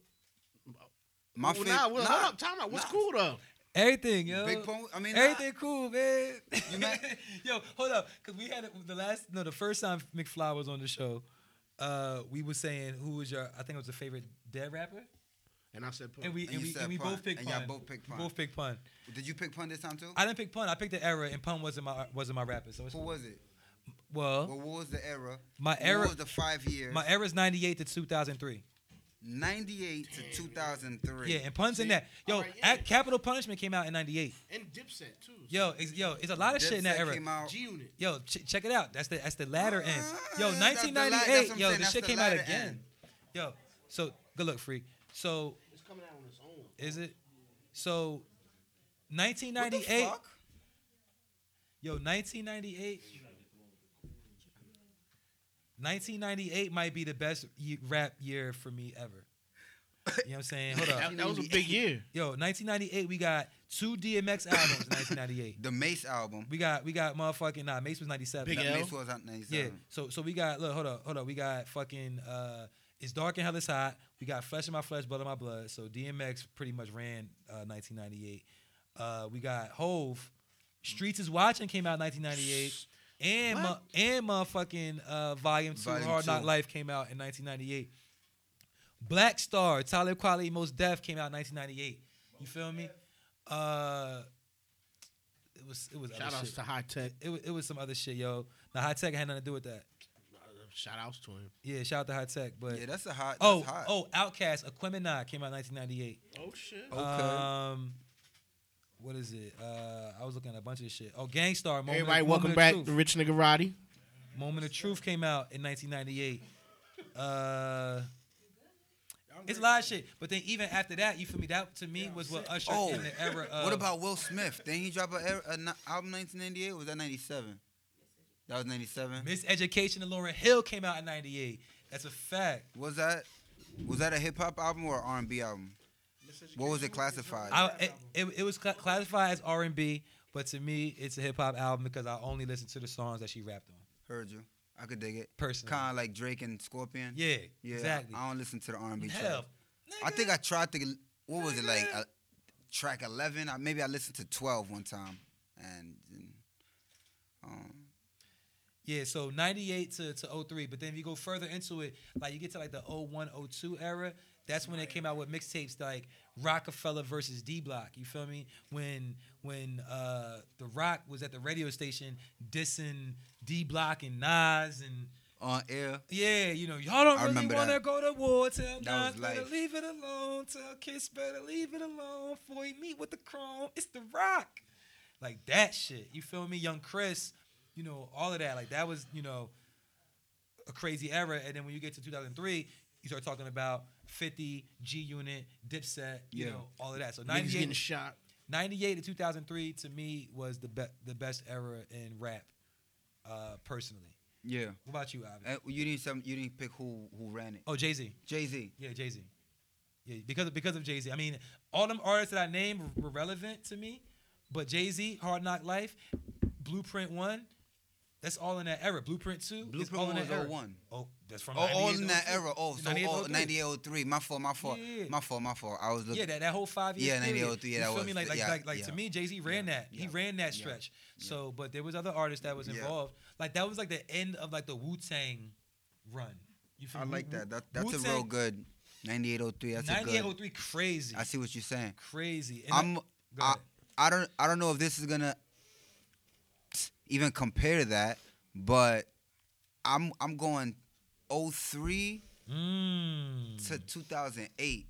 Speaker 2: My
Speaker 1: well,
Speaker 2: favorite.
Speaker 1: nah, well, hold up, time out. What's cool though?
Speaker 3: Everything, yo.
Speaker 2: Big Pun- I mean, nah.
Speaker 3: everything cool, man.
Speaker 2: You mad?
Speaker 3: yo, hold up, cause we had it- the last, no, the first time McFly was on the show, uh, we were saying who was your, I think it was the favorite dead rapper.
Speaker 1: and I said pun.
Speaker 3: And we and,
Speaker 2: And you
Speaker 3: we,
Speaker 2: said
Speaker 3: and we
Speaker 2: pun.
Speaker 3: both picked
Speaker 2: And
Speaker 3: pun.
Speaker 2: y'all both picked
Speaker 3: We
Speaker 2: pun.
Speaker 3: Both picked pun.
Speaker 2: Did you pick pun this time too?
Speaker 3: I didn't pick pun. I picked the era, and pun wasn't my wasn't my rapper. So it's
Speaker 2: Who was it?
Speaker 3: well,
Speaker 2: Well, what was the era?
Speaker 3: My
Speaker 2: what
Speaker 3: era-
Speaker 2: was the five years.
Speaker 3: my era's ninety eight to two thousand three.
Speaker 2: 98 to 2003.
Speaker 3: Yeah, and puns in
Speaker 1: See?
Speaker 3: that. Yo,
Speaker 1: Alright, yeah.
Speaker 3: at Capital Punishment came out in '98.
Speaker 1: and Dipset too.
Speaker 3: Yo, it's, yo, it's a lot of shit in that
Speaker 2: Dipset
Speaker 3: era.
Speaker 2: came out-
Speaker 1: G Unit.
Speaker 3: Yo, ch- check it out. That's the that's the latter end. Yo,
Speaker 2: Uh, that's the la- that's
Speaker 3: 1998.
Speaker 2: what I'm
Speaker 3: yo, this
Speaker 2: saying, that's
Speaker 3: shit
Speaker 2: the
Speaker 3: came out
Speaker 2: latter
Speaker 3: again.
Speaker 2: end.
Speaker 3: Yo, so good luck, free. So
Speaker 1: It's coming out on its own.
Speaker 3: is it? So
Speaker 2: What the
Speaker 3: 1998.
Speaker 2: fuck?
Speaker 3: Yo, 1998. 1998 might be the best ye- rap year for me ever. You know what I'm saying? Hold up.
Speaker 1: That, that was a big year.
Speaker 3: Yo, 1998, we got two DMX albums in 1998.
Speaker 2: The Mace album.
Speaker 3: We got we got motherfucking nah, Mace was 97.
Speaker 1: Big
Speaker 2: That
Speaker 1: L.
Speaker 2: Mace um, was out in
Speaker 3: Yeah.
Speaker 2: 97.
Speaker 3: So so we got look, hold up, hold up. We got fucking uh It's Dark and Hell is Hot. We got Flesh in My Flesh, Blood in My Blood. So DMX pretty much ran uh 1998. Uh we got Hove, Streets is Watching came out in 1998. And mu-
Speaker 1: What?
Speaker 3: and motherfucking uh Volume 2
Speaker 2: Volume
Speaker 3: Hard Knock
Speaker 2: Two.
Speaker 3: Life came out in 1998. Black Star, Tyler Quali, Most Def came out in 1998. You feel me? Uh it was it was other
Speaker 1: Shout outs
Speaker 3: shit.
Speaker 1: to High Tech.
Speaker 3: It, wa- it was some other shit, yo. Now High Tech had nothing to do with that.
Speaker 1: Shout outs to him.
Speaker 3: Yeah, shout out to High Tech, but
Speaker 2: Yeah, that's a hot.
Speaker 3: oh
Speaker 2: that's hot.
Speaker 3: oh, Outcast, Aquemini came out in 1998.
Speaker 1: Oh shit.
Speaker 2: Okay.
Speaker 3: Um, what is it? Uh, I was looking at a bunch of shit. Oh, Gangstar. Moment
Speaker 1: Everybody,
Speaker 3: of,
Speaker 1: welcome
Speaker 3: Moment
Speaker 1: back
Speaker 3: Of
Speaker 1: to
Speaker 3: Truth.
Speaker 1: Rich Nigga Roddy.
Speaker 3: Moment of Truth came out in 1998. Uh. It's a lot of shit, but then even after that, you feel me? That to me was what ushered
Speaker 2: Oh,
Speaker 3: in the era of.
Speaker 2: what about Will Smith? Didn't he drop an album 1998? Was that 97? That was 97.
Speaker 3: Miss Education and Lauren Hill came out in '98? That's a fact.
Speaker 2: Was that was that a hip hop album or R and B album? What was it classified?
Speaker 3: I, it, it, it was cla classified as R and B, but to me, it's a hip hop album because I only listen to the songs that she rapped on
Speaker 2: Heard you. I could dig it.
Speaker 3: personally.
Speaker 2: Kind of like Drake and Scorpion.
Speaker 3: yeah,
Speaker 2: Yeah,
Speaker 3: exactly.
Speaker 2: I don't listen to the R and B.
Speaker 3: Hell,
Speaker 2: I think I tried to. What was it like?
Speaker 3: Nigga.
Speaker 2: Uh, track eleven. I, maybe I listened to twelve one time, and um,
Speaker 3: yeah. So '98 to to 03, but then if you go further into it, like you get to like the 01, 02 era. That's when they came out with mixtapes like Rockefeller versus D Block. You feel me? When when uh, the Rock was at the radio station dissing D Block and Nas and
Speaker 2: on air.
Speaker 3: Yeah, you know, y'all don't
Speaker 2: I
Speaker 3: really
Speaker 2: remember
Speaker 3: want to
Speaker 2: that.
Speaker 3: go to war. Tell
Speaker 2: That
Speaker 3: Nas
Speaker 2: was
Speaker 3: better
Speaker 2: life.
Speaker 3: leave it alone. Tell Kiss better leave it alone. Before he meet with the chrome, it's the rock. Like that shit. You feel me? Young Chris, you know, all of that. Like that was, you know, a crazy era. And then when you get to 2003, you start talking about 50, G Unit, Dipset, you
Speaker 2: Yeah.
Speaker 3: know, all of that. So
Speaker 1: Niggas getting
Speaker 3: 98,
Speaker 1: shot.
Speaker 3: 98 to 2003 to me was the, be- the best era in rap, uh, personally.
Speaker 2: Yeah.
Speaker 3: What about you, Avi?
Speaker 2: Uh, you didn't some. You didn't pick who who ran it.
Speaker 3: Oh, Jay Z.
Speaker 2: Jay Z.
Speaker 3: Yeah, Jay Z. Yeah, because of, because of Jay Z. I mean, all them artists that I named were relevant to me, but Jay Z, Hard Knock Life, Blueprint One, that's all in that era. Blueprint Two, it's all
Speaker 2: Blueprint
Speaker 3: in
Speaker 2: one
Speaker 3: that era.
Speaker 2: was 01.
Speaker 3: Oh, that's from
Speaker 2: Oh, all
Speaker 3: 98
Speaker 2: in that
Speaker 3: 03.
Speaker 2: era. Oh, so
Speaker 3: 98,
Speaker 2: all
Speaker 3: 03.
Speaker 2: 9803. My fault. My fault.
Speaker 3: Yeah, yeah.
Speaker 2: My fault. My fault. I was looking.
Speaker 3: Yeah, that, that whole five years.
Speaker 2: Yeah, 98, yeah,
Speaker 3: you
Speaker 2: that
Speaker 3: feel
Speaker 2: was-
Speaker 3: me? Like, like,
Speaker 2: yeah,
Speaker 3: like, like to
Speaker 2: yeah.
Speaker 3: me, Jay Z ran
Speaker 2: Yeah,
Speaker 3: that. He
Speaker 2: yeah,
Speaker 3: ran that
Speaker 2: yeah,
Speaker 3: stretch.
Speaker 2: yeah.
Speaker 3: So, but there was other artists that was
Speaker 2: Yeah.
Speaker 3: involved. Like that was like the end of like the Wu Tang run. You feel
Speaker 2: I
Speaker 3: me?
Speaker 2: like
Speaker 3: Wu-
Speaker 2: that. that that's
Speaker 3: mm-hmm.
Speaker 2: a
Speaker 3: Wu-Tang-
Speaker 2: real good. 9803. That's a good.
Speaker 3: 9803 crazy,
Speaker 2: I see what you're saying.
Speaker 3: crazy. And
Speaker 2: I'm.
Speaker 3: I- go
Speaker 2: I,
Speaker 3: ahead.
Speaker 2: I don't. I don't know if this is gonna even compare to that, but I'm. I'm going 03
Speaker 3: Mm.
Speaker 2: to 2008.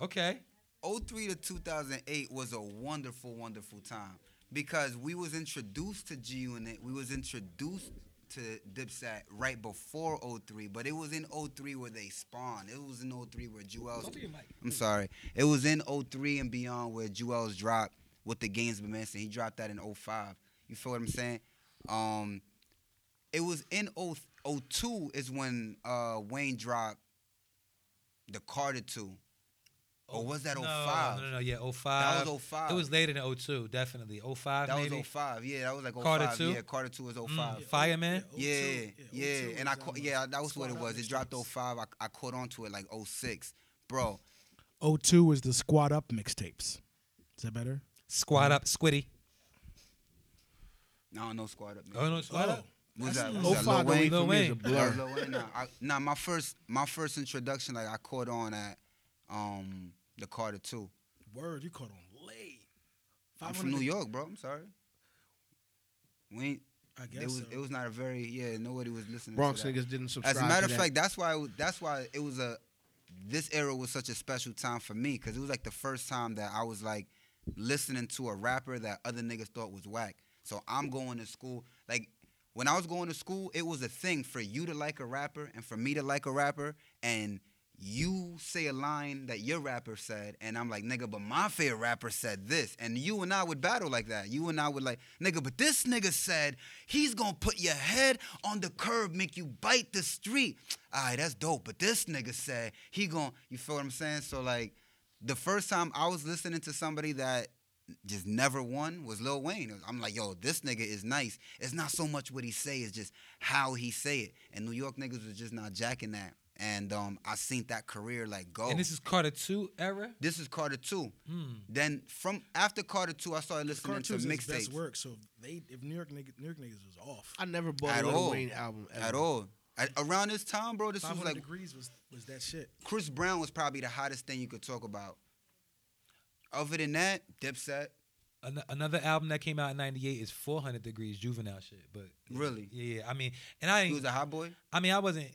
Speaker 3: Okay.
Speaker 2: 03 to 2008 was a wonderful, wonderful time because we was introduced to G Unit. We was introduced to Dipset right before 03, but it was in 03 where they spawned. It was in 03 where Jewel's. I'm sorry. It was in 03 and beyond where Jewel's dropped with the games Manson. He dropped that in 05. You feel what I'm saying? Um, it was in 0- 02 is when uh, Wayne dropped the Carter 2. Or was that
Speaker 3: no,
Speaker 2: 05?
Speaker 3: No, no, no, yeah, 05.
Speaker 2: That was 05.
Speaker 3: It was later than 02, definitely. 05
Speaker 2: That
Speaker 3: maybe.
Speaker 2: was 05. Yeah, that was like 05.
Speaker 3: Carter two?
Speaker 2: Yeah, Carter 2 was 05.
Speaker 3: Mm. Fireman?
Speaker 4: oh,
Speaker 2: Yeah, yeah,
Speaker 4: 02,
Speaker 2: yeah.
Speaker 4: 02
Speaker 2: and I
Speaker 4: was,
Speaker 2: caught,
Speaker 4: um,
Speaker 2: yeah, that was
Speaker 4: Squad
Speaker 2: what it
Speaker 4: Out
Speaker 2: was.
Speaker 4: in the
Speaker 2: It dropped
Speaker 4: Streets.
Speaker 2: 05. I, I caught on to it like 06. Bro,
Speaker 4: 02 is the squad up mixtapes. Is that better?
Speaker 3: Squad up, Squiddy.
Speaker 2: I don't know Squad Up. Man.
Speaker 3: Oh, no, Squad up.
Speaker 2: was
Speaker 1: Oh,
Speaker 2: that, was that Lil
Speaker 1: five
Speaker 2: Wayne?
Speaker 1: Wayne.
Speaker 3: Lil
Speaker 1: for me is a
Speaker 3: Wayne.
Speaker 2: Nah,
Speaker 1: blur.
Speaker 2: Lil Wayne, nah. I, nah, my first my first introduction, like I caught on at um the Carter Two.
Speaker 4: Word, you caught on late.
Speaker 2: I'm from
Speaker 4: 500
Speaker 2: New York, bro. I'm sorry. We ain't,
Speaker 4: I guess
Speaker 2: it was
Speaker 4: so.
Speaker 2: it was not a very yeah nobody was listening.
Speaker 1: Bronx
Speaker 2: to that.
Speaker 1: niggas didn't subscribe.
Speaker 2: As a matter
Speaker 1: to
Speaker 2: of
Speaker 1: that.
Speaker 2: fact, that's why it was, that's why it was a this era was such a special time for me because it was like the first time that I was like listening to a rapper that other niggas thought was whack. So I'm going to school like when I was going to school, it was a thing for you to like a rapper and for me to like a rapper and you say a line that your rapper said and I'm like nigga but my favorite rapper said this and you and I would battle like that you and I would like nigga but this nigga said he's gonna put your head on the curb make you bite the street alright that's dope but this nigga said he gonna you feel what I'm saying so like the first time I was listening to somebody that just never won was Lil Wayne. It was- I'm like, yo, this nigga is nice. It's not so much what he say, it's just how he say it. And New York niggas was just not jacking that. And um, I seen that career like go.
Speaker 3: And this is Carter Two era.
Speaker 2: this is Carter two.
Speaker 3: Hmm.
Speaker 2: Then from after Carter two, I started listening to
Speaker 4: Cartoons is his best
Speaker 2: mixtapes
Speaker 4: work. So if they, if New York niggas, New York niggas was off.
Speaker 1: I never bought
Speaker 2: At
Speaker 1: a Lil
Speaker 2: all.
Speaker 1: Wayne album ever.
Speaker 2: at all. At, around this time, bro, this was
Speaker 4: 500
Speaker 2: like
Speaker 4: degrees was was that shit.
Speaker 2: Chris Brown was probably the hottest thing you could talk about. Other than that, Dipset.
Speaker 3: An- another album that came out in '98 is 400 Degrees Juvenile shit. But
Speaker 2: Really?
Speaker 3: yeah, yeah. I mean, and I
Speaker 2: He
Speaker 3: ain't
Speaker 2: was a hot boy.
Speaker 3: I mean, I wasn't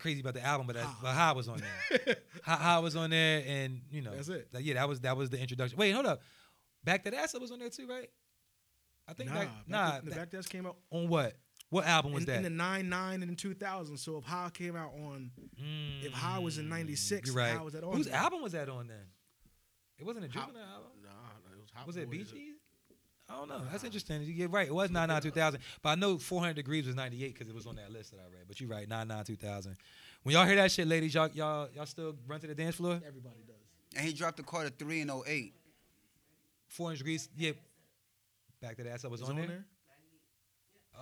Speaker 3: crazy about the album, but I,
Speaker 2: Ah.
Speaker 3: but how was on there, how, how was on there, and you know,
Speaker 4: That's it.
Speaker 3: that- yeah, that was that was the introduction. Wait, hold up, back that ass up was on there too, right? I think
Speaker 4: nah,
Speaker 3: back,
Speaker 4: back
Speaker 3: nah,
Speaker 4: then- the
Speaker 3: that-
Speaker 4: back that's came out
Speaker 3: on what? What album was
Speaker 4: in,
Speaker 3: that?
Speaker 4: in the nine nine and in two thousand. So if How came out on if How was in '96,
Speaker 3: Mm, You're right.
Speaker 4: How was that on?
Speaker 3: Whose
Speaker 4: there?
Speaker 3: album was that on then? It wasn't a
Speaker 1: How-
Speaker 3: juvenile album.
Speaker 1: Nah, nah, it was Hot
Speaker 3: Was
Speaker 1: Boy,
Speaker 3: it Bee
Speaker 1: is
Speaker 3: Gees? I don't know. That's interesting. You're right. It was 99 2000. But I know 400 Degrees was 98 because it was on that list that I read. But you're right. 99 2000. When y'all hear that shit, ladies, y'all y'all, y'all still run to the dance floor?
Speaker 4: Everybody does.
Speaker 2: And he dropped the Carter three in 08.
Speaker 3: 400 Degrees. Yeah. Back to that ass I was
Speaker 4: Is it
Speaker 3: on, there.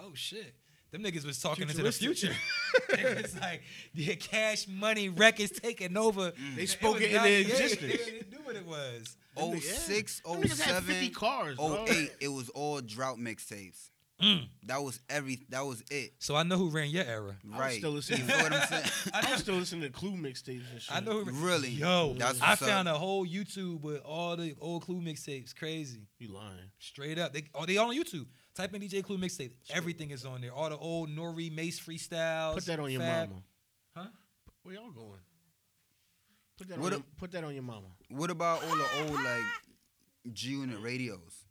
Speaker 3: Oh, shit. Them niggas was talking into the future.
Speaker 4: Futuristic.
Speaker 3: it's like, yeah, cash money records taking over.
Speaker 4: Mm.
Speaker 2: Mm.
Speaker 1: They
Speaker 3: It
Speaker 1: spoke
Speaker 3: was
Speaker 1: it into
Speaker 3: 98.
Speaker 1: existence.
Speaker 3: They knew what it was.
Speaker 2: 06,
Speaker 1: Them niggas had 50
Speaker 2: 07,
Speaker 1: cars. dog.
Speaker 2: 08, it was all drought mixtapes.
Speaker 3: Mm.
Speaker 2: That was every. That was it.
Speaker 3: So I know who ran your era.
Speaker 1: I was
Speaker 2: Right.
Speaker 1: still listening.
Speaker 2: you know what I'm saying?
Speaker 1: I was still listening to Clue mixtapes and shit.
Speaker 3: I know. Who,
Speaker 2: Really?
Speaker 3: Yo,
Speaker 2: That's
Speaker 3: I
Speaker 2: what's up.
Speaker 3: found a whole YouTube with all the old Clue mixtapes. Crazy,
Speaker 1: you lying.
Speaker 3: straight up. They oh, they all on YouTube. Type in DJ Clue mixtape. Everything is on there. All the old Nori Mace freestyles.
Speaker 1: Put that on your
Speaker 3: Fab.
Speaker 1: mama.
Speaker 3: Huh?
Speaker 1: Where y'all going? Put that, on
Speaker 2: What
Speaker 1: your,
Speaker 2: a-
Speaker 1: put that on your mama.
Speaker 2: What about all the old like G Unit radios?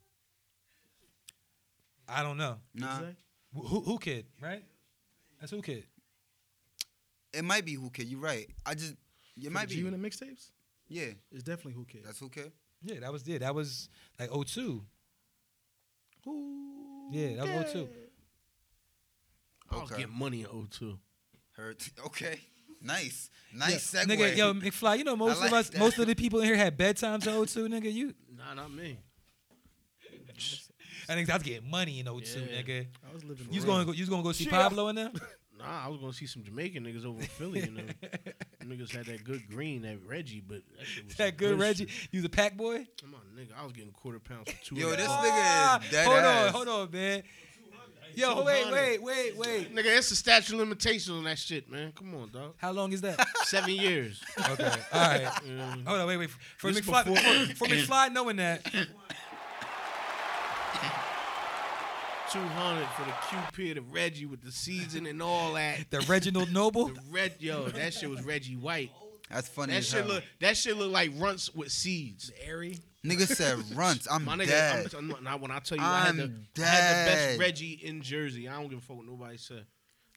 Speaker 3: I don't know.
Speaker 2: Nah,
Speaker 4: Is
Speaker 3: Wh- Who who kid? Right? That's who kid.
Speaker 2: it might be Who Care. You're right. I just it
Speaker 4: that
Speaker 2: might
Speaker 4: G
Speaker 2: be.
Speaker 4: Unit mixtapes.
Speaker 2: Yeah,
Speaker 4: It's definitely Who Cares.
Speaker 2: that's Who Care.
Speaker 3: Yeah, that was yeah, that was like 02.
Speaker 4: Who
Speaker 3: Yeah, that was 02.
Speaker 4: cares?
Speaker 1: I'll
Speaker 2: Okay.
Speaker 1: get money in 02.
Speaker 2: Heard. Okay. Nice. Nice segue.
Speaker 3: Nigga, yo, McFly, you know most
Speaker 2: like
Speaker 3: of us,
Speaker 2: that.
Speaker 3: most of the people in here had bedtimes in 02, nigga. You,
Speaker 1: Nah, not me.
Speaker 3: I think I was getting money in 02,
Speaker 1: Yeah.
Speaker 3: nigga.
Speaker 4: I was living.
Speaker 3: You was
Speaker 4: rough.
Speaker 3: gonna go, you was gonna go see
Speaker 1: Shit.
Speaker 3: Pablo in there?
Speaker 1: Nah, I was gonna see some Jamaican niggas over in Philly. You know, Them niggas had that good green, that Reggie, but that, shit was some
Speaker 3: that good Reggie.
Speaker 1: shit.
Speaker 3: You was a pack boy. Ah,
Speaker 1: Come on, nigga, I was getting quarter pounds for two.
Speaker 2: Yo,
Speaker 1: and a
Speaker 2: this
Speaker 1: half.
Speaker 2: nigga is dead
Speaker 3: hold
Speaker 2: ass.
Speaker 3: on, hold on, man. Yo, wait, wait, wait, wait.
Speaker 1: nigga, it's a statute of limitations on that shit, man. Come on, dog.
Speaker 3: How long is that?
Speaker 1: Seven years.
Speaker 3: okay, all right.
Speaker 1: You know what I mean?
Speaker 3: Hold on, wait, wait. For
Speaker 1: This
Speaker 3: McFly,
Speaker 1: before-
Speaker 3: for, for McFly knowing that,
Speaker 1: Two hundred for the Cupid, the Reggie with the season and all that.
Speaker 3: the Reginald Noble.
Speaker 1: The red, yo, that shit was Reggie White.
Speaker 2: That's funny.
Speaker 1: That
Speaker 2: as
Speaker 1: shit
Speaker 2: hell.
Speaker 1: look, that shit look like runts with seeds.
Speaker 4: Airy.
Speaker 2: Nigga said runts. I'm
Speaker 1: My
Speaker 2: dead.
Speaker 1: nigga, I'm, I'm, now when I tell you, i had, the,
Speaker 2: I'm
Speaker 1: I had the best
Speaker 2: dead.
Speaker 1: Reggie in Jersey. I don't give a fuck what nobody said.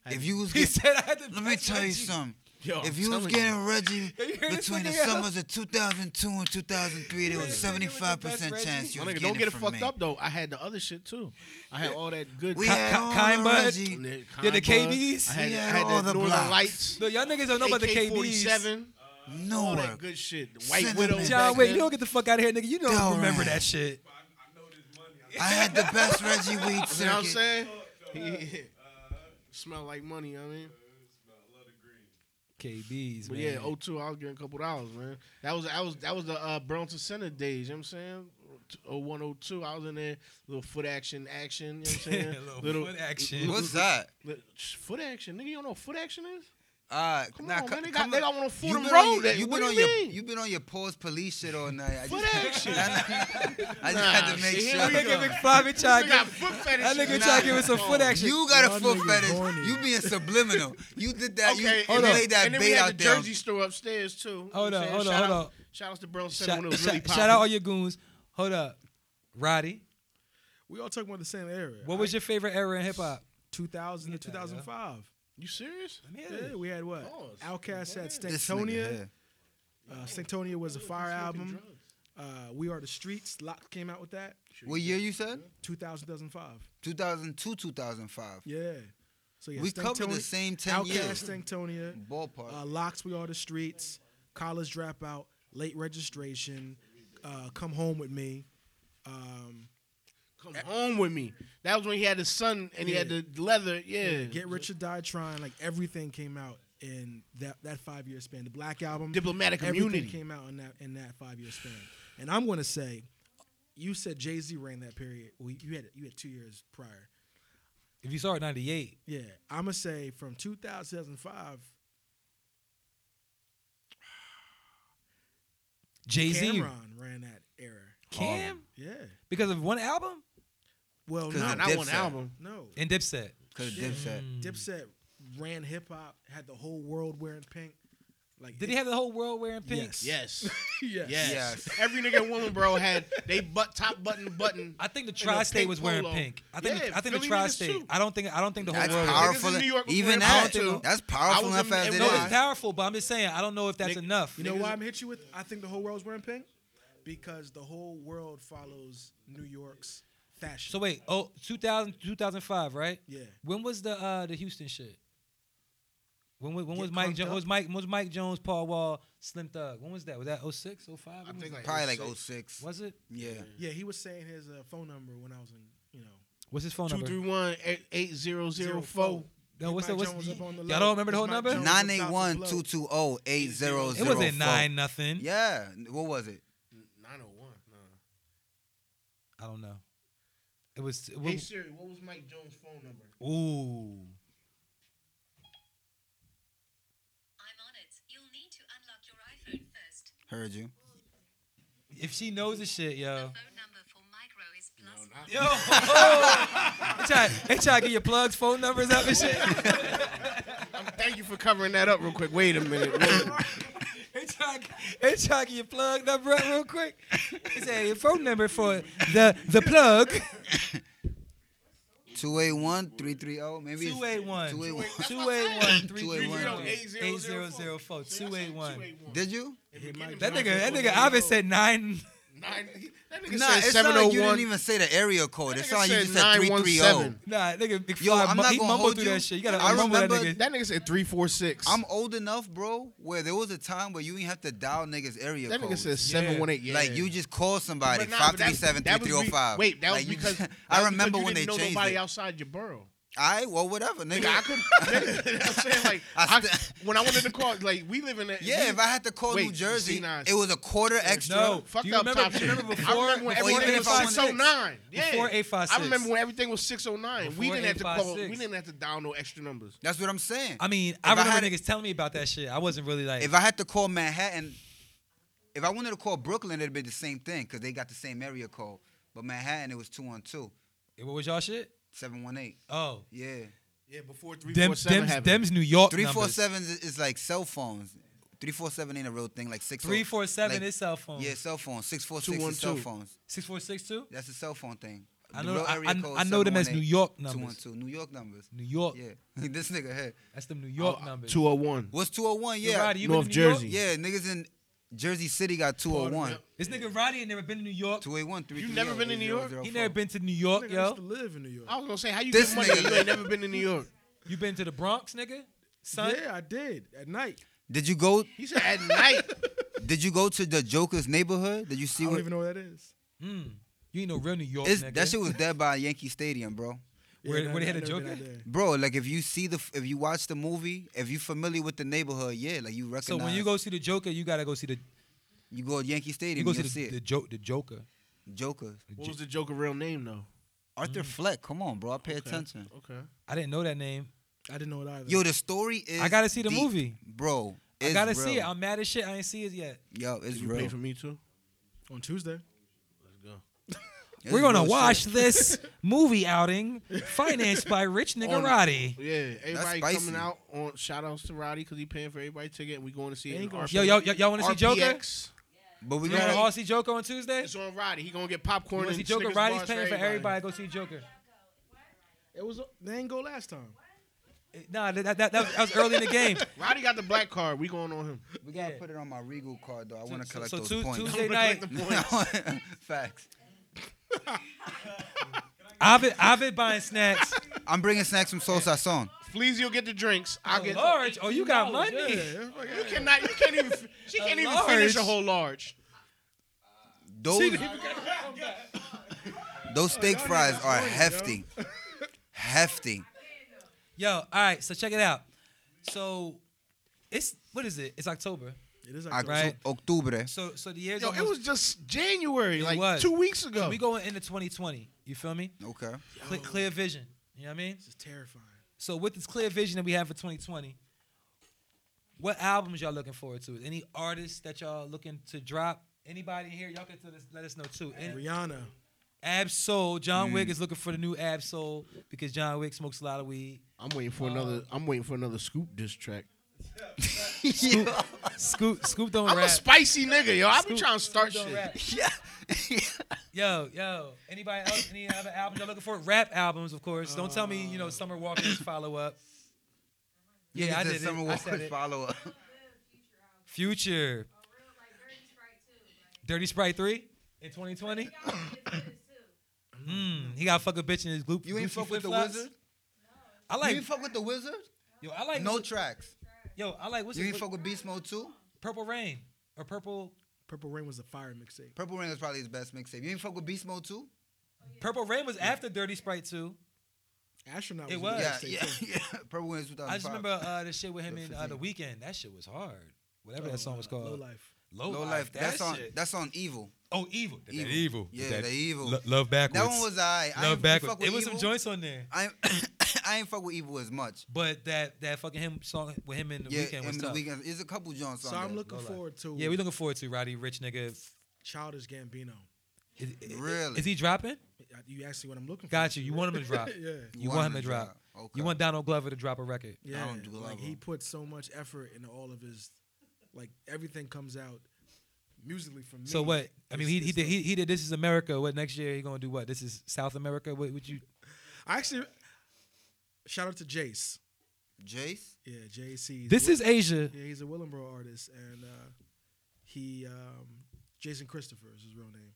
Speaker 1: I had
Speaker 2: if
Speaker 1: the-
Speaker 2: you was
Speaker 3: He
Speaker 2: get,
Speaker 3: said, "I had to."
Speaker 2: let me tell you something.
Speaker 1: yo,
Speaker 2: If
Speaker 1: I'm
Speaker 2: you was
Speaker 1: telling
Speaker 2: getting Reggie
Speaker 3: You hear this
Speaker 2: between the
Speaker 3: nigga?
Speaker 2: summers of 2002 and 2003, there was
Speaker 3: This nigga was the best
Speaker 2: 75% chance
Speaker 3: Reggie.
Speaker 2: you
Speaker 1: My
Speaker 2: was
Speaker 1: nigga,
Speaker 2: getting
Speaker 1: don't get
Speaker 2: it
Speaker 1: it
Speaker 2: from
Speaker 1: fucked
Speaker 2: me.
Speaker 1: up though. I had the other shit too. I had all that good.
Speaker 2: We
Speaker 1: Ki-
Speaker 2: had
Speaker 3: Ki-
Speaker 2: all
Speaker 3: Kind
Speaker 2: the
Speaker 3: Bud?
Speaker 2: Reggie.
Speaker 1: and the
Speaker 3: Yeah, the
Speaker 1: Kind Bud.
Speaker 3: KBs.
Speaker 1: I had,
Speaker 2: We
Speaker 1: I
Speaker 2: had
Speaker 1: had
Speaker 2: all
Speaker 1: that
Speaker 2: the
Speaker 1: Northern
Speaker 2: blocks.
Speaker 1: Lights.
Speaker 3: No, y'all niggas don't know about the KBs.
Speaker 1: AK-47. All
Speaker 2: Newark.
Speaker 1: that good shit. The White
Speaker 2: Cinnamon.
Speaker 1: Widow.
Speaker 3: John
Speaker 1: back
Speaker 3: Wick,
Speaker 1: then.
Speaker 3: you don't get the fuck out of here, nigga. You don't
Speaker 2: Delran.
Speaker 3: remember that shit.
Speaker 2: I had the best Reggie weed
Speaker 1: You know what I'm
Speaker 2: circuit.
Speaker 1: saying? Smell like money. I mean,
Speaker 3: KBs,
Speaker 1: but
Speaker 3: man.
Speaker 1: yeah, oh, 02, I was getting a couple dollars, man. That was that was that was the uh, Burlington Center days. You know what I'm saying? 01, 02, I was in there, little foot action, action. You know what I'm saying?
Speaker 3: Little foot action.
Speaker 2: What's that?
Speaker 1: li- sh- foot action, nigga. You don't know what foot action is?
Speaker 2: Uh,
Speaker 1: Come
Speaker 2: nah,
Speaker 1: on,
Speaker 2: co-
Speaker 1: man, they
Speaker 2: come
Speaker 1: got, they
Speaker 2: on.
Speaker 1: got one on
Speaker 2: You
Speaker 1: Fordham
Speaker 2: been on,
Speaker 1: Road.
Speaker 2: your,
Speaker 1: that-
Speaker 2: you
Speaker 1: what
Speaker 2: been
Speaker 1: do
Speaker 2: on
Speaker 1: you
Speaker 2: your
Speaker 1: mean?
Speaker 2: you been on your pause police shit all night. I
Speaker 1: Foot
Speaker 2: just,
Speaker 1: action.
Speaker 2: I just
Speaker 1: Nah,
Speaker 2: had to make
Speaker 1: see,
Speaker 2: sure.
Speaker 1: here
Speaker 3: That
Speaker 1: we go.
Speaker 3: nigga McFly trying
Speaker 1: They
Speaker 3: to
Speaker 1: got
Speaker 3: give
Speaker 1: foot fetish.
Speaker 3: that nigga
Speaker 1: Nah.
Speaker 3: try to give us some foot
Speaker 1: Oh.
Speaker 3: action.
Speaker 2: You got a
Speaker 4: Y'all
Speaker 2: foot
Speaker 4: niggas
Speaker 2: fetish.
Speaker 4: horny.
Speaker 2: You being subliminal. You did that.
Speaker 1: Okay,
Speaker 2: you
Speaker 1: and,
Speaker 2: you
Speaker 1: then,
Speaker 2: laid that
Speaker 1: and then we
Speaker 2: bait
Speaker 1: had
Speaker 2: out
Speaker 1: the
Speaker 2: there.
Speaker 1: Jersey store upstairs too.
Speaker 3: Hold
Speaker 1: You know what
Speaker 3: up,
Speaker 1: I'm saying?
Speaker 3: hold up,
Speaker 1: shout
Speaker 3: hold
Speaker 1: out,
Speaker 3: up.
Speaker 1: shout out to Burlington Center
Speaker 3: Shout,
Speaker 1: when it was
Speaker 3: shout-
Speaker 1: really
Speaker 3: shout out all
Speaker 1: popping.
Speaker 3: your goons. Hold up, Roddy.
Speaker 4: We all talking about the same era.
Speaker 3: What was your favorite era in hip hop?
Speaker 4: 2000 to
Speaker 3: Get that, yo.
Speaker 4: 2005?
Speaker 1: You serious?
Speaker 3: Let me hear
Speaker 4: Yeah,
Speaker 3: this.
Speaker 4: we had what?
Speaker 1: Oh, it's-
Speaker 4: Outcast had
Speaker 2: This nigga
Speaker 4: Stankonia.
Speaker 2: here.
Speaker 4: Uh, Stankonia was a fire
Speaker 1: Smoking
Speaker 4: album.
Speaker 1: drugs.
Speaker 4: Uh, we Are the Streets. Lock came out with that.
Speaker 2: What year you said?
Speaker 4: 2000, 2005.
Speaker 2: 2002, 2005.
Speaker 4: Yeah. So yeah,
Speaker 2: we covered the
Speaker 4: Stankonia-
Speaker 2: same 10
Speaker 4: Outcast,
Speaker 2: years.
Speaker 4: Stankonia.
Speaker 2: Ballpark.
Speaker 4: uh, locks we are the streets college dropout late registration uh, come home with me um,
Speaker 1: Come home with me. That was when he had his son and he had the leather. Yeah.
Speaker 4: get rich or die trying like everything came out in that, that five year span the black album
Speaker 1: Diplomatic
Speaker 4: everything
Speaker 1: immunity.
Speaker 4: came out in that in that five year span and i'm going to say you said jay-z ran that period well, you had you had two years prior
Speaker 3: If you saw it '98,
Speaker 4: yeah i'm going to say from 2005
Speaker 3: Jay Z,
Speaker 4: cameron ran that era
Speaker 3: Cam,
Speaker 4: yeah
Speaker 3: because of one album
Speaker 4: well
Speaker 2: 'Cause
Speaker 4: no
Speaker 2: of
Speaker 1: Not
Speaker 2: Dipset.
Speaker 1: one album.
Speaker 4: no
Speaker 3: and Dipset. Mm.
Speaker 2: Because Dipset.
Speaker 1: Mm.
Speaker 4: Dipset ran hip hop, had the whole world wearing pink. Like
Speaker 3: Did
Speaker 4: it-
Speaker 3: he have the whole world wearing pink?
Speaker 4: Yes.
Speaker 1: Yes.
Speaker 4: yes.
Speaker 1: Yes.
Speaker 2: Yes.
Speaker 1: Every nigga and woman, bro, had they butt top button to button.
Speaker 3: I think the
Speaker 1: a
Speaker 3: tri-state
Speaker 1: pink
Speaker 3: was wearing
Speaker 1: polo.
Speaker 3: pink. I think
Speaker 1: Yeah,
Speaker 3: I think the
Speaker 1: Philly niggas
Speaker 3: tri-state.
Speaker 1: too.
Speaker 3: I don't think I don't think the whole
Speaker 2: That's
Speaker 3: world. was-
Speaker 1: powerful.
Speaker 2: powerful.
Speaker 1: Niggas in New York was
Speaker 2: Even
Speaker 1: wearing
Speaker 2: that.
Speaker 1: pants, too.
Speaker 2: That's
Speaker 1: I
Speaker 2: powerful
Speaker 1: was
Speaker 2: enough
Speaker 1: in-
Speaker 2: as
Speaker 1: it
Speaker 2: it
Speaker 3: No,
Speaker 1: was-
Speaker 2: is.
Speaker 3: it's powerful, but I'm just saying I don't know if that's
Speaker 1: Nigga-
Speaker 3: enough.
Speaker 4: You know
Speaker 1: Niggas-
Speaker 4: why I'm hit you with? I think the whole world's wearing pink because the whole world follows New York's fashion.
Speaker 3: So wait, oh 2000 2005, right?
Speaker 4: yeah,
Speaker 3: When was the uh the Houston shit? When was, when
Speaker 4: Get
Speaker 3: was Mike
Speaker 4: Crunk
Speaker 3: Jones?
Speaker 4: Up?
Speaker 3: Was Mike was Mike Jones, Paul Wall, Slim Thug? When was that? Was that 06, 05? When
Speaker 1: I
Speaker 3: was
Speaker 1: think
Speaker 3: that?
Speaker 1: like
Speaker 2: Probably like
Speaker 1: 06.
Speaker 2: 06.
Speaker 3: was it?
Speaker 2: Yeah.
Speaker 4: yeah. He was saying his uh, phone number when I was in, you know,
Speaker 3: What's his phone
Speaker 1: Two
Speaker 3: number?
Speaker 1: three one eight eight zero zero four.
Speaker 3: No,
Speaker 4: Big
Speaker 3: what's the
Speaker 4: Mike
Speaker 3: what's
Speaker 4: Jones up on the
Speaker 3: y'all
Speaker 4: low.
Speaker 3: don't remember the whole
Speaker 4: Big Mike
Speaker 3: number?
Speaker 4: Jones.
Speaker 2: 981 220 8004.
Speaker 3: It wasn't nine nothing.
Speaker 2: Yeah. What was it?
Speaker 1: Nine oh one. Nah.
Speaker 3: I don't know. It was. It
Speaker 1: Hey
Speaker 3: was
Speaker 1: Siri, what was Mike Jones' phone number?
Speaker 3: ooh.
Speaker 5: I'm on it. You'll need to unlock your iPhone first.
Speaker 2: Heard you.
Speaker 3: If she knows the shit, yo.
Speaker 5: Phone number for micro is plus
Speaker 1: No, not
Speaker 3: Yo. they try. They try to get your plugs, phone numbers up and shit.
Speaker 1: Thank you for covering that up real quick. Wait a minute. Wait a minute.
Speaker 3: they try. They try to get your plug number up real quick. They say your phone number for the the plug.
Speaker 2: 281 330. oh, Maybe it's
Speaker 3: Two eight one.
Speaker 2: 281.
Speaker 3: Two eight one. Three
Speaker 2: 281.
Speaker 3: Eight zero zero four. Two eight one.
Speaker 2: Did you?
Speaker 3: That nigga. That nigga. Ivan said nine.
Speaker 1: Nine, that nigga
Speaker 2: Nah,
Speaker 1: said
Speaker 2: it's not like
Speaker 1: 701.
Speaker 2: you didn't even say the area code.
Speaker 1: That
Speaker 2: It's
Speaker 1: nigga
Speaker 2: not like
Speaker 1: said
Speaker 2: you just said oh. 330.
Speaker 1: 917.
Speaker 3: Nah, nigga. McFly,
Speaker 2: Yo, I'm
Speaker 3: mu-
Speaker 2: not
Speaker 3: he
Speaker 2: gonna
Speaker 3: mumbled
Speaker 2: hold
Speaker 3: through
Speaker 2: you.
Speaker 3: that shit. You gotta
Speaker 2: I
Speaker 3: mumble that
Speaker 2: remember
Speaker 3: nigga.
Speaker 1: that nigga said 346.
Speaker 2: I'm old enough, bro, where there was a time where you didn't have to dial niggas area
Speaker 1: that
Speaker 2: code.
Speaker 1: nigga said 718. Yeah.
Speaker 2: Like you just call somebody
Speaker 1: But nah, but that-
Speaker 2: 537
Speaker 1: that was re-
Speaker 2: 3305.
Speaker 1: Wait, that was
Speaker 2: Like, you
Speaker 1: because
Speaker 2: just-
Speaker 1: that
Speaker 2: I
Speaker 1: was
Speaker 2: remember
Speaker 1: because you
Speaker 2: when they
Speaker 1: didn't know
Speaker 2: changed
Speaker 1: nobody
Speaker 2: it.
Speaker 1: outside your borough.
Speaker 2: I well whatever, nigga.
Speaker 1: Nigga, I could. nigga, you know what I'm saying like
Speaker 2: I
Speaker 1: I,
Speaker 2: st-
Speaker 1: when I went in the car, like we live in that.
Speaker 2: yeah,
Speaker 1: we,
Speaker 2: if I had to call
Speaker 1: Wait,
Speaker 2: New Jersey,
Speaker 1: C9.
Speaker 2: it was a quarter extra.
Speaker 3: No.
Speaker 1: fuck
Speaker 3: Do you
Speaker 1: up
Speaker 3: remember-
Speaker 1: top
Speaker 3: do you
Speaker 1: shit.
Speaker 3: remember
Speaker 1: I remember
Speaker 3: before-
Speaker 1: when
Speaker 2: before
Speaker 1: everything was
Speaker 2: 856?
Speaker 1: 609. Yeah,
Speaker 3: Before 856.
Speaker 1: I remember when everything was 609. we
Speaker 3: Before
Speaker 1: didn't have to call. We
Speaker 3: 856.
Speaker 1: didn't have to dial no extra numbers.
Speaker 2: That's what I'm saying.
Speaker 3: I mean,
Speaker 2: I
Speaker 3: I remember
Speaker 2: had-
Speaker 3: niggas telling me about that shit. I wasn't really like.
Speaker 2: if I had to call Manhattan, if I wanted to call Brooklyn, it'd have been the same thing because they got the same area code. But Manhattan, it was 212,
Speaker 3: what was y'all shit?
Speaker 2: 718.
Speaker 3: Oh,
Speaker 2: Yeah.
Speaker 1: Yeah, before 347
Speaker 3: Dems,
Speaker 1: happened.
Speaker 3: Dems, New York.
Speaker 2: Three four
Speaker 3: numbers.
Speaker 2: seven is is like cell phones. Three four seven ain't a real thing. Like six. oh
Speaker 3: Three four seven
Speaker 2: like-
Speaker 3: is cell phone.
Speaker 2: Yeah, cell phones. Six four six is
Speaker 1: 212.
Speaker 2: cell phones.
Speaker 3: Six four six two.
Speaker 2: That's a cell phone thing.
Speaker 3: I
Speaker 2: The
Speaker 3: know.
Speaker 2: real
Speaker 3: I,
Speaker 2: area
Speaker 3: I,
Speaker 2: code
Speaker 3: I know them as New
Speaker 2: 718,
Speaker 3: York numbers. Oh.
Speaker 2: 212, New York numbers.
Speaker 3: New York.
Speaker 2: Yeah, this nigga here.
Speaker 3: That's them New York numbers.
Speaker 1: 201.
Speaker 2: What's 201?
Speaker 3: Yo,
Speaker 2: Yeah,
Speaker 3: Roddy, you
Speaker 1: North
Speaker 3: been to New York?
Speaker 1: Jersey.
Speaker 2: yeah. Niggas in Jersey City got 201.
Speaker 3: This nigga Roddy ain't never been to New York.
Speaker 2: 281,
Speaker 1: You never been in New York?
Speaker 3: He never been to New York,
Speaker 4: nigga
Speaker 3: Oh,
Speaker 4: used
Speaker 3: yo. Oh,
Speaker 4: to live in New York.
Speaker 1: I was gonna say how you
Speaker 2: This
Speaker 1: get money.
Speaker 2: nigga-
Speaker 1: You ain't never been to New York.
Speaker 3: You been to the Bronx, nigga? Son.
Speaker 4: Yeah, I did at night.
Speaker 2: Did you go?
Speaker 1: He said at night.
Speaker 2: Did you go to the Joker's neighborhood? Did you see
Speaker 4: I don't
Speaker 2: what?
Speaker 4: even know where that is.
Speaker 3: Mm. You ain't no real New York,
Speaker 2: It's,
Speaker 3: nigga.
Speaker 2: that shit was dead by Yankee Stadium, bro.
Speaker 3: Where- where they had
Speaker 4: I
Speaker 3: a
Speaker 4: never been
Speaker 3: Joker?
Speaker 4: out there.
Speaker 2: Bro, like if you see the, f- if you watch the movie, if you familiar with the neighborhood, yeah, like you recognize.
Speaker 3: So when you go see the Joker, you gotta go see the
Speaker 2: you go to Yankee
Speaker 3: you
Speaker 2: Stadium,
Speaker 3: go
Speaker 2: you
Speaker 3: see
Speaker 2: will
Speaker 3: the,
Speaker 2: see
Speaker 3: the,
Speaker 2: it.
Speaker 3: joke the Joker.
Speaker 2: Joker,
Speaker 1: What was the Joker real name though?
Speaker 3: Mm.
Speaker 2: Arthur Fleck. Come on, bro, pay attention.
Speaker 1: Okay.
Speaker 3: I didn't know that name.
Speaker 4: I didn't know it either.
Speaker 2: Yo, the story is.
Speaker 3: I gotta see the
Speaker 2: deep,
Speaker 3: movie.
Speaker 2: bro.
Speaker 3: I
Speaker 2: it's
Speaker 3: gotta
Speaker 2: real.
Speaker 3: see it. I'm mad as shit. I ain't see it yet.
Speaker 2: Yo, it's
Speaker 1: You
Speaker 2: real.
Speaker 1: pay for me too.
Speaker 4: on Tuesday.
Speaker 1: Let's go.
Speaker 2: It's
Speaker 3: We're gonna
Speaker 2: real shit.
Speaker 3: watch this movie outing financed by Rich Nigarati.
Speaker 1: Yeah, everybody
Speaker 2: spicy.
Speaker 1: coming out on shout outs to Roddy because he paying for everybody's ticket and we going to see it.
Speaker 4: Ain't
Speaker 1: in
Speaker 4: gonna
Speaker 1: RP-
Speaker 3: Yo, yo, yo, y'all want to see Joker?
Speaker 1: RPX.
Speaker 2: But we
Speaker 3: You want to all
Speaker 2: gotta.
Speaker 3: see Joker on Tuesday?
Speaker 1: It's on Roddy. He gonna get
Speaker 3: You
Speaker 1: popcorn
Speaker 3: want
Speaker 1: and
Speaker 3: to see Joker?
Speaker 1: Snickers
Speaker 3: Roddy's
Speaker 1: bars
Speaker 3: paying for everybody.
Speaker 1: everybody.
Speaker 3: Go see Joker.
Speaker 4: It was they didn't go last time.
Speaker 3: Eh, Nah, that, that, that, that was- that was early in the game.
Speaker 1: Roddy got the black card. We going on him.
Speaker 2: We gotta
Speaker 3: Yeah.
Speaker 2: put it on my Regal card though. I wanna
Speaker 3: so-
Speaker 2: collect
Speaker 3: so
Speaker 2: those
Speaker 3: Tu-
Speaker 2: points.
Speaker 3: Tuesday
Speaker 1: I'm gonna
Speaker 3: night-
Speaker 1: collect the points.
Speaker 2: Facts.
Speaker 3: Ovid, Ovid buying snacks.
Speaker 2: I'm bringing snacks from Soul Sasson.
Speaker 1: Fleazy will get the drinks. I'll
Speaker 3: A
Speaker 1: get.
Speaker 3: large. Oh, you got money.
Speaker 4: Oh,
Speaker 1: You cannot. You can't even. She
Speaker 3: A
Speaker 1: can't even finish a
Speaker 3: large.
Speaker 1: whole large.
Speaker 2: Those those
Speaker 3: Oh,
Speaker 2: steak fries are hefty, hefty.
Speaker 3: Yo, all right. So check it out. So it's what is it? It's October.
Speaker 4: It is
Speaker 2: Octu-
Speaker 4: October.
Speaker 3: Right.
Speaker 2: October.
Speaker 3: So so the year's
Speaker 1: Yo, it
Speaker 3: almost-
Speaker 1: was just January,
Speaker 3: It
Speaker 1: like
Speaker 3: was.
Speaker 1: two weeks ago.
Speaker 3: so we going into 2020. You feel me?
Speaker 2: Okay.
Speaker 3: Clear, clear vision. You know what I mean?
Speaker 4: This is terrifying.
Speaker 3: So with this clear vision that we have for 2020, what albums y'all looking forward to? Any artists that y'all looking to drop? Anybody here? Y'all can let us, let us know too. And
Speaker 4: Rihanna.
Speaker 3: Ab Soul. John
Speaker 2: Mm.
Speaker 3: Wick is looking for the new Ab Soul because John Wick smokes a lot of weed.
Speaker 1: I'm waiting for another.
Speaker 3: Uh,
Speaker 1: I'm waiting for another scoop diss track.
Speaker 3: Scoop, Scoop, Scoop don't
Speaker 1: I'm
Speaker 3: rap.
Speaker 1: a spicy nigga, yo. I be
Speaker 3: Scoop-
Speaker 1: trying to start
Speaker 3: Scoop don't
Speaker 1: shit.
Speaker 3: rap.
Speaker 2: Yeah.
Speaker 3: Yo, yo. Anybody else? Any other albums y'all looking for? Rap albums, of course. Don't tell me,
Speaker 2: Uh.
Speaker 3: you know, Summer Walker's follow up. Yeah, I did it.
Speaker 2: Summer
Speaker 3: I
Speaker 2: Walker's
Speaker 3: said it.
Speaker 2: follow up.
Speaker 3: Future,
Speaker 5: Real like dirty sprite too. Like
Speaker 3: Dirty Sprite 3 in 2020.
Speaker 5: y'all get this too.
Speaker 3: Mm, he got fuck a bitch in his gloop.
Speaker 2: You ain't
Speaker 3: Gucci
Speaker 2: fuck with the
Speaker 3: flip-flops.
Speaker 2: wizard.
Speaker 3: I
Speaker 2: You
Speaker 3: like
Speaker 2: ain't fuck with the wizard.
Speaker 3: yo. I like
Speaker 2: No tracks.
Speaker 3: yo. I like what's
Speaker 2: You
Speaker 3: his,
Speaker 2: ain't fuck with Beast Mode too.
Speaker 3: Purple Rain or Purple
Speaker 4: Purple Rain was a fire mixtape.
Speaker 2: Purple Rain is probably his best mixtape. You ain't fuck with Beast Mode too.
Speaker 3: Purple Rain was after Dirty Sprite 2.
Speaker 4: Astronaut.
Speaker 3: It
Speaker 4: was. a good
Speaker 2: Yeah,
Speaker 3: was.
Speaker 4: mixtape,
Speaker 2: yeah,
Speaker 4: too.
Speaker 2: yeah. Purple Rain is 2005.
Speaker 3: I just remember uh, the shit with him
Speaker 2: The
Speaker 3: and uh, the
Speaker 2: 15.
Speaker 3: weekend. That shit was hard. Whatever
Speaker 4: Oh,
Speaker 3: that song was
Speaker 4: uh,
Speaker 3: called.
Speaker 4: Low Life.
Speaker 3: Low,
Speaker 2: Low
Speaker 3: Life.
Speaker 2: Life.
Speaker 3: That
Speaker 2: That's on.
Speaker 3: shit.
Speaker 2: That's on Evil.
Speaker 3: oh, evil. That- that
Speaker 2: Evil. Yeah,
Speaker 3: That-
Speaker 2: the Evil.
Speaker 3: Lo- love backwards.
Speaker 2: That one was I. I
Speaker 3: love
Speaker 2: ain't really
Speaker 3: backwards.
Speaker 2: fuck with
Speaker 3: It was
Speaker 2: Evil.
Speaker 3: some joints on there,
Speaker 2: I ain't, I ain't fuck with Evil as much.
Speaker 3: but that that fucking him song with him and the
Speaker 2: yeah,
Speaker 3: weekend was
Speaker 2: and the
Speaker 3: tough.
Speaker 2: weekend. It's a couple joints on
Speaker 4: So I'm
Speaker 2: there.
Speaker 4: looking
Speaker 3: Low Life.
Speaker 4: forward to
Speaker 3: Yeah, we looking forward to Roddy Rich nigga. Is,
Speaker 4: Childish Gambino.
Speaker 3: is,
Speaker 2: Really?
Speaker 3: Is he dropping?
Speaker 4: You asked me what I'm looking
Speaker 3: Got
Speaker 4: for.
Speaker 3: you. You want him to drop.
Speaker 4: yeah.
Speaker 3: You want him to drop.
Speaker 2: Okay.
Speaker 3: You want Donald Glover to drop a record.
Speaker 4: Yeah.
Speaker 2: don't do
Speaker 4: like
Speaker 2: Lavo.
Speaker 4: he put so much effort into all of his like everything comes out musically from me.
Speaker 3: So what? I mean, he
Speaker 4: It's-
Speaker 3: he
Speaker 4: it's
Speaker 3: did
Speaker 4: the-
Speaker 3: he, he did This Is America. What next year he gonna do? What This Is South America? What would you?
Speaker 4: I actually shout out to Jace.
Speaker 2: Jace?
Speaker 4: Yeah, JC. 's
Speaker 3: This
Speaker 4: Will-
Speaker 3: is Asia.
Speaker 4: Yeah, he's a Willenboro artist, and uh, he um, Jason Christopher is his real name,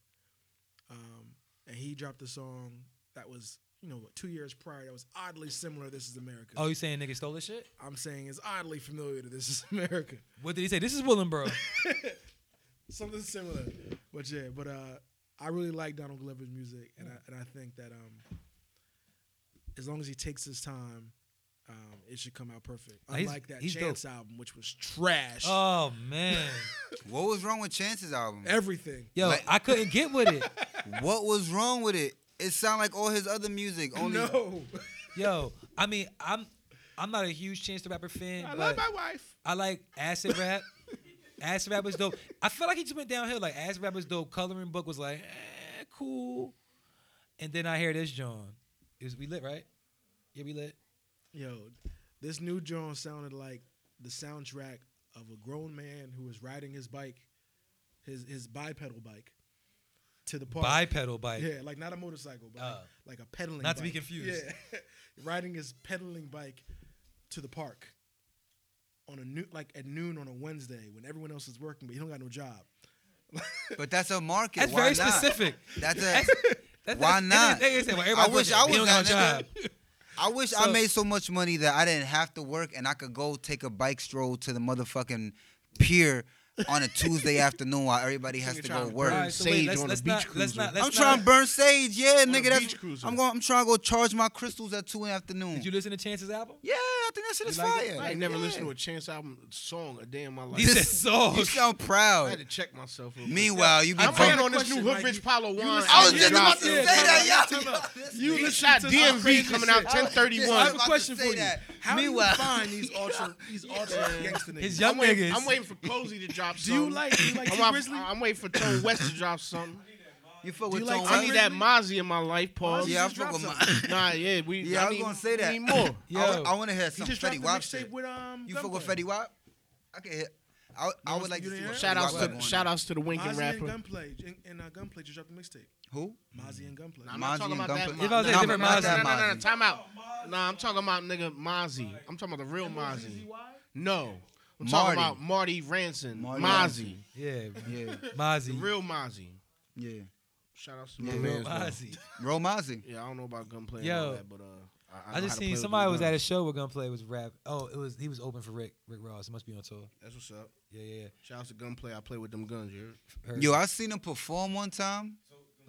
Speaker 4: um, and he dropped a song that was you know what, two years prior that was oddly similar. to This is America.
Speaker 3: Oh, you saying nigga stole this shit?
Speaker 4: I'm saying it's oddly familiar to This is America.
Speaker 3: What did he say? This is Willenboro.
Speaker 4: Something similar, but yeah, but uh, I really like Donald Glover's music, and I and I think that um, as long as he takes his time. Um, it should come out perfect.
Speaker 3: Nah, he's-
Speaker 4: Unlike that
Speaker 3: he's dope.
Speaker 4: Chance album, which was trash.
Speaker 3: oh man,
Speaker 2: What was wrong with Chance's album?
Speaker 4: Everything.
Speaker 3: yo,
Speaker 2: Like-
Speaker 3: I couldn't get with it.
Speaker 2: What was wrong with it? It sounded like all his other music. Only
Speaker 4: no.
Speaker 3: Yo, I mean, I'm I'm not a huge Chance the Rapper fan,
Speaker 1: I love
Speaker 3: but
Speaker 1: my wife.
Speaker 3: I like acid rap. acid rap was dope. I feel like he just went downhill. Like acid rap was dope. Coloring book was like eh, cool, and then I hear this John. It was we lit right? Yeah, we lit.
Speaker 4: Yo, this new joint sounded like the soundtrack of a grown man who was riding his bike, his his bipedal bike, to the park.
Speaker 3: Bipedal bike.
Speaker 4: Yeah, like not a motorcycle, but
Speaker 3: Uh,
Speaker 4: like, like a pedaling.
Speaker 3: not to be
Speaker 4: bike.
Speaker 3: confused.
Speaker 4: Yeah, riding his pedaling bike to the park on a new like at noon on a Wednesday when everyone else is working, but he don't got no job.
Speaker 2: But that's a market.
Speaker 3: That's
Speaker 2: Why
Speaker 3: very
Speaker 2: not?
Speaker 3: specific.
Speaker 2: That's a.
Speaker 3: That's- That's,
Speaker 2: Why
Speaker 3: that's-
Speaker 2: not?
Speaker 3: They, they say, well, everybody
Speaker 2: I wish
Speaker 3: working.
Speaker 2: I
Speaker 3: They
Speaker 2: was
Speaker 3: don't
Speaker 2: that
Speaker 3: got a job.
Speaker 2: I wish I
Speaker 3: So-
Speaker 2: made so much money that I didn't have to work and I could go take a bike stroll to the motherfucking pier on a Tuesday afternoon while everybody has
Speaker 1: Nigga
Speaker 2: to
Speaker 1: trying
Speaker 2: go
Speaker 1: to
Speaker 2: work.
Speaker 1: burn
Speaker 3: Alright, so wait,
Speaker 1: sage
Speaker 3: let's-
Speaker 1: on a
Speaker 3: let's
Speaker 1: beach
Speaker 3: not- let's
Speaker 1: cruiser.
Speaker 3: not- let's-
Speaker 2: I'm trying to burn sage, yeah,
Speaker 1: a
Speaker 2: nigga. That's
Speaker 1: beach cruiser.
Speaker 2: I'm going. I'm trying to go charge my crystals at two in the afternoon.
Speaker 3: Did you listen to Chance's album?
Speaker 2: yeah, I think that shit is
Speaker 3: You like it? Oh,
Speaker 2: fire.
Speaker 1: I ain't never listened to a
Speaker 2: it.
Speaker 1: Chance album song a day in my life.
Speaker 3: He said
Speaker 2: You
Speaker 3: songs.
Speaker 2: sound
Speaker 1: I
Speaker 2: proud.
Speaker 1: had to check myself. real quick.
Speaker 2: Meanwhile, you be
Speaker 1: I'm waiting
Speaker 2: bumping.
Speaker 1: on this new
Speaker 4: Question,
Speaker 1: Hood
Speaker 4: like,
Speaker 1: Rich
Speaker 4: you-
Speaker 1: Palo wine.
Speaker 4: listen-
Speaker 2: I was
Speaker 4: Yeah,
Speaker 2: just about to
Speaker 4: yeah,
Speaker 2: say
Speaker 4: time out,
Speaker 2: that,
Speaker 4: time
Speaker 2: yo.
Speaker 4: out. You
Speaker 1: You
Speaker 4: listen
Speaker 1: shot
Speaker 4: to some crazy
Speaker 1: DMV coming out
Speaker 4: shit.
Speaker 1: 1031.
Speaker 4: I have a question for you. How
Speaker 2: Meanwhile-
Speaker 4: do you find these ultra these ultra gangster niggas?
Speaker 3: His young
Speaker 1: I'm waiting,
Speaker 3: niggas.
Speaker 1: I'm waiting for Posey to drop
Speaker 4: do
Speaker 1: something.
Speaker 4: you like do you like T
Speaker 1: I'm, out-
Speaker 4: Grizzly?
Speaker 1: I'm waiting for Tone West to drop something.
Speaker 2: You fuck
Speaker 4: Do
Speaker 2: with
Speaker 4: you like
Speaker 2: Tone
Speaker 4: Tony
Speaker 1: I
Speaker 2: West?
Speaker 1: need that Mozzie in my life, Paul.
Speaker 4: Mozzie?
Speaker 2: Yeah, I
Speaker 4: Just
Speaker 2: fuck
Speaker 4: drop
Speaker 2: with
Speaker 4: something.
Speaker 2: my.
Speaker 1: Nah, yeah, we.
Speaker 2: Yeah, I was
Speaker 1: need-
Speaker 2: gonna say that.
Speaker 1: We need more.
Speaker 2: I,
Speaker 3: Yo.
Speaker 2: wa- I want to hear
Speaker 4: he
Speaker 2: some
Speaker 4: just
Speaker 2: Fetty
Speaker 4: dropped a
Speaker 2: Wap
Speaker 4: mixtape
Speaker 2: shit.
Speaker 4: with um.
Speaker 2: You fuck with
Speaker 4: Gunplay.
Speaker 2: Fetty Wap? I can hit. I, would- I
Speaker 4: You
Speaker 2: would like
Speaker 4: you
Speaker 2: to see
Speaker 4: didn't
Speaker 2: what
Speaker 4: hear?
Speaker 1: Shout
Speaker 2: Fetty
Speaker 1: outs
Speaker 2: Wap
Speaker 1: to
Speaker 2: got going
Speaker 1: shout
Speaker 2: on.
Speaker 1: outs to the winking
Speaker 4: Mozzie and
Speaker 1: rapper.
Speaker 4: Gunplay and, and uh, Gunplay just dropped a mixtape.
Speaker 2: Who?
Speaker 4: Mozzie and Gunplay.
Speaker 1: Nah, I'm
Speaker 2: Mm. Mozzie
Speaker 1: not talking
Speaker 2: and
Speaker 1: about that.
Speaker 2: Gunplay.
Speaker 1: Mo-
Speaker 3: If I was
Speaker 1: nah,
Speaker 3: a
Speaker 1: nah,
Speaker 3: different
Speaker 1: nah,
Speaker 3: Mozzie.
Speaker 1: nah, nah, nah,
Speaker 2: Mozzie.
Speaker 1: time out. Nah, I'm talking about nigga Mozzie. I'm talking about the real Mozzie. No, I'm talking
Speaker 2: Marty.
Speaker 1: about Marty Ranson,
Speaker 2: Marty
Speaker 1: Mozzie,
Speaker 3: Yeah,
Speaker 2: Yeah,
Speaker 1: the
Speaker 3: Mozzie.
Speaker 1: real Mozzie.
Speaker 2: yeah.
Speaker 1: Shout outs to
Speaker 2: Yeah,
Speaker 1: my
Speaker 2: real
Speaker 1: man's bro.
Speaker 3: Mozzie.
Speaker 2: Romazzi.
Speaker 1: Yeah, I don't know about Gunplay and
Speaker 3: Yo.
Speaker 1: all that, but uh, I, know
Speaker 3: I
Speaker 1: how
Speaker 3: just
Speaker 1: to play
Speaker 3: seen
Speaker 1: with
Speaker 3: somebody
Speaker 1: them
Speaker 3: was at a
Speaker 1: guns.
Speaker 3: show where Gunplay was rap. Oh, it was he was open for Rick Rick Ross. It must be on tour.
Speaker 1: That's what's up.
Speaker 3: Yeah, yeah.
Speaker 1: Shout outs to Gunplay. I play with them guns. You
Speaker 3: yeah. Heard.
Speaker 2: Yo, I seen him perform one time.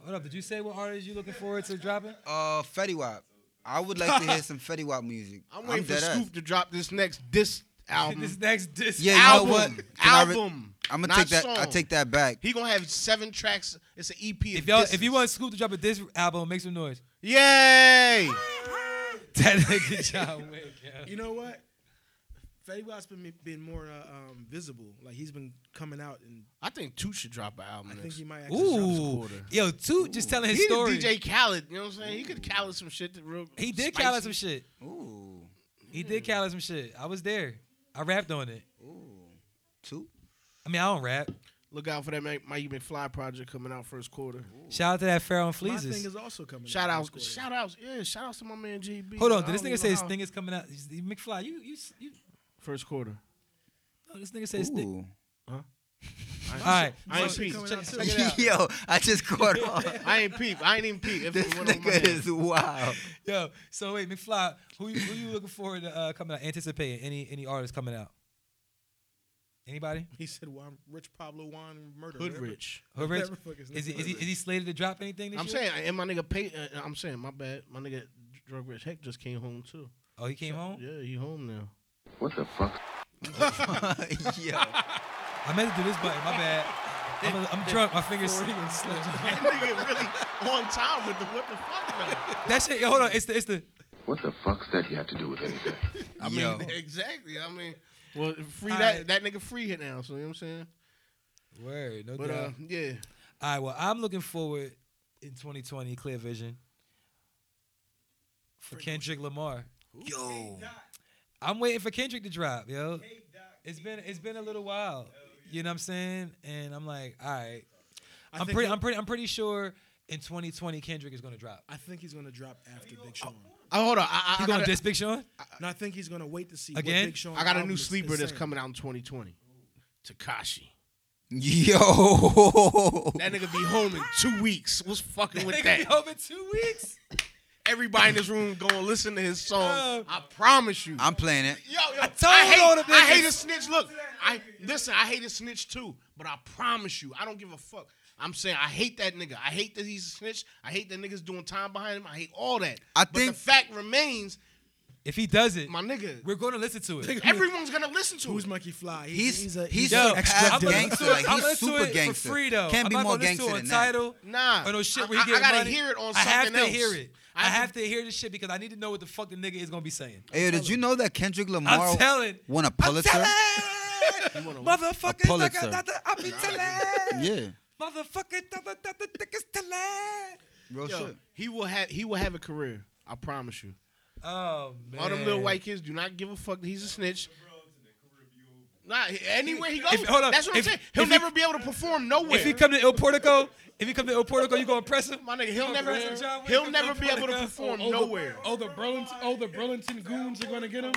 Speaker 3: Hold up. Did you say what artist you looking forward to dropping?
Speaker 2: Uh, Fetty Wap. I would like to hear some Fetty Wap music.
Speaker 1: I'm waiting for
Speaker 2: dead ass.
Speaker 1: Scoop to drop this next disc album.
Speaker 3: this next disc.
Speaker 2: Yeah, you know
Speaker 1: album,
Speaker 2: what? Can I re-
Speaker 1: album.
Speaker 2: I'm gonna
Speaker 1: not
Speaker 2: take that. I
Speaker 1: song.
Speaker 2: take that back.
Speaker 1: He gonna have seven tracks. It's an E EP.
Speaker 3: If
Speaker 1: of
Speaker 3: y'all,
Speaker 1: disses.
Speaker 3: if you want Scoop to drop a disc album, make some noise.
Speaker 1: yay!
Speaker 3: That nigga John Wick. yo.
Speaker 4: You know what? Fetty Wap's been been more uh, um, visible. Like he's been coming out, and
Speaker 1: I think Two should drop an album.
Speaker 4: I think
Speaker 1: next.
Speaker 4: he might. Actually drop some-
Speaker 3: Ooh,
Speaker 1: quarter.
Speaker 3: yo, two just telling his
Speaker 1: He the
Speaker 3: story.
Speaker 1: DJ Khaled. You know what I'm saying? He could Khaled some shit. That real.
Speaker 3: He did
Speaker 1: spicy.
Speaker 3: Khaled some shit.
Speaker 2: Ooh,
Speaker 3: He did Khaled some shit. I was there. I rapped on it.
Speaker 2: ooh, two.
Speaker 3: I mean, I don't rap.
Speaker 1: Look out for that Mike- Mikey McFly project coming out first quarter.
Speaker 3: Shout out to that Pharaoh and
Speaker 4: My thing
Speaker 3: Fleezes.
Speaker 4: is also coming.
Speaker 1: Shout
Speaker 4: out. this
Speaker 1: outs,
Speaker 4: quarter.
Speaker 1: shout outs, yeah, shout outs to my man GB.
Speaker 3: Hold on,
Speaker 1: I
Speaker 3: did this
Speaker 1: don't
Speaker 3: nigga
Speaker 1: even
Speaker 3: say
Speaker 1: know
Speaker 3: his
Speaker 1: how-
Speaker 3: thing is coming out? He's- McFly, you, you, you.
Speaker 1: first quarter?
Speaker 3: No, this nigga said his thing.
Speaker 2: Ooh.
Speaker 1: I ain't,
Speaker 3: All right,
Speaker 1: I ain't
Speaker 4: Shit
Speaker 1: peep.
Speaker 4: coming
Speaker 1: Check,
Speaker 4: out
Speaker 1: check it
Speaker 4: too.
Speaker 1: out.
Speaker 2: Yo, I just caught on.
Speaker 1: I ain't peep. I ain't even peep. If
Speaker 2: This
Speaker 1: it went on my
Speaker 2: nigga
Speaker 1: hand.
Speaker 2: is wild.
Speaker 3: Yo, so wait, McFly, who you, who you looking forward to uh, coming out? Anticipating any any artists coming out? Anybody?
Speaker 4: He said, "Well, I'm Rich Pablo Juan murder."
Speaker 1: hood
Speaker 4: whatever-
Speaker 1: rich.
Speaker 3: Who Rich?
Speaker 4: whatever fuck his
Speaker 3: Is he,
Speaker 4: name
Speaker 3: is he is he slated to drop anything this
Speaker 1: I'm
Speaker 3: year?
Speaker 1: saying, and my nigga, pay, uh, I'm saying, my bad, my nigga, drug rich Heck just came home too.
Speaker 3: Oh, he came home.
Speaker 1: Yeah, he home now.
Speaker 2: Yo,
Speaker 3: I meant to do this button. My bad. I'm, a, I'm drunk. My fingers.
Speaker 1: That nigga really on time with the what the fuck.
Speaker 3: that shit. Yo, hold on. It's the it's the.
Speaker 6: What the fuck's that you have to do with anything?
Speaker 1: Now. I mean,
Speaker 2: Yo.
Speaker 1: exactly. I mean, well, free
Speaker 3: All
Speaker 1: that
Speaker 3: right.
Speaker 1: that nigga free hit now. So you know what I'm saying.
Speaker 3: Word. No
Speaker 1: But
Speaker 3: doubt.
Speaker 1: uh, yeah,
Speaker 3: All right. Well, I'm looking forward in 2020 clear vision for Kendrick Lamar.
Speaker 2: yo.
Speaker 3: I'm waiting for Kendrick to drop, yo. It's been it's been a little while. You know what I'm saying? And I'm like, all right.
Speaker 4: I
Speaker 3: I'm
Speaker 4: think
Speaker 3: pretty
Speaker 4: he-
Speaker 3: I'm pretty I'm pretty sure in 2020 Kendrick is gonna drop.
Speaker 4: I think he's gonna drop after Big Sean.
Speaker 1: oh hold on, I, I,
Speaker 3: He's
Speaker 1: I
Speaker 3: gonna
Speaker 1: got,
Speaker 3: diss Big Sean?
Speaker 4: And I think he's gonna wait to see
Speaker 3: Again?
Speaker 4: What Big Sean
Speaker 1: a, I got a
Speaker 4: album
Speaker 1: new
Speaker 4: is- is
Speaker 1: sleeper that's
Speaker 4: saying.
Speaker 1: coming out in 2020. Takashi.
Speaker 2: Yo.
Speaker 1: That nigga be home in two weeks. What's fucking with
Speaker 3: Nigga,
Speaker 1: that?
Speaker 3: be over two weeks.
Speaker 1: Everybody in this room gonna listen to his song.
Speaker 3: Yo.
Speaker 1: I promise you.
Speaker 2: I'm playing it.
Speaker 1: Yo, yo, I,
Speaker 3: told
Speaker 1: hate,
Speaker 3: all the
Speaker 1: I hate
Speaker 3: niggas.
Speaker 1: a snitch. Look, I listen. I hate a snitch too, but I promise you, I don't give a fuck. I'm saying I hate that nigga. I hate that he's a snitch. I hate that niggas doing time behind him. I hate all that.
Speaker 2: I
Speaker 1: but
Speaker 2: think-
Speaker 1: the fact remains,
Speaker 3: If he does it,
Speaker 1: my nigga,
Speaker 3: we're gonna listen to it.
Speaker 1: everyone's gonna listen to
Speaker 4: Who's
Speaker 1: it.
Speaker 4: Mikey Fly?
Speaker 2: He's-
Speaker 4: a,
Speaker 2: he's
Speaker 4: a
Speaker 2: so
Speaker 3: Yo,
Speaker 2: extra
Speaker 3: I'm gonna
Speaker 2: gangster,
Speaker 3: do it-
Speaker 2: like,
Speaker 3: I'm
Speaker 2: he's
Speaker 3: gonna do
Speaker 2: super
Speaker 3: it for
Speaker 2: gangster.
Speaker 3: free, though.
Speaker 2: Can't
Speaker 3: I'm
Speaker 2: be
Speaker 3: not
Speaker 2: more
Speaker 3: gonna listen to
Speaker 2: gangster
Speaker 3: it on
Speaker 2: than that.
Speaker 1: Nah,
Speaker 3: Tidal or Oh, no shit
Speaker 1: I-
Speaker 3: where he
Speaker 1: I- I
Speaker 3: getting
Speaker 1: gotta
Speaker 3: money.
Speaker 1: hear it on
Speaker 3: I have to
Speaker 1: something else.
Speaker 3: hear it.
Speaker 1: I
Speaker 3: I
Speaker 1: have
Speaker 3: have to hear this shit because I need to know what the fuck the nigga is gonna be saying.
Speaker 2: Hey, did you know that Kendrick Lamar
Speaker 3: I'm telling.
Speaker 2: won a
Speaker 3: I'm
Speaker 2: Pulitzer?
Speaker 3: telling.
Speaker 1: wanna-
Speaker 2: A
Speaker 3: Motherfucker,
Speaker 2: Pulitzer.
Speaker 3: nigga, da- da- I be telling.
Speaker 2: Yeah,
Speaker 3: Motherfucker, da- da- da- da- niggas telling.
Speaker 2: real
Speaker 1: Yo,
Speaker 2: shit.
Speaker 1: he will have he will have a career. I promise you.
Speaker 3: Oh man.
Speaker 1: All them little white kids do not give a fuck that he's a snitch. Nah, anywhere he goes,
Speaker 3: If- hold up,
Speaker 1: that's what
Speaker 3: if-
Speaker 1: I'm saying. He'll
Speaker 3: if he-
Speaker 1: never be able to perform nowhere.
Speaker 3: If he come to El Portico, if he come to El Portico, you gonna impress him?
Speaker 1: My nigga, he'll
Speaker 3: Come
Speaker 1: never,
Speaker 3: to John Wick,
Speaker 1: he'll
Speaker 3: come
Speaker 1: never
Speaker 3: to
Speaker 1: be able to
Speaker 3: Portico.
Speaker 1: perform nowhere.
Speaker 7: Oh, the Burlington, oh, the Burlington goons are gonna get him.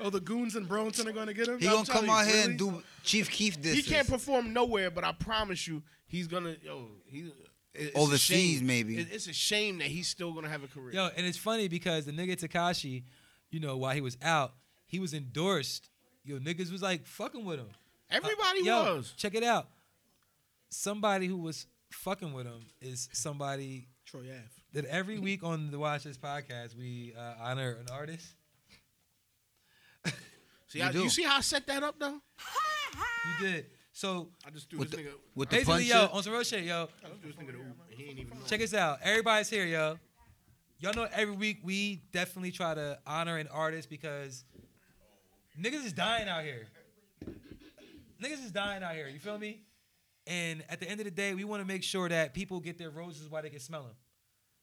Speaker 4: Oh, the goons in Burlington are gonna get him.
Speaker 2: He
Speaker 4: I'm
Speaker 2: gonna
Speaker 4: telling
Speaker 2: come out
Speaker 4: you,
Speaker 2: here
Speaker 4: really?
Speaker 2: and do Chief Keef this.
Speaker 1: he can't perform nowhere, but I promise you, he's gonna. Yo, he it- it's a
Speaker 2: Overseas,
Speaker 1: shame.
Speaker 2: maybe.
Speaker 1: It- it's a shame that he's still gonna have a career.
Speaker 3: Yo, and it's funny because the nigga Takashi, you know, while he was out, he was endorsed. Yo, niggas was like fucking with him.
Speaker 1: Everybody
Speaker 3: Yo,
Speaker 1: was.
Speaker 3: check it out. Somebody who was fucking with him is somebody
Speaker 4: Troy Ave.
Speaker 3: that every week on the Watch This podcast we uh, honor an artist.
Speaker 1: See,
Speaker 2: You
Speaker 1: you, I, you
Speaker 2: do.
Speaker 1: see how I set that up though?
Speaker 3: You did. So
Speaker 1: I just threw
Speaker 2: With
Speaker 1: this
Speaker 2: the-
Speaker 1: nigga.
Speaker 2: with the
Speaker 3: basically,
Speaker 2: punch.
Speaker 3: yo, on some real shit, yo,
Speaker 1: I just threw this nigga. to- He ain't even. know.
Speaker 3: check this out. Everybody's here, yo. y'all know every week we definitely try to honor an artist because niggas is dying out here. Niggas is dying out here. You feel me? And at the end of the day, we want to make sure that people get their roses while they can smell them.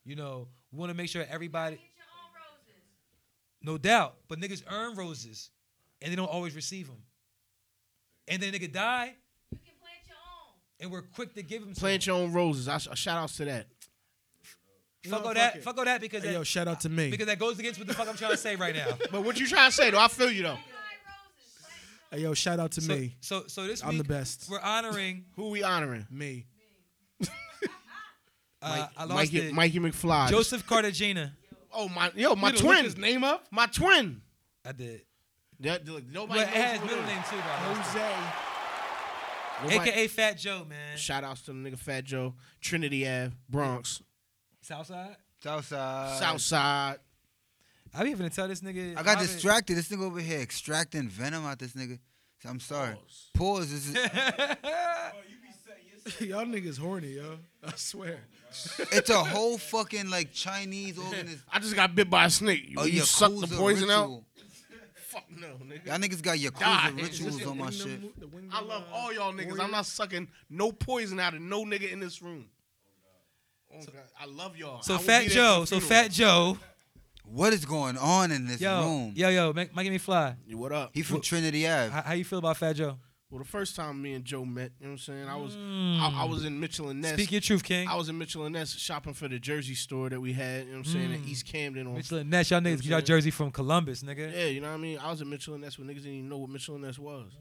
Speaker 3: You know, we want to make sure everybody,
Speaker 5: Get your own roses.
Speaker 3: no doubt, but niggas earn roses and they don't always receive them. And then nigga die
Speaker 5: You can plant your own.
Speaker 3: and we're quick to give them
Speaker 1: Plant your own roses. I sh- shout outs to that.
Speaker 3: Fuck
Speaker 4: No,
Speaker 3: all
Speaker 4: fuck
Speaker 3: that.
Speaker 4: it.
Speaker 3: Fuck all that because
Speaker 4: Hey,
Speaker 3: that,
Speaker 4: yo, shout out to me.
Speaker 3: because that goes against what the fuck I'm trying to say right now.
Speaker 1: But what you trying to say though? I feel you though.
Speaker 5: Buy roses. Plant your
Speaker 4: Hey, yo, shout out to
Speaker 3: so,
Speaker 4: me.
Speaker 3: so so this
Speaker 4: I'm the
Speaker 3: week,
Speaker 4: best.
Speaker 3: We're honoring.
Speaker 1: Who we honoring?
Speaker 4: Me.
Speaker 3: Uh, I lost
Speaker 1: Mikey,
Speaker 3: it.
Speaker 1: Mikey McFly.
Speaker 3: Joseph Cartagena.
Speaker 1: oh my, yo, my
Speaker 7: You done looked
Speaker 1: twin.
Speaker 7: his name up.
Speaker 1: My twin.
Speaker 3: I did.
Speaker 1: That, like,
Speaker 3: But
Speaker 1: nobody
Speaker 3: it
Speaker 1: knows
Speaker 3: has
Speaker 1: who
Speaker 3: middle
Speaker 1: it is.
Speaker 3: name too, bro.
Speaker 4: Jose.
Speaker 1: Nobody-
Speaker 3: AKA Fat Joe, man.
Speaker 1: Shout outs to the nigga Fat Joe, Trinity Ave, Bronx,
Speaker 3: Southside. Uh,
Speaker 2: Southside.
Speaker 1: Southside.
Speaker 3: I be having to tell this nigga.
Speaker 2: I got
Speaker 3: Robert-
Speaker 2: distracted. This nigga over here extracting venom out this nigga. So I'm sorry. Pause. This is,
Speaker 4: Y'all niggas horny, yo. I swear.
Speaker 2: it's a whole fucking like Chinese organism.
Speaker 1: I just got bit by a snake. You,
Speaker 2: Oh,
Speaker 1: you
Speaker 2: Yakuza
Speaker 1: suck the poison out.
Speaker 2: ritual.
Speaker 1: Fuck no, nigga.
Speaker 2: Y'all niggas got
Speaker 1: Die.
Speaker 2: Yakuza rituals on my shit.
Speaker 1: I love all y'all niggas. I'm not sucking no poison out of no nigga in this room. Oh, God. I love y'all. I
Speaker 3: so
Speaker 1: will
Speaker 3: Fat
Speaker 1: be there for
Speaker 3: Joe.
Speaker 1: the
Speaker 3: So
Speaker 1: funeral.
Speaker 3: Fat Joe.
Speaker 2: What is going on in this
Speaker 3: Yo,
Speaker 2: room?
Speaker 3: yo, yo. Make, make me fly.
Speaker 1: Yeah, What up?
Speaker 2: He from Trinity Ave.
Speaker 3: How, how you feel about Fat Joe?
Speaker 1: Well, the first time me and Joe met, you know what I'm saying? I was I,
Speaker 3: Hmm.
Speaker 1: I was in Mitchell and Ness.
Speaker 3: Speak your truth, King.
Speaker 1: I was in Mitchell and Ness shopping for the jersey store that we had, you know what I'm saying, in East Camden on
Speaker 3: Mitchell and Ness, y'all niggas get y'all jersey from Columbus, nigga.
Speaker 1: Yeah, you know what I mean? I was in Mitchell and Ness when niggas didn't even know what Mitchell and Ness was.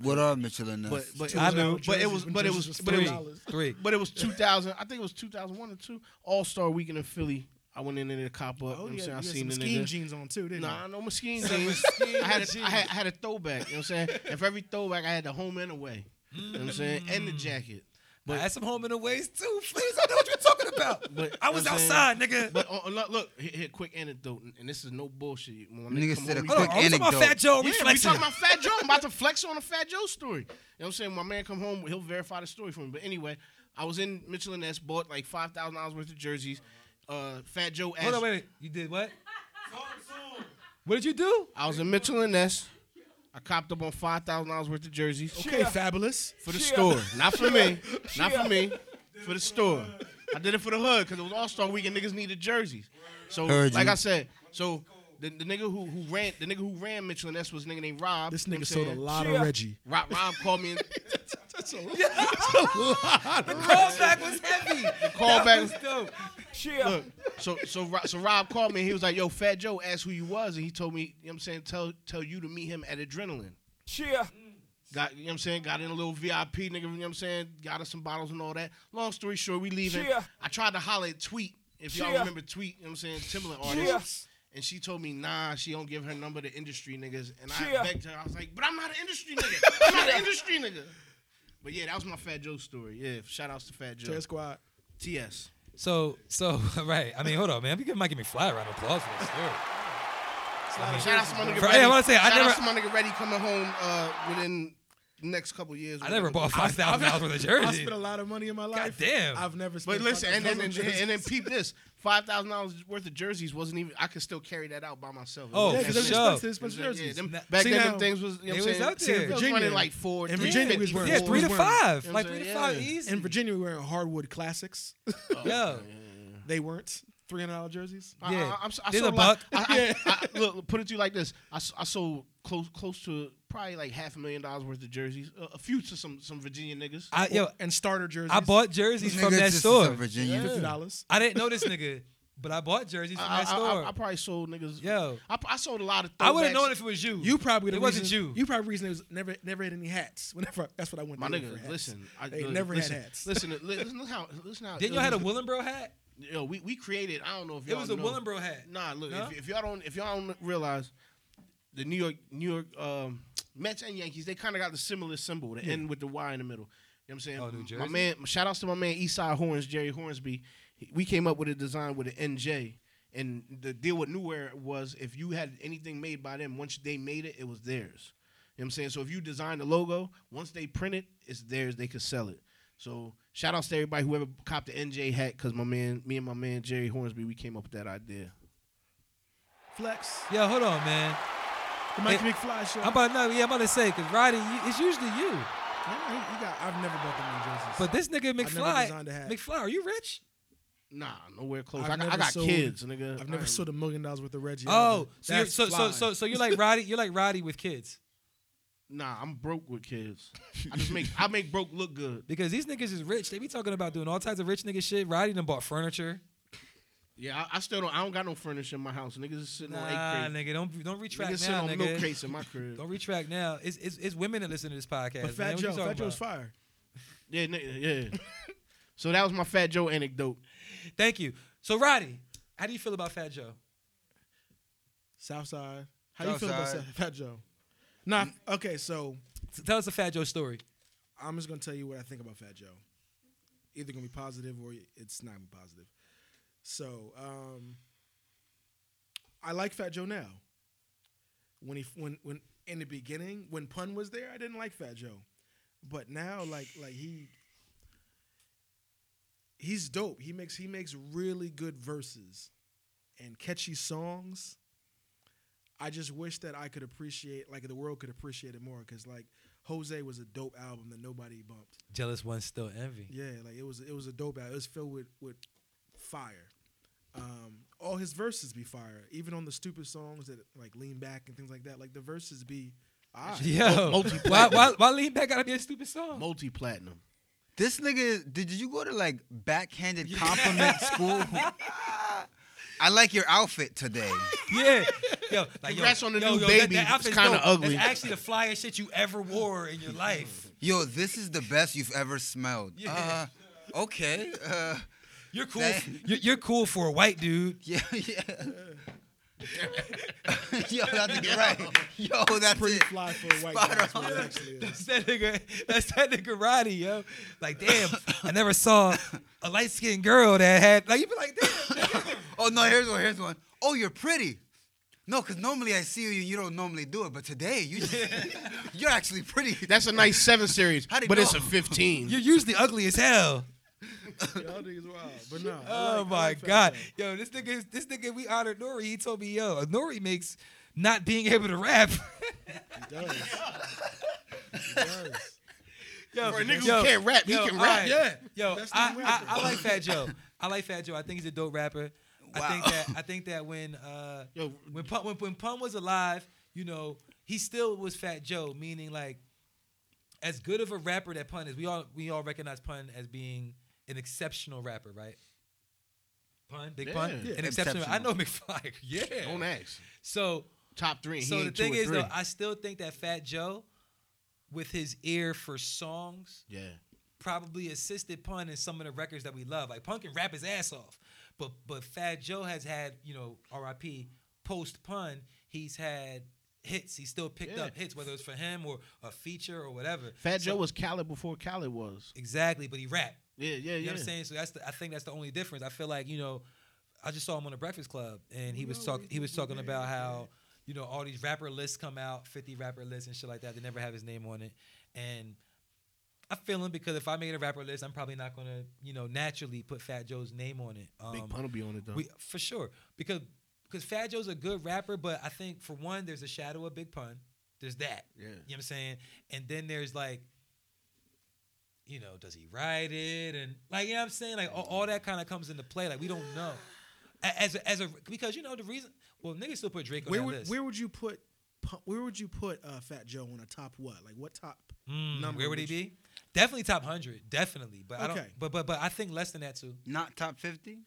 Speaker 2: What up, Mitchell and
Speaker 1: But
Speaker 2: Ness?
Speaker 1: but it
Speaker 3: I
Speaker 1: was,
Speaker 3: know.
Speaker 1: but it was but it was but it was
Speaker 3: Three.
Speaker 1: But it was 2000. I think it was 2001 or two. All Star Weekend in Philly. I went in there to cop up.
Speaker 4: Oh,
Speaker 1: you know what I'm
Speaker 4: yeah,
Speaker 1: saying? I
Speaker 4: you had
Speaker 1: seen
Speaker 4: some
Speaker 1: the
Speaker 4: skein
Speaker 1: nigga.
Speaker 4: jeans on too, didn't
Speaker 1: Nah,
Speaker 4: you?
Speaker 1: no machine jeans. I had, a, I, had, I had a throwback. You know what I'm saying? And for every throwback, I had the home and away. You know what I'm saying? And the jacket.
Speaker 3: I had some home and aways too. Please, I know what you're talking about.
Speaker 1: But
Speaker 3: I was
Speaker 1: you know what I'm
Speaker 3: outside, nigga.
Speaker 1: saying? But on, on- look, look here, here, quick anecdote, and- and this is no bullshit. When they
Speaker 2: Nigga
Speaker 1: come
Speaker 2: said
Speaker 1: home,
Speaker 2: a
Speaker 1: you
Speaker 3: Hold on,
Speaker 2: quick
Speaker 3: I'm talking about
Speaker 2: anecdote.
Speaker 3: Fat Joe.
Speaker 1: Yeah,
Speaker 3: We
Speaker 1: we
Speaker 3: flexing.
Speaker 1: talking about Fat Joe. I'm about to flex on a Fat Joe story. You know what I'm saying? My man come home, he'll verify the story for me. But anyway, I was in Mitchell and Ness, bought like five thousand dollars worth of jerseys. Uh, Fat Joe asked.
Speaker 3: Hold on, wait, wait. You did what? What did you do?
Speaker 1: I was in Mitchell and Ness. I copped up on five thousand dollars worth of jerseys
Speaker 4: Okay, fabulous.
Speaker 1: for the store, not for me, not for me, for the store. I did it for the hood because it was All Star Weekend. Niggas needed jerseys. So,
Speaker 2: Heard
Speaker 1: like
Speaker 2: you.
Speaker 1: I said, so the, the nigga who, who ran the nigga who ran Mitchell and Ness was a nigga named Rob.
Speaker 4: This
Speaker 1: you know
Speaker 4: nigga
Speaker 1: what I'm
Speaker 4: sold a
Speaker 1: saying?
Speaker 4: lot of Reggie.
Speaker 1: Rob, Rob called me and
Speaker 3: Callback was heavy. The
Speaker 1: callback
Speaker 3: was
Speaker 1: was-
Speaker 3: dope.
Speaker 1: Look, so so Rob, so Rob called me and he was like, "Yo, Fat Joe asked who you was," and he told me, you know what I'm saying, tell tell you to meet him at Adrenaline. Got you know what I'm saying, got in a little VIP nigga, you know what I'm saying, got us some bottles and all that. Long story short, we leaving. I tried to holler at Tweet, if y'all remember Tweet, you know what I'm saying, Timberland artist. And she told me, nah, she don't give her number to industry niggas. And I begged her. I was like, but I'm not an industry nigga. I'm not an industry nigga. But yeah, that was my Fat Joe story. Yeah, shout outs to Fat Joe.
Speaker 4: Jet Squad.
Speaker 1: TS.
Speaker 3: So, so right. I mean, hold on, man. We give Mikey McFly a round of applause for this story.
Speaker 1: Shout out to my nigga
Speaker 3: Bro,
Speaker 1: Reddy.
Speaker 3: yeah, I wanna say, I
Speaker 1: Shout
Speaker 3: never-
Speaker 1: out to my nigga Reddy coming home uh, within the next couple years.
Speaker 3: I never bought five thousand dollars worth of
Speaker 4: I
Speaker 3: jersey.
Speaker 4: spent a lot of money in my life.
Speaker 3: damn.
Speaker 4: I've never spent
Speaker 1: But listen, and then,
Speaker 4: $5,000 on
Speaker 1: and,
Speaker 4: jerseys.
Speaker 1: and then peep this. Five thousand dollars worth of jerseys wasn't even. I could still carry that out by myself.
Speaker 3: Oh,
Speaker 4: yeah,
Speaker 1: It
Speaker 4: because
Speaker 1: wasn't
Speaker 4: they're
Speaker 3: for
Speaker 1: that
Speaker 3: sure.
Speaker 4: expensive,
Speaker 1: shit.
Speaker 4: expensive
Speaker 1: Yeah,
Speaker 4: jerseys.
Speaker 1: them,
Speaker 4: Now-
Speaker 1: back
Speaker 4: See
Speaker 1: then,
Speaker 4: now,
Speaker 1: them things was. You know
Speaker 3: It
Speaker 1: what I'm
Speaker 3: was
Speaker 1: saying?
Speaker 3: out
Speaker 1: See,
Speaker 3: there.
Speaker 1: it was
Speaker 4: Virginia-
Speaker 1: running like four.
Speaker 4: in
Speaker 1: three
Speaker 4: Virginia, we was
Speaker 1: fifty,
Speaker 4: wearing
Speaker 3: yeah,
Speaker 1: four
Speaker 3: three to
Speaker 1: fifty.
Speaker 3: five,
Speaker 1: You know
Speaker 3: like
Speaker 1: what I'm
Speaker 3: three to
Speaker 1: saying?
Speaker 3: five
Speaker 1: Yeah.
Speaker 3: easy.
Speaker 4: in Virginia, we were wearing hardwood classics.
Speaker 3: Yo,
Speaker 1: Mm.
Speaker 4: they weren't three hundred dollar jerseys.
Speaker 1: I-
Speaker 3: Yeah.
Speaker 1: I, I'm, s- I
Speaker 3: There's
Speaker 1: sold a
Speaker 3: a
Speaker 1: lot.
Speaker 3: buck.
Speaker 1: I, I, I, look, put it to you like this: I, s- I sold close close to probably like half a million dollars worth of jerseys, a, a few to some some Virginia niggas.
Speaker 3: I yo,
Speaker 4: and starter jerseys.
Speaker 3: I bought jerseys from that store.
Speaker 4: fifty
Speaker 2: Virginia.
Speaker 4: dollars.
Speaker 3: I didn't know this nigga, but I bought jerseys from
Speaker 1: I,
Speaker 3: that
Speaker 1: I- I- I
Speaker 3: store.
Speaker 1: probably sold niggas.
Speaker 3: Yo.
Speaker 1: I, I sold a lot of.
Speaker 3: I would have
Speaker 1: throwbacks.
Speaker 3: known if it was you.
Speaker 4: You probably
Speaker 3: It
Speaker 4: the
Speaker 3: wasn't
Speaker 4: reason-
Speaker 3: you.
Speaker 4: You probably reason it was never never had any hats. Whenever that's what I went.
Speaker 1: My
Speaker 4: to look for
Speaker 1: nigga,
Speaker 4: hats.
Speaker 1: listen. I,
Speaker 4: They
Speaker 1: look,
Speaker 4: never had
Speaker 1: listen,
Speaker 4: hats.
Speaker 1: Listen, to- li- listen how listen how.
Speaker 3: Didn't y'all had a Willenbro hat?
Speaker 1: Yo, we, we created. I don't know if
Speaker 3: It
Speaker 1: y'all
Speaker 3: was a
Speaker 1: know.
Speaker 3: Willenbro hat.
Speaker 1: Nah, look.
Speaker 3: No?
Speaker 1: If, if y'all don't if y'all don't realize, the New York New York um, Mets and Yankees they kind of got the similar symbol, the N with the Y in the middle. You know what I'm saying?
Speaker 3: Oh, New
Speaker 1: My
Speaker 3: Jersey?
Speaker 1: man, shout outs to my man Eastside Horns, Jerry Hornsby. He- We came up with a design with an NJ. And the deal with New Era was if you had anything made by them, once they made it, it was theirs. You know what I'm saying? So if you design the logo, once they print it, it's theirs. They could sell it. So Shout outs to everybody whoever copped the NJ hat because my man, me and my man Jerry Hornsby, we came up with that idea.
Speaker 4: Flex.
Speaker 3: Yo, hold on, man.
Speaker 4: The Mikey
Speaker 3: Hey,
Speaker 4: McFly show.
Speaker 3: I'm about no, yeah, I'm about to say because Roddy, you, it's usually you,
Speaker 4: Nah, he, he got, I've never bought them new jerseys.
Speaker 3: but this nigga
Speaker 4: never
Speaker 3: McFly,
Speaker 4: designed a hat.
Speaker 3: McFly, are you rich?
Speaker 1: Nah, nowhere close.
Speaker 4: I've
Speaker 1: I got, I
Speaker 4: never
Speaker 1: got
Speaker 4: sold-
Speaker 1: kids, nigga.
Speaker 4: I've never
Speaker 1: I-
Speaker 4: sold a million dollars worth of Reggie.
Speaker 3: oh,
Speaker 4: Albert.
Speaker 3: so, you're,
Speaker 4: That's
Speaker 3: so so
Speaker 4: fly.
Speaker 3: so so you're like Roddy, you're like Roddy with kids
Speaker 1: Nah, I'm broke with kids. I just make I make broke look good.
Speaker 3: because these niggas is rich. They be talking about doing all types of rich nigga shit. Roddy done bought furniture.
Speaker 1: Yeah, I, I still don't. I don't got no furniture in my house. Niggas is sitting on
Speaker 3: Nah,
Speaker 1: eight crates.
Speaker 3: nigga, don't don't retract
Speaker 1: Niggas sitting
Speaker 3: now,
Speaker 1: on
Speaker 3: nigga.
Speaker 1: milk crates in my crib.
Speaker 3: Don't retract now. It's, it's it's women that listen to this podcast.
Speaker 4: But
Speaker 3: man.
Speaker 4: Fat
Speaker 3: What you
Speaker 4: Joe,
Speaker 3: talking
Speaker 4: Fat Joe's
Speaker 3: about?
Speaker 4: fire.
Speaker 1: Yeah, nigga, yeah. so that was my Fat Joe anecdote.
Speaker 3: Thank you. So Roddy, how do you feel about Fat Joe?
Speaker 4: Southside. How you feel about
Speaker 2: Southside.
Speaker 4: Fat Joe? Nah. Okay, so
Speaker 3: T- Tell us the Fat Joe story.
Speaker 4: I'm just gonna tell you what I think about Fat Joe. Either gonna be positive or it's not gonna be positive. So um, I like Fat Joe now. When he when when in the beginning when Pun was there, I didn't like Fat Joe, but now like like he he's dope. He makes he makes really good verses and catchy songs. I just wish that I could appreciate like the world could appreciate it more because like Jose was a dope album that nobody bumped.
Speaker 3: Jealous one still envy.
Speaker 4: Yeah, like it was it was a dope album. It was filled with with fire. Um, all his verses be fire, even on the stupid songs that like lean back and things like that. Like the verses be, ah,
Speaker 3: Yo,
Speaker 1: multi-platinum.
Speaker 3: why, why, why lean back gotta be a stupid song?
Speaker 1: Multi platinum.
Speaker 2: This nigga, is- did you go to like backhanded compliment school? I like your outfit today.
Speaker 3: yeah, yo, like,
Speaker 1: Congrats
Speaker 3: yo,
Speaker 1: on the
Speaker 3: yo,
Speaker 1: new
Speaker 3: yo,
Speaker 1: baby.
Speaker 3: That, that outfit's
Speaker 1: It's kinda
Speaker 3: dope.
Speaker 1: ugly.
Speaker 3: That's actually the flyest shit you ever wore in your life.
Speaker 2: Yo, this is the best you've ever smelled.
Speaker 3: Yeah.
Speaker 2: Uh, okay. Uh,
Speaker 3: You're cool.
Speaker 2: That-
Speaker 3: You're, you're cool for a white dude.
Speaker 2: yeah, yeah. Yo, that nigga right. Yo, that's
Speaker 4: pretty
Speaker 2: it.
Speaker 4: fly for a white guy. That's what it actually uh, is.
Speaker 3: That's that nigga. That's that nigga Roddy, yo. Like, damn, I never saw a light skinned girl that had like. You be like, damn. nigga.
Speaker 2: Oh no, here's one. Here's one. Oh, you're pretty. No, because normally I see you and you don't normally do it, but today you just, you're actually pretty.
Speaker 1: That's a nice seven series,
Speaker 2: How'd he
Speaker 1: but it's
Speaker 2: know?
Speaker 1: a fifteen.
Speaker 3: You're usually ugly as hell.
Speaker 4: Y'all niggas wild, but no. I
Speaker 3: Oh
Speaker 4: like- I
Speaker 3: my
Speaker 4: like Fat
Speaker 3: god,
Speaker 4: Joe.
Speaker 3: yo, this nigga, is- this nigga, we honored Nori. He told me, yo, Nori makes not being able to rap.
Speaker 4: He does. he does.
Speaker 3: yo,
Speaker 1: For a nigga
Speaker 3: yo,
Speaker 1: who can't rap,
Speaker 3: yo,
Speaker 1: he can
Speaker 3: all
Speaker 1: rap.
Speaker 3: right, Yo,
Speaker 4: Best
Speaker 3: I,
Speaker 4: damn
Speaker 3: I,
Speaker 4: rapper.
Speaker 3: I like Fat Joe. I like Fat Joe. I think he's a dope rapper. I think
Speaker 2: Wow.
Speaker 3: that I think that when uh
Speaker 1: Yo,
Speaker 3: when Pun, when, when Pun was alive, you know, he still was Fat Joe, meaning like as good of a rapper that Pun is. We all we all recognize Pun as being an exceptional rapper, right? Pun, big Pun,
Speaker 1: Yeah.
Speaker 3: an
Speaker 1: Yeah.
Speaker 3: exceptional. I know McFly. Yeah.
Speaker 1: don't ask.
Speaker 3: So
Speaker 1: Top three. and he
Speaker 3: so the
Speaker 1: ain't two
Speaker 3: thing
Speaker 1: or
Speaker 3: is
Speaker 1: three.
Speaker 3: though, I still think that Fat Joe, with his ear for songs,
Speaker 1: yeah.
Speaker 3: probably assisted Pun in some of the records that we love. Like Pun can rap his ass off, but but Fat Joe has had you know R.I.P. Post Pun, he's had hits. He still picked
Speaker 1: Yeah.
Speaker 3: up hits, whether it's for him or a feature or whatever.
Speaker 1: Fat
Speaker 3: So-
Speaker 1: Joe was Khaled before Khaled was.
Speaker 3: exactly, but he rapped.
Speaker 1: Yeah, yeah, yeah.
Speaker 3: You know what I'm saying? So that's the, I think that's the only difference. I feel like you know, I just saw him on the Breakfast Club, and he was talking. He was talking about how you know all these rapper lists come out, 50 rapper lists and shit like that. They never have his name on it, and I feel him because if I made a rapper list, I'm probably not gonna you know naturally put Fat Joe's name on it. Um,
Speaker 1: Big Pun will be on it though.
Speaker 3: we, for sure because because Fat Joe's a good rapper, but I think for one, there's a shadow of Big Pun. There's that.
Speaker 1: yeah.
Speaker 3: You know what I'm saying? And then there's like, you know, does he write it? And like, you know what I'm saying? Like all, all that kind of comes into play. Like we don't know. A- As a, as a because you know the reason well niggas still put Drake on
Speaker 4: Where
Speaker 3: that
Speaker 4: would
Speaker 3: list.
Speaker 4: where would you put Pu- where would you put uh, Fat Joe on a top what? Like what top?
Speaker 3: Mm,
Speaker 4: number
Speaker 3: where would he
Speaker 4: would
Speaker 3: be? Definitely top hundred, definitely. But I don't.
Speaker 4: Okay.
Speaker 3: But but but I think less than that too.
Speaker 2: Not top fifty.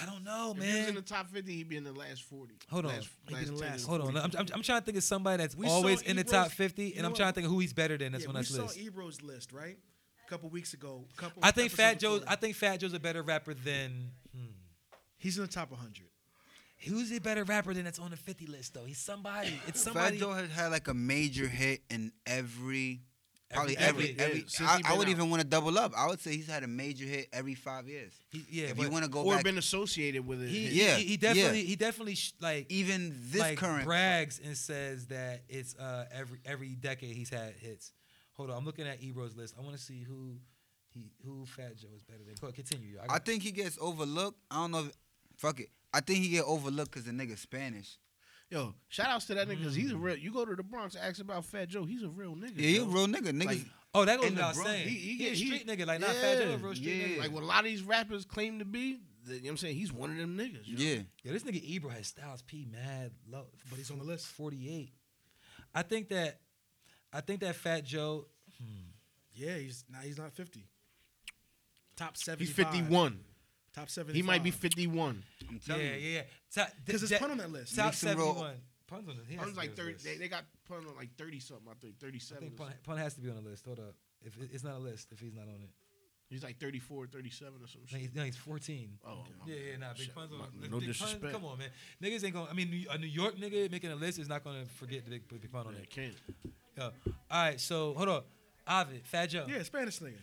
Speaker 3: I don't know,
Speaker 1: If he was in the
Speaker 3: man.
Speaker 1: top fifty, he'd be in the last forty.
Speaker 3: Hold on.
Speaker 1: Last,
Speaker 4: He'd be in
Speaker 1: 10
Speaker 4: the last-
Speaker 1: to
Speaker 3: Hold on,
Speaker 1: 40.
Speaker 3: I'm, I'm, I'm trying to think of somebody that's
Speaker 4: We saw
Speaker 3: always in the top
Speaker 4: Ebro's-
Speaker 3: fifty,
Speaker 4: you
Speaker 3: and
Speaker 4: know
Speaker 3: I'm
Speaker 4: what?
Speaker 3: trying to think of who he's better than. That's
Speaker 4: yeah,
Speaker 3: on
Speaker 4: we
Speaker 3: that
Speaker 4: saw
Speaker 3: list.
Speaker 4: Ebro's list right a couple weeks ago. Couple.
Speaker 3: I think Fat
Speaker 4: episodes
Speaker 3: Joe's.
Speaker 4: before
Speaker 3: I
Speaker 4: that.
Speaker 3: think Fat Joe's a better rapper than. hmm.
Speaker 4: he's in the top 100.
Speaker 3: Who's a better rapper than that's on the 50 list though? He's somebody. It's
Speaker 2: Fat
Speaker 3: somebody.
Speaker 2: Joe has had like a major hit in every, probably
Speaker 3: Every
Speaker 2: every,
Speaker 3: decade,
Speaker 2: every.
Speaker 1: yeah, since he
Speaker 2: I, I
Speaker 1: been
Speaker 2: would
Speaker 1: out.
Speaker 2: even want to double up. I would say he's had a major hit every five years.
Speaker 3: He- yeah,
Speaker 2: if
Speaker 3: but
Speaker 2: you want to go
Speaker 1: Or
Speaker 2: back,
Speaker 1: been associated with it.
Speaker 3: he,
Speaker 1: Yeah.
Speaker 3: he-
Speaker 2: yeah,
Speaker 3: he, he definitely
Speaker 2: yeah.
Speaker 3: he definitely sh- like
Speaker 2: even this
Speaker 3: like
Speaker 2: current.
Speaker 3: brags and says that it's uh every every decade he's had hits. Hold on, I'm looking at Ebro's list. I want to see who He who Fat Joe is better than. Go ahead, continue. yo. I
Speaker 2: I
Speaker 3: got,
Speaker 2: think he gets overlooked. I don't know. If, fuck it. I think he get overlooked because the nigga Spanish.
Speaker 1: Yo, shout outs to that nigga because he's a real. You go to the Bronx, ask about Fat Joe. He's a real nigga.
Speaker 2: Yeah, he a
Speaker 1: yo.
Speaker 2: real nigga. Niggas.
Speaker 1: Like,
Speaker 3: oh, that goes
Speaker 2: in the
Speaker 3: without
Speaker 2: Bronx,
Speaker 3: saying.
Speaker 1: he- he
Speaker 3: He, a
Speaker 1: get-
Speaker 3: street
Speaker 1: he-
Speaker 3: nigga, like not Fat Joe, a real street
Speaker 2: yeah.
Speaker 3: nigga.
Speaker 1: Like what a lot of these rappers claim to be. The, you know what I'm saying? He's one of them niggas. yo.
Speaker 2: yeah.
Speaker 3: Yo, this nigga Ebro has Styles P mad low,
Speaker 4: But he's on the list.
Speaker 3: Forty-eight. I think that, I think that Fat Joe.
Speaker 4: Yeah, he's now he's not fifty. Top seventy.
Speaker 1: He's 51.
Speaker 4: Top seventy.
Speaker 1: He might be 51.
Speaker 2: I'm
Speaker 3: Yeah,
Speaker 2: telling
Speaker 3: yeah,
Speaker 2: you.
Speaker 3: yeah. Top- th-
Speaker 4: Because it's
Speaker 3: that-
Speaker 4: pun on that list.
Speaker 3: Top
Speaker 2: Make some real-
Speaker 3: seventy-one. Pun's on the. he has
Speaker 1: Pun's
Speaker 3: to be
Speaker 1: like
Speaker 3: on his
Speaker 1: 30.
Speaker 3: list.
Speaker 1: They, they got Pun on like 30 something. I think
Speaker 3: I
Speaker 1: 37.
Speaker 3: think
Speaker 1: or
Speaker 3: pun,
Speaker 1: something.
Speaker 3: pun has to be on the list. Hold up. If it, it's not a list, if he's not on it,
Speaker 1: He's like 34, 37 or some
Speaker 3: no,
Speaker 1: shit.
Speaker 3: he's, no, he's fourteen.
Speaker 1: Oh, my
Speaker 3: Yeah,
Speaker 1: bad.
Speaker 3: yeah, nah. Big
Speaker 1: Shit,
Speaker 3: Pun's on
Speaker 1: my-
Speaker 3: the
Speaker 1: no
Speaker 3: Big Pun-
Speaker 1: disrespect.
Speaker 3: come on, man. Niggas ain't gonna. I mean, New- a New York nigga making a list is not gonna forget the Big, big Pun on
Speaker 1: Yeah,
Speaker 3: it.
Speaker 1: can't.
Speaker 3: Yeah. All right, so hold on. Ovid, Fat Joe.
Speaker 4: Yeah, Spanish nigga.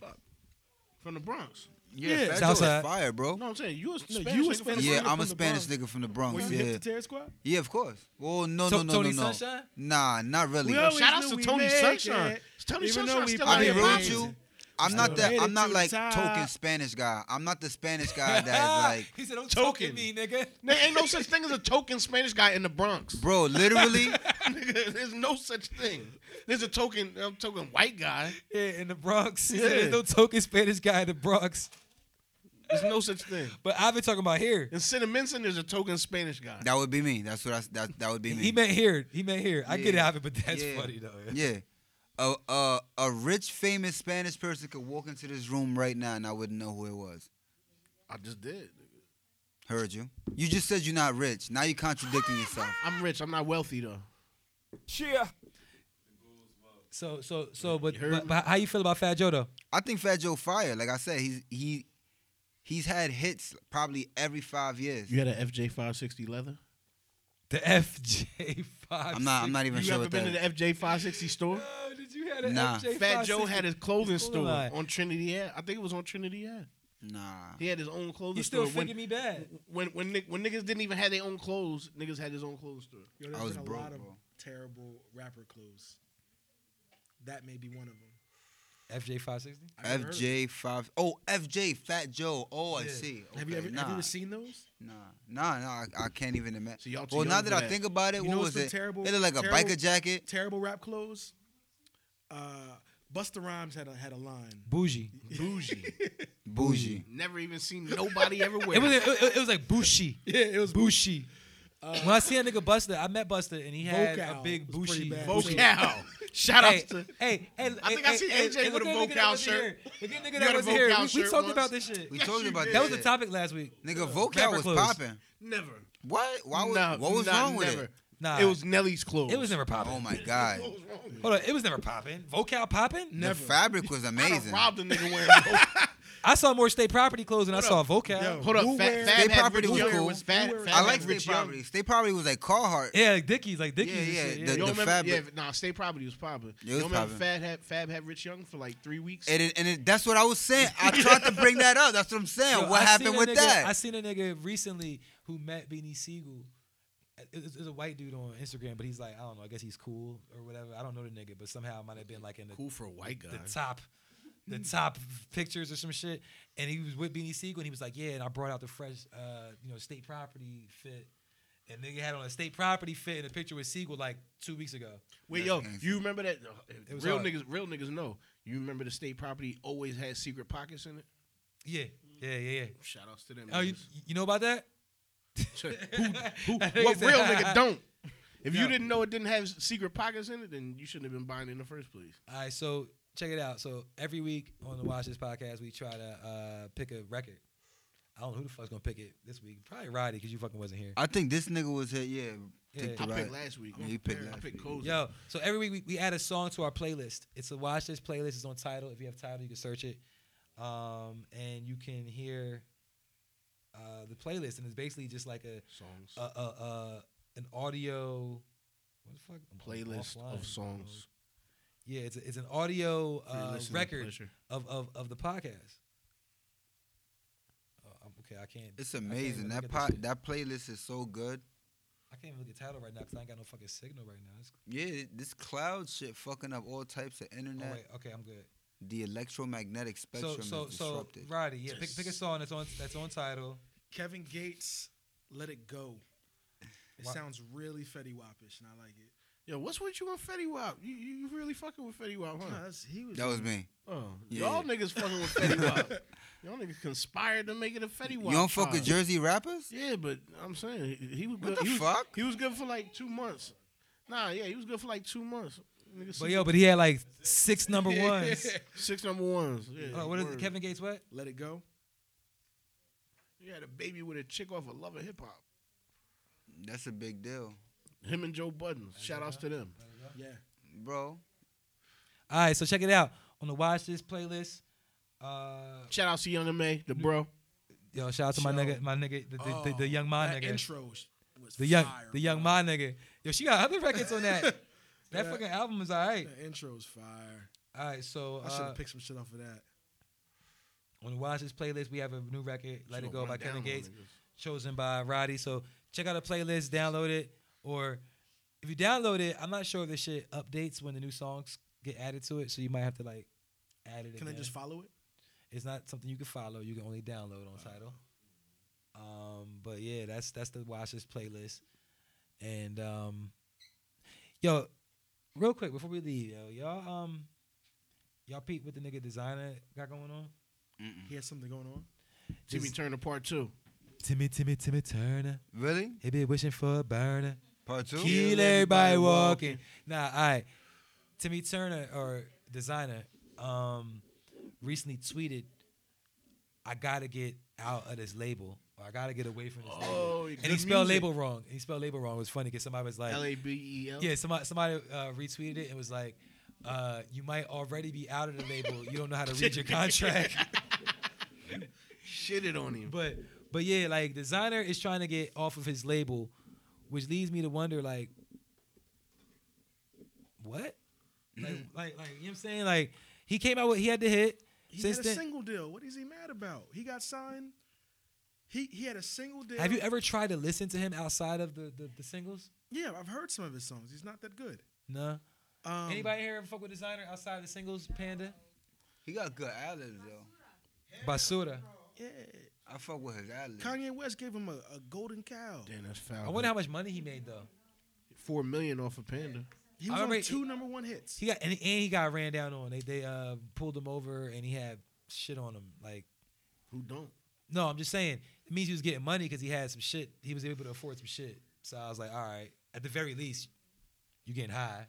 Speaker 1: From the Bronx.
Speaker 2: Yeah.
Speaker 4: Yeah.
Speaker 2: Fat Joe is
Speaker 3: Southside.
Speaker 2: fire, bro.
Speaker 1: No, I'm saying you a Spanish.
Speaker 4: you a
Speaker 1: nigga from the
Speaker 4: Spanish
Speaker 2: Yeah,
Speaker 4: nigga
Speaker 2: I'm
Speaker 4: from
Speaker 2: a
Speaker 4: the
Speaker 2: Spanish
Speaker 4: Bronx.
Speaker 2: nigga from the
Speaker 4: Were
Speaker 2: Bronx.
Speaker 4: you hip
Speaker 2: Yeah.
Speaker 4: to Terror Squad?
Speaker 2: Yeah, of course. Well, no,
Speaker 3: To-
Speaker 2: no, no,
Speaker 3: Tony
Speaker 2: no, no.
Speaker 3: Sunshine?
Speaker 2: Nah, not really.
Speaker 4: We always
Speaker 1: shout outs
Speaker 4: knew
Speaker 1: to
Speaker 4: we
Speaker 1: Tony
Speaker 4: make
Speaker 1: Sunshine.
Speaker 4: it.
Speaker 1: Tony
Speaker 4: Even though
Speaker 1: Sunshine
Speaker 4: we
Speaker 1: still
Speaker 4: pop
Speaker 1: out
Speaker 2: I'll be
Speaker 1: here
Speaker 4: it,
Speaker 2: real with
Speaker 1: boxing.
Speaker 4: man.
Speaker 2: you. I'm not
Speaker 4: Made
Speaker 2: that.
Speaker 4: it
Speaker 2: I'm not
Speaker 4: to
Speaker 2: like
Speaker 4: the top.
Speaker 2: token Spanish guy. I'm not the Spanish guy that's like,
Speaker 3: Ah, he said, "Don't choke at
Speaker 1: Token.
Speaker 3: me, nigga."
Speaker 1: There ain't no such thing as a token Spanish guy in the Bronx.
Speaker 2: bro. Literally,
Speaker 1: Nigga, There's no such thing. There's a token, I'm token white guy.
Speaker 3: Yeah, in the Bronx. He said,
Speaker 1: Yeah.
Speaker 3: There's no token Spanish guy in the Bronx.
Speaker 1: There's no such thing.
Speaker 3: But I've been talking about here.
Speaker 1: In Cinnaminson, there's a token Spanish guy.
Speaker 2: that would be me. That's what I. s- That that would be me.
Speaker 3: He meant here. He meant here. I get it,
Speaker 2: Yeah.
Speaker 3: Ovid, but that's
Speaker 2: Yeah.
Speaker 3: funny though. yeah.
Speaker 2: Yeah. A, a, a rich, famous Spanish person could walk into this room right now and I wouldn't know who it was.
Speaker 1: I just did.
Speaker 2: Heard you. You just said you're not rich. Now you're contradicting yourself.
Speaker 1: I'm rich. I'm not wealthy though.
Speaker 3: So, so, so, but,
Speaker 1: You heard
Speaker 3: but,
Speaker 1: me?
Speaker 3: but how you feel about Fat Joe though?
Speaker 2: I think Fat Joe Fire, like I said, he's he he's had hits probably every five years.
Speaker 1: had an FJ 560 leather.
Speaker 3: The FJ five.
Speaker 2: I'm not I'm not even
Speaker 1: You
Speaker 2: sure
Speaker 1: ever
Speaker 2: what
Speaker 1: been
Speaker 2: that
Speaker 1: to the
Speaker 2: is.
Speaker 1: FJ 560 store?
Speaker 3: Oh, did you have an
Speaker 2: Nah.
Speaker 3: FJ
Speaker 1: Fat Joe
Speaker 3: 560?
Speaker 1: had his clothing
Speaker 3: Hold
Speaker 1: store
Speaker 3: on.
Speaker 1: on Trinity Ave. I think it was on Trinity Ave.
Speaker 2: Nah.
Speaker 1: He had his own clothing
Speaker 3: You still
Speaker 1: store.
Speaker 3: thinking me bad?
Speaker 1: when when ni- when niggas didn't even have their own clothes, niggas had his own clothes store.
Speaker 4: Yo, there's
Speaker 2: was
Speaker 4: been a
Speaker 2: broke,
Speaker 4: lot of
Speaker 2: bro.
Speaker 4: terrible rapper clothes. That may be one of them.
Speaker 3: FJ five sixty.
Speaker 4: I've never heard of
Speaker 2: FJ five oh FJ Fat Joe. Oh I
Speaker 3: Yeah.
Speaker 2: see.
Speaker 4: them. Have you
Speaker 2: Okay,
Speaker 4: ever
Speaker 2: nah,
Speaker 4: have you ever seen those?
Speaker 2: nah. Nah, nah, I, I can't even imagine.
Speaker 1: So y'all too
Speaker 2: well
Speaker 1: young
Speaker 2: now
Speaker 1: for
Speaker 2: that I
Speaker 1: that.
Speaker 2: think about it,
Speaker 4: You
Speaker 2: what
Speaker 4: know what's
Speaker 2: was
Speaker 4: been
Speaker 2: it?
Speaker 4: terrible-
Speaker 2: it looked like
Speaker 4: terrible-
Speaker 2: a biker jacket.
Speaker 4: Terrible rap clothes. Uh, Busta Rhymes had a had a line.
Speaker 3: Bougie.
Speaker 1: Bougie.
Speaker 2: Bougie.
Speaker 1: Never even seen nobody ever wear.
Speaker 3: It was. It, it- it was like bushy.
Speaker 4: Yeah, it was
Speaker 3: Bushy. when I see a nigga Buster, I met Buster and he had a
Speaker 4: Vocal
Speaker 3: big
Speaker 4: was
Speaker 3: bushy.
Speaker 4: pretty bad.
Speaker 3: bushy-
Speaker 1: vocal. Shout
Speaker 3: Hey,
Speaker 1: out to
Speaker 3: hey, hey,
Speaker 1: I think
Speaker 3: hey,
Speaker 1: I see
Speaker 3: hey,
Speaker 1: AJ
Speaker 3: hey,
Speaker 1: with
Speaker 3: look
Speaker 1: a
Speaker 3: at the nigga that
Speaker 1: vocal
Speaker 3: wasn't
Speaker 1: shirt.
Speaker 3: here. Look at the nigga
Speaker 1: You
Speaker 3: that
Speaker 1: had a
Speaker 3: wasn't here.
Speaker 1: vocal
Speaker 3: We, we
Speaker 1: shirt
Speaker 3: talked
Speaker 1: once.
Speaker 3: about this shit.
Speaker 2: We
Speaker 1: Yes,
Speaker 2: talking
Speaker 1: you
Speaker 2: about
Speaker 1: did.
Speaker 3: That was
Speaker 2: shit.
Speaker 3: the topic last week.
Speaker 2: Nigga, vocal
Speaker 3: rapper
Speaker 2: was
Speaker 3: clothes.
Speaker 2: popping.
Speaker 1: never.
Speaker 2: What? Why was,
Speaker 1: No,
Speaker 2: what was
Speaker 1: no,
Speaker 2: wrong with
Speaker 1: never.
Speaker 2: it?
Speaker 3: Nah,
Speaker 1: It was Nelly's clothes.
Speaker 3: It was never popping.
Speaker 2: Oh my god.
Speaker 1: What was wrong with it?
Speaker 3: Hold on, it was never popping. Vocal popping?
Speaker 2: The fabric was
Speaker 1: I done
Speaker 2: amazing.
Speaker 1: robbed a nigga wearing. Vocal.
Speaker 3: I saw more state property clothes than I saw Vocal.
Speaker 4: Yo.
Speaker 1: Hold
Speaker 4: Who
Speaker 1: up, Fat
Speaker 4: wear-
Speaker 1: Fab
Speaker 2: State
Speaker 1: had
Speaker 2: Property
Speaker 1: Rich
Speaker 2: was
Speaker 1: Young.
Speaker 2: cool.
Speaker 1: Was Fat,
Speaker 4: Who wear-
Speaker 1: Fab
Speaker 2: I
Speaker 1: had
Speaker 2: like State
Speaker 1: Rich Young.
Speaker 2: Property. State Property was like Carhartt.
Speaker 3: Yeah, like Dickies, like Dickies.
Speaker 2: Yeah,
Speaker 3: and
Speaker 2: yeah,
Speaker 3: shit,
Speaker 2: the-
Speaker 1: You don't
Speaker 2: the
Speaker 1: remember?
Speaker 2: fabric.
Speaker 1: Yeah, nah, State Property was popping.
Speaker 2: Yeah, it
Speaker 1: you
Speaker 2: was
Speaker 1: don't remember
Speaker 2: popping.
Speaker 1: Fab had Fab had Rich Young for like three weeks.
Speaker 2: And, it, and it, that's what I was saying. I tried to bring that up. That's what I'm saying.
Speaker 3: Yo,
Speaker 2: what
Speaker 3: I seen
Speaker 2: happened
Speaker 3: a
Speaker 2: with
Speaker 3: nigga-
Speaker 2: that?
Speaker 3: I seen a nigga recently who met Beanie Siegel. It was, it was a white dude on Instagram, but he's like, I don't know. I guess he's cool or whatever. I don't know the nigga, but somehow I might have been like in the,
Speaker 1: cool for a white guy.
Speaker 3: the top, the top pictures or some shit. And he was with Beanie Siegel, and he was like, Yeah, and I brought out the fresh, uh, you know, state property fit. And nigga had on a state property fit in a picture with Siegel like two weeks ago.
Speaker 1: Wait,
Speaker 2: That's
Speaker 1: yo,
Speaker 2: gangsta.
Speaker 1: you remember that? uh,
Speaker 3: was
Speaker 1: Real
Speaker 3: hard.
Speaker 1: niggas, real niggas know. You remember the State Property always had secret pockets in it.
Speaker 3: Yeah, yeah, yeah, yeah.
Speaker 1: Shout outs to them.
Speaker 3: Oh, you, you know about that?
Speaker 1: Who-
Speaker 3: That nigga
Speaker 1: what
Speaker 3: said-
Speaker 1: real nigga don't? If
Speaker 3: No.
Speaker 1: you didn't know it didn't have secret pockets in it, then you shouldn't have been buying it in the first place.
Speaker 3: All right, so check it out. So every week on the Watch This podcast, we try to uh, pick a record. I don't know who the fuck's gonna pick it this week. Probably Roddy because you fucking wasn't here.
Speaker 2: I think this nigga was hit. Yeah.
Speaker 3: Yeah.
Speaker 2: Take the
Speaker 1: I
Speaker 2: right.
Speaker 1: picked last week.
Speaker 2: Yeah, you picked
Speaker 1: I
Speaker 2: last
Speaker 1: picked
Speaker 2: week.
Speaker 1: Cozy.
Speaker 3: Yo, so every week we, we add a song to our playlist. It's a Watch This playlist. It's on title. If you have title, you can search it, um, and you can hear uh, the playlist. And it's basically just like a,
Speaker 1: songs
Speaker 3: a, a, a an audio. What the fuck? I'm
Speaker 1: playlist
Speaker 3: offline.
Speaker 1: of songs.
Speaker 3: Yeah, it's, a, it's an audio
Speaker 1: for your
Speaker 3: uh,
Speaker 1: listening
Speaker 3: record.
Speaker 1: pleasure.
Speaker 3: of of, of the podcast. Oh, I'm- okay, I can't.
Speaker 2: It's
Speaker 3: I can't
Speaker 2: amazing.
Speaker 3: even
Speaker 2: That
Speaker 3: look
Speaker 2: po-
Speaker 3: at this shit.
Speaker 2: that playlist is so good.
Speaker 3: I can't even look at title right now because I ain't got no fucking signal right now. It's,
Speaker 2: Yeah, this cloud shit fucking up all types of
Speaker 3: oh
Speaker 2: internet.
Speaker 3: wait, okay, I'm good.
Speaker 2: the electromagnetic
Speaker 3: So
Speaker 2: spectrum
Speaker 3: so
Speaker 2: is
Speaker 3: so
Speaker 2: disrupted.
Speaker 3: Roddy, yeah, pick, pick a song that's on that's on title.
Speaker 4: Kevin Gates, Let It Go. It
Speaker 3: Wha-
Speaker 4: sounds really Fetty Wapish, and I like it.
Speaker 1: Yo, what's with you and Fetty Wap? You, you you really fucking with Fetty Wap,
Speaker 4: No,
Speaker 1: huh?
Speaker 4: that's- he was.
Speaker 2: That was me.
Speaker 1: Oh,
Speaker 2: Yeah.
Speaker 1: y'all niggas fucking with Fetty Wap. y'all niggas conspired to make it a Fetty Wap.
Speaker 2: you don't fuck
Speaker 1: trial.
Speaker 2: with Jersey rappers?
Speaker 1: Yeah, but I'm saying he, he was good.
Speaker 2: What the
Speaker 1: he was,
Speaker 2: fuck?
Speaker 1: He was good for like two months. Nah, yeah, he was good for like two months. Nigga,
Speaker 3: But
Speaker 1: six-
Speaker 3: yo, but he had like six number ones.
Speaker 1: six number ones. Yeah,
Speaker 3: Uh, what is it,
Speaker 1: word.
Speaker 3: Kevin Gates? What?
Speaker 4: Let It Go.
Speaker 1: He had a baby with a chick off of Love and Hip Hop.
Speaker 2: That's a big deal,
Speaker 1: Him and Joe Budden. Shout outs to them.
Speaker 4: Yeah.
Speaker 2: bro.
Speaker 3: All right, so check it out on the Watch This playlist. Uh,
Speaker 1: Shout outs to Young and May, the bro.
Speaker 3: yo, shout out to my
Speaker 4: Shout
Speaker 3: nigga, my nigga, the, the, the,
Speaker 4: Oh,
Speaker 3: the young my
Speaker 4: that
Speaker 3: nigga,
Speaker 4: intro was was
Speaker 3: the young,
Speaker 4: fire,
Speaker 3: the young
Speaker 4: bro.
Speaker 3: my nigga. Yo, she got other records on that. that
Speaker 4: Yeah.
Speaker 3: fucking album is all right.
Speaker 4: That intro was fire.
Speaker 3: All right, so
Speaker 4: I should
Speaker 3: uh,
Speaker 4: have picked some shit off of that.
Speaker 3: on the Watch This playlist, we have a new record, "Let It
Speaker 1: Should've
Speaker 3: Go"
Speaker 1: run
Speaker 3: by Kevin
Speaker 1: down on
Speaker 3: Gates,
Speaker 1: niggas.
Speaker 3: chosen by Roddy. So check out the playlist, download it, or if you download it, I'm not sure if this shit updates when the new songs get added to it, so you might have to like add it.
Speaker 4: Can I
Speaker 3: again.
Speaker 4: just follow it?
Speaker 3: It's not something you can follow. You can only download on title. Um, but yeah, that's that's the watch this playlist. And um, yo, real quick before we leave, yo, y'all um, y'all peep with the nigga designer got going on.
Speaker 4: He has something going on.
Speaker 1: Timmy
Speaker 3: Just-
Speaker 1: Turner Part Two.
Speaker 3: Timmy, Timmy, Timmy Turner.
Speaker 2: Really?
Speaker 3: He been wishing for a burner.
Speaker 2: Part two.
Speaker 3: Kill everybody walking. Nah, all right. Timmy Turner or designer um recently tweeted, I gotta get out of this label. Or I gotta get away from this label.
Speaker 1: Oh,
Speaker 3: And he spelled label wrong. He spelled label wrong. It was funny because somebody was like,
Speaker 1: L A B E L.
Speaker 3: yeah, somebody somebody uh, retweeted it and was like, uh, "You might already be out of the label. You don't know how to read your contract."
Speaker 1: Shitted on him.
Speaker 3: But but yeah, like designer is trying to get off of his label, which leads me to wonder like what? Like like like you know what I'm saying? Like he came out with he had the hit.
Speaker 4: He
Speaker 3: Since
Speaker 4: had a
Speaker 3: then-
Speaker 4: single deal. What is he mad about? He got signed. He he had a single deal.
Speaker 3: Have you ever tried to listen to him outside of the the, the singles?
Speaker 4: Yeah, I've heard some of his songs. He's not that good.
Speaker 3: No.
Speaker 4: Um,
Speaker 3: Anybody here ever fuck with designer outside of the singles? Panda,
Speaker 2: He got good ad libs though.
Speaker 3: Basura.
Speaker 4: Yeah.
Speaker 2: I fuck with his ad libs.
Speaker 4: Kanye West gave him a, a golden cow.
Speaker 1: Damn, that's foul.
Speaker 3: I wonder how much money he made though.
Speaker 1: four million off of Panda.
Speaker 4: He
Speaker 3: I
Speaker 4: was on
Speaker 3: remember-
Speaker 4: two number one hits.
Speaker 3: He got and, and he got ran down on. They they uh, pulled him over and he had shit on him like.
Speaker 1: Who don't?
Speaker 3: No, I'm just saying it means he was getting money because he had some shit. He was able to afford some shit. So I was like, all right, at the very least, you getting high.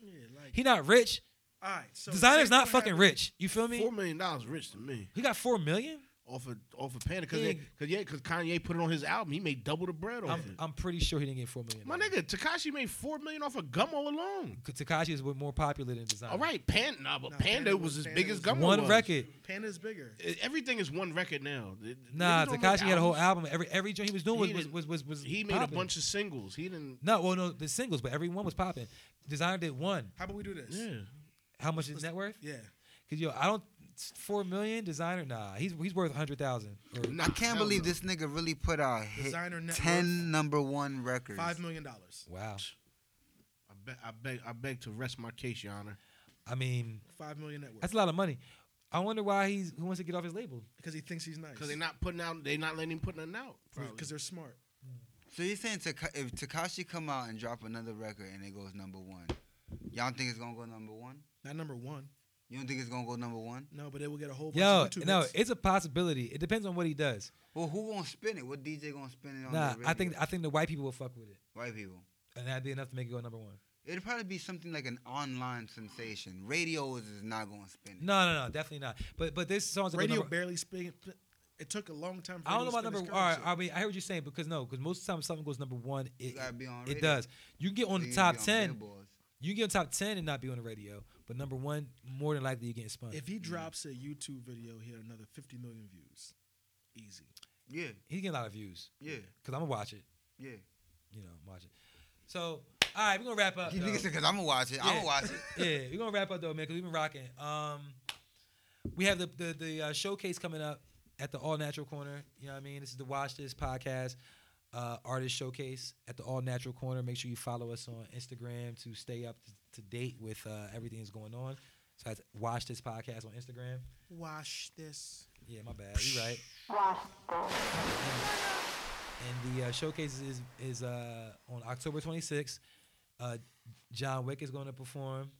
Speaker 4: Yeah, like
Speaker 3: He not rich.
Speaker 4: all right. So
Speaker 3: Designer's
Speaker 4: here's
Speaker 3: not
Speaker 4: what
Speaker 3: fucking
Speaker 4: happened.
Speaker 3: rich. You feel me?
Speaker 1: Four million dollars rich to me.
Speaker 3: he got four million.
Speaker 1: Off of off of Panda, cause,
Speaker 3: Yeah.
Speaker 1: they- cause yeah, cause Kanye put it on his album. He made double the bread off
Speaker 3: I'm,
Speaker 1: it.
Speaker 3: I'm pretty sure he didn't get four million.
Speaker 1: My nigga, Takashi made four million off of Gummo alone.
Speaker 3: Takashi is more popular than designer.
Speaker 1: All right, Panda, nah, but
Speaker 4: Nah,
Speaker 1: Panda,
Speaker 4: Panda
Speaker 1: was
Speaker 4: was-
Speaker 1: as
Speaker 4: Panda
Speaker 1: big
Speaker 4: was
Speaker 1: as Gummo.
Speaker 3: one
Speaker 1: was.
Speaker 3: record.
Speaker 4: Panda's bigger.
Speaker 1: E- Everything is one record now. The- the
Speaker 3: Nah,
Speaker 1: niggas don't make
Speaker 3: Takashi had a whole
Speaker 1: albums.
Speaker 3: album. Every every joint he was doing was
Speaker 1: He
Speaker 3: was
Speaker 1: did-
Speaker 3: was was, was
Speaker 1: He made
Speaker 3: popping.
Speaker 1: a bunch of singles. He didn't.
Speaker 3: No, well, no, the singles, but every one was popping. Designer did one.
Speaker 4: How about we do this?
Speaker 1: Yeah,
Speaker 3: How much is net worth?
Speaker 4: Yeah.
Speaker 3: Cause yo, I don't four million. Designer, nah, he's he's worth a hundred thousand.
Speaker 2: I can't believe
Speaker 1: this.
Speaker 2: this nigga really put out hit
Speaker 4: Designer net
Speaker 2: ten number one records.
Speaker 4: Five million dollars.
Speaker 3: Wow.
Speaker 1: I beg, I beg, I beg to rest my case, Your Honor.
Speaker 3: I mean,
Speaker 4: Five million net
Speaker 3: That's
Speaker 4: worth.
Speaker 3: a lot of money. I wonder why he's who wants to get off his label.
Speaker 4: Because he thinks he's nice.
Speaker 1: Because they're not putting out, they're not letting him put nothing out.
Speaker 4: Because they're smart.
Speaker 2: So you're saying Taka- if Takashi come out and drop another record and it goes number one, y'all don't think it's gonna go number one?
Speaker 4: Not number one.
Speaker 2: You don't think it's gonna go number one?
Speaker 4: No, but they will get a whole bunch
Speaker 3: Yo,
Speaker 4: of YouTube
Speaker 3: no,
Speaker 4: hits.
Speaker 3: it's a possibility. It depends on what he does.
Speaker 2: Well, who gonna spin it? What DJ gonna spin it on?
Speaker 3: Nah,
Speaker 2: the
Speaker 3: I think
Speaker 2: radio?
Speaker 3: I think the white people will fuck with it,
Speaker 2: white people.
Speaker 3: and that'd be enough to make it go number one.
Speaker 2: It'd probably be something like an online sensation. Radios is not gonna spin it.
Speaker 3: No, no, no, definitely not. But but this song's a good
Speaker 4: radio
Speaker 3: number.
Speaker 4: barely spin. It took a long time. For
Speaker 3: I don't know
Speaker 4: radio
Speaker 3: about
Speaker 4: to
Speaker 3: number.
Speaker 4: spin
Speaker 3: All
Speaker 4: its
Speaker 3: right, I mean,
Speaker 4: currency.
Speaker 3: I hear what you're saying because no, because most of the time if something goes number one, it
Speaker 2: gotta be on
Speaker 3: it
Speaker 2: radio.
Speaker 3: does. You can get on
Speaker 2: So
Speaker 3: the
Speaker 2: you
Speaker 3: top
Speaker 2: be on
Speaker 3: ten.
Speaker 2: Billboards.
Speaker 3: You can get on top ten and not be on the radio, but number one, more than likely, you're getting spun.
Speaker 4: If he drops a YouTube video, he had another 50 million views. Easy.
Speaker 2: Yeah,
Speaker 3: He's getting a lot of views
Speaker 2: yeah,
Speaker 3: because I'm gonna watch it.
Speaker 2: yeah.
Speaker 3: You know, watch it. So all right, we're gonna wrap up.
Speaker 2: You
Speaker 3: though.
Speaker 2: think it's because I'm gonna watch it?
Speaker 3: Uh,
Speaker 2: I'm
Speaker 3: Yeah.
Speaker 2: gonna watch it.
Speaker 3: yeah, we're gonna wrap up though, man, because we've been rocking. Um, we have the the, the uh, showcase coming up at the All Natural Corner. You know what I mean? This is the Watch This podcast uh, artist showcase at the All Natural Corner. Make sure you follow us on Instagram to stay up to, to date with uh, everything that's going on. So I had to watch this podcast on Instagram.
Speaker 4: Wash this.
Speaker 3: Yeah, my bad. You right. And the uh, showcase is is uh, on October 26th. Uh, John Wick is going to perform.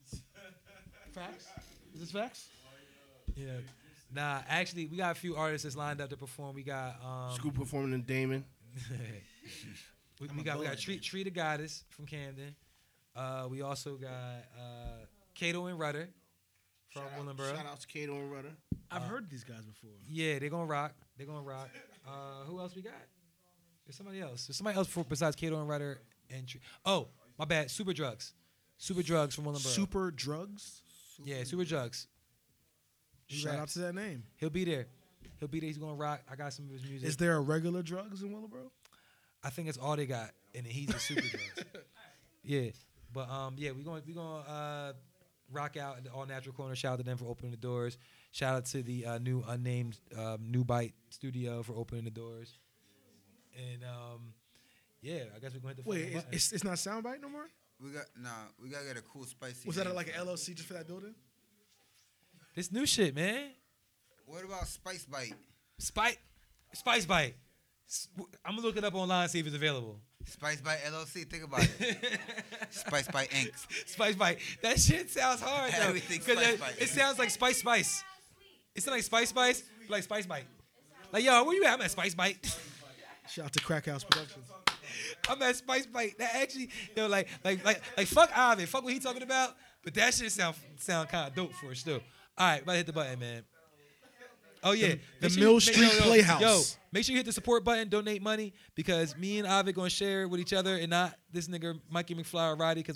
Speaker 7: Facts? Is this facts?
Speaker 3: Yeah. Nah, actually, we got a few artists that's lined up to perform. We got um,
Speaker 1: Scoop performing in Damon.
Speaker 3: we,
Speaker 4: I'm
Speaker 3: we
Speaker 4: a
Speaker 3: got we
Speaker 4: boy,
Speaker 3: got Treat Treat a Goddess from Camden. Uh, we also got uh, Cato and Rudder from
Speaker 1: Shout out-
Speaker 3: Willenboro.
Speaker 1: Shout out to Kato and Rudder.
Speaker 4: I've
Speaker 3: Uh,
Speaker 4: heard these guys before.
Speaker 3: Yeah, they're gonna rock. They're gonna rock. Uh, who else we got? There's somebody else. There's somebody else for, besides Cato and Rudder and Tre- oh my bad. Super Drugs. Super Drugs from Willenboro.
Speaker 4: Super drugs.
Speaker 3: yeah, Super Drugs. He
Speaker 4: Shout out
Speaker 3: raps.
Speaker 4: to that name.
Speaker 3: He'll be there. He'll be there. He's gonna rock. I got some of his music.
Speaker 4: Is there a regular drugs in Willowbro?
Speaker 3: I think it's all they got, and he's a super drugs. Yeah, but um, yeah, we're going to we going to uh, rock out at the All Natural Corner. Shout out to them for opening the doors. Shout out to the uh, new unnamed um, New Bite Studio for opening the doors. And um, yeah, I guess we're going to
Speaker 4: Wait, it's, it's, it's not soundbite no more.
Speaker 2: We got nah. We gotta get a cool spicy.
Speaker 4: Was that
Speaker 2: name
Speaker 4: like
Speaker 2: for
Speaker 4: an
Speaker 2: it.
Speaker 4: LLC just for that building?
Speaker 3: this new shit, man.
Speaker 2: What about Spice Bite?
Speaker 3: Spice, Spice Bite. S- w- I'm gonna look it up online and see if it's available.
Speaker 2: Spice Bite LLC. Think about it. Spice Bite Inc.
Speaker 3: Spice Bite. That shit sounds hard though.
Speaker 2: Everything
Speaker 3: 'cause
Speaker 2: Spice
Speaker 3: it-
Speaker 2: Bite.
Speaker 3: It sounds like Spice Spice. It sounds like Spice Spice, but like Spice Bite. Like yo, where you at? I'm at Spice Bite.
Speaker 4: Shout out to Crack House Productions.
Speaker 3: I'm at Spice Bite. That actually, yo, like, like, like, like, fuck Ivan. Fuck what he talking about. But that shit sound sound kind of dope for us still. All right, about to hit the button, man. Oh yeah,
Speaker 4: the
Speaker 3: Make
Speaker 4: Mill
Speaker 3: make-
Speaker 4: Street Playhouse.
Speaker 3: Yo, make sure you hit the support button, donate money, because me and Avi gonna share with each other, and not this nigga Mikey McFly or Roddy, because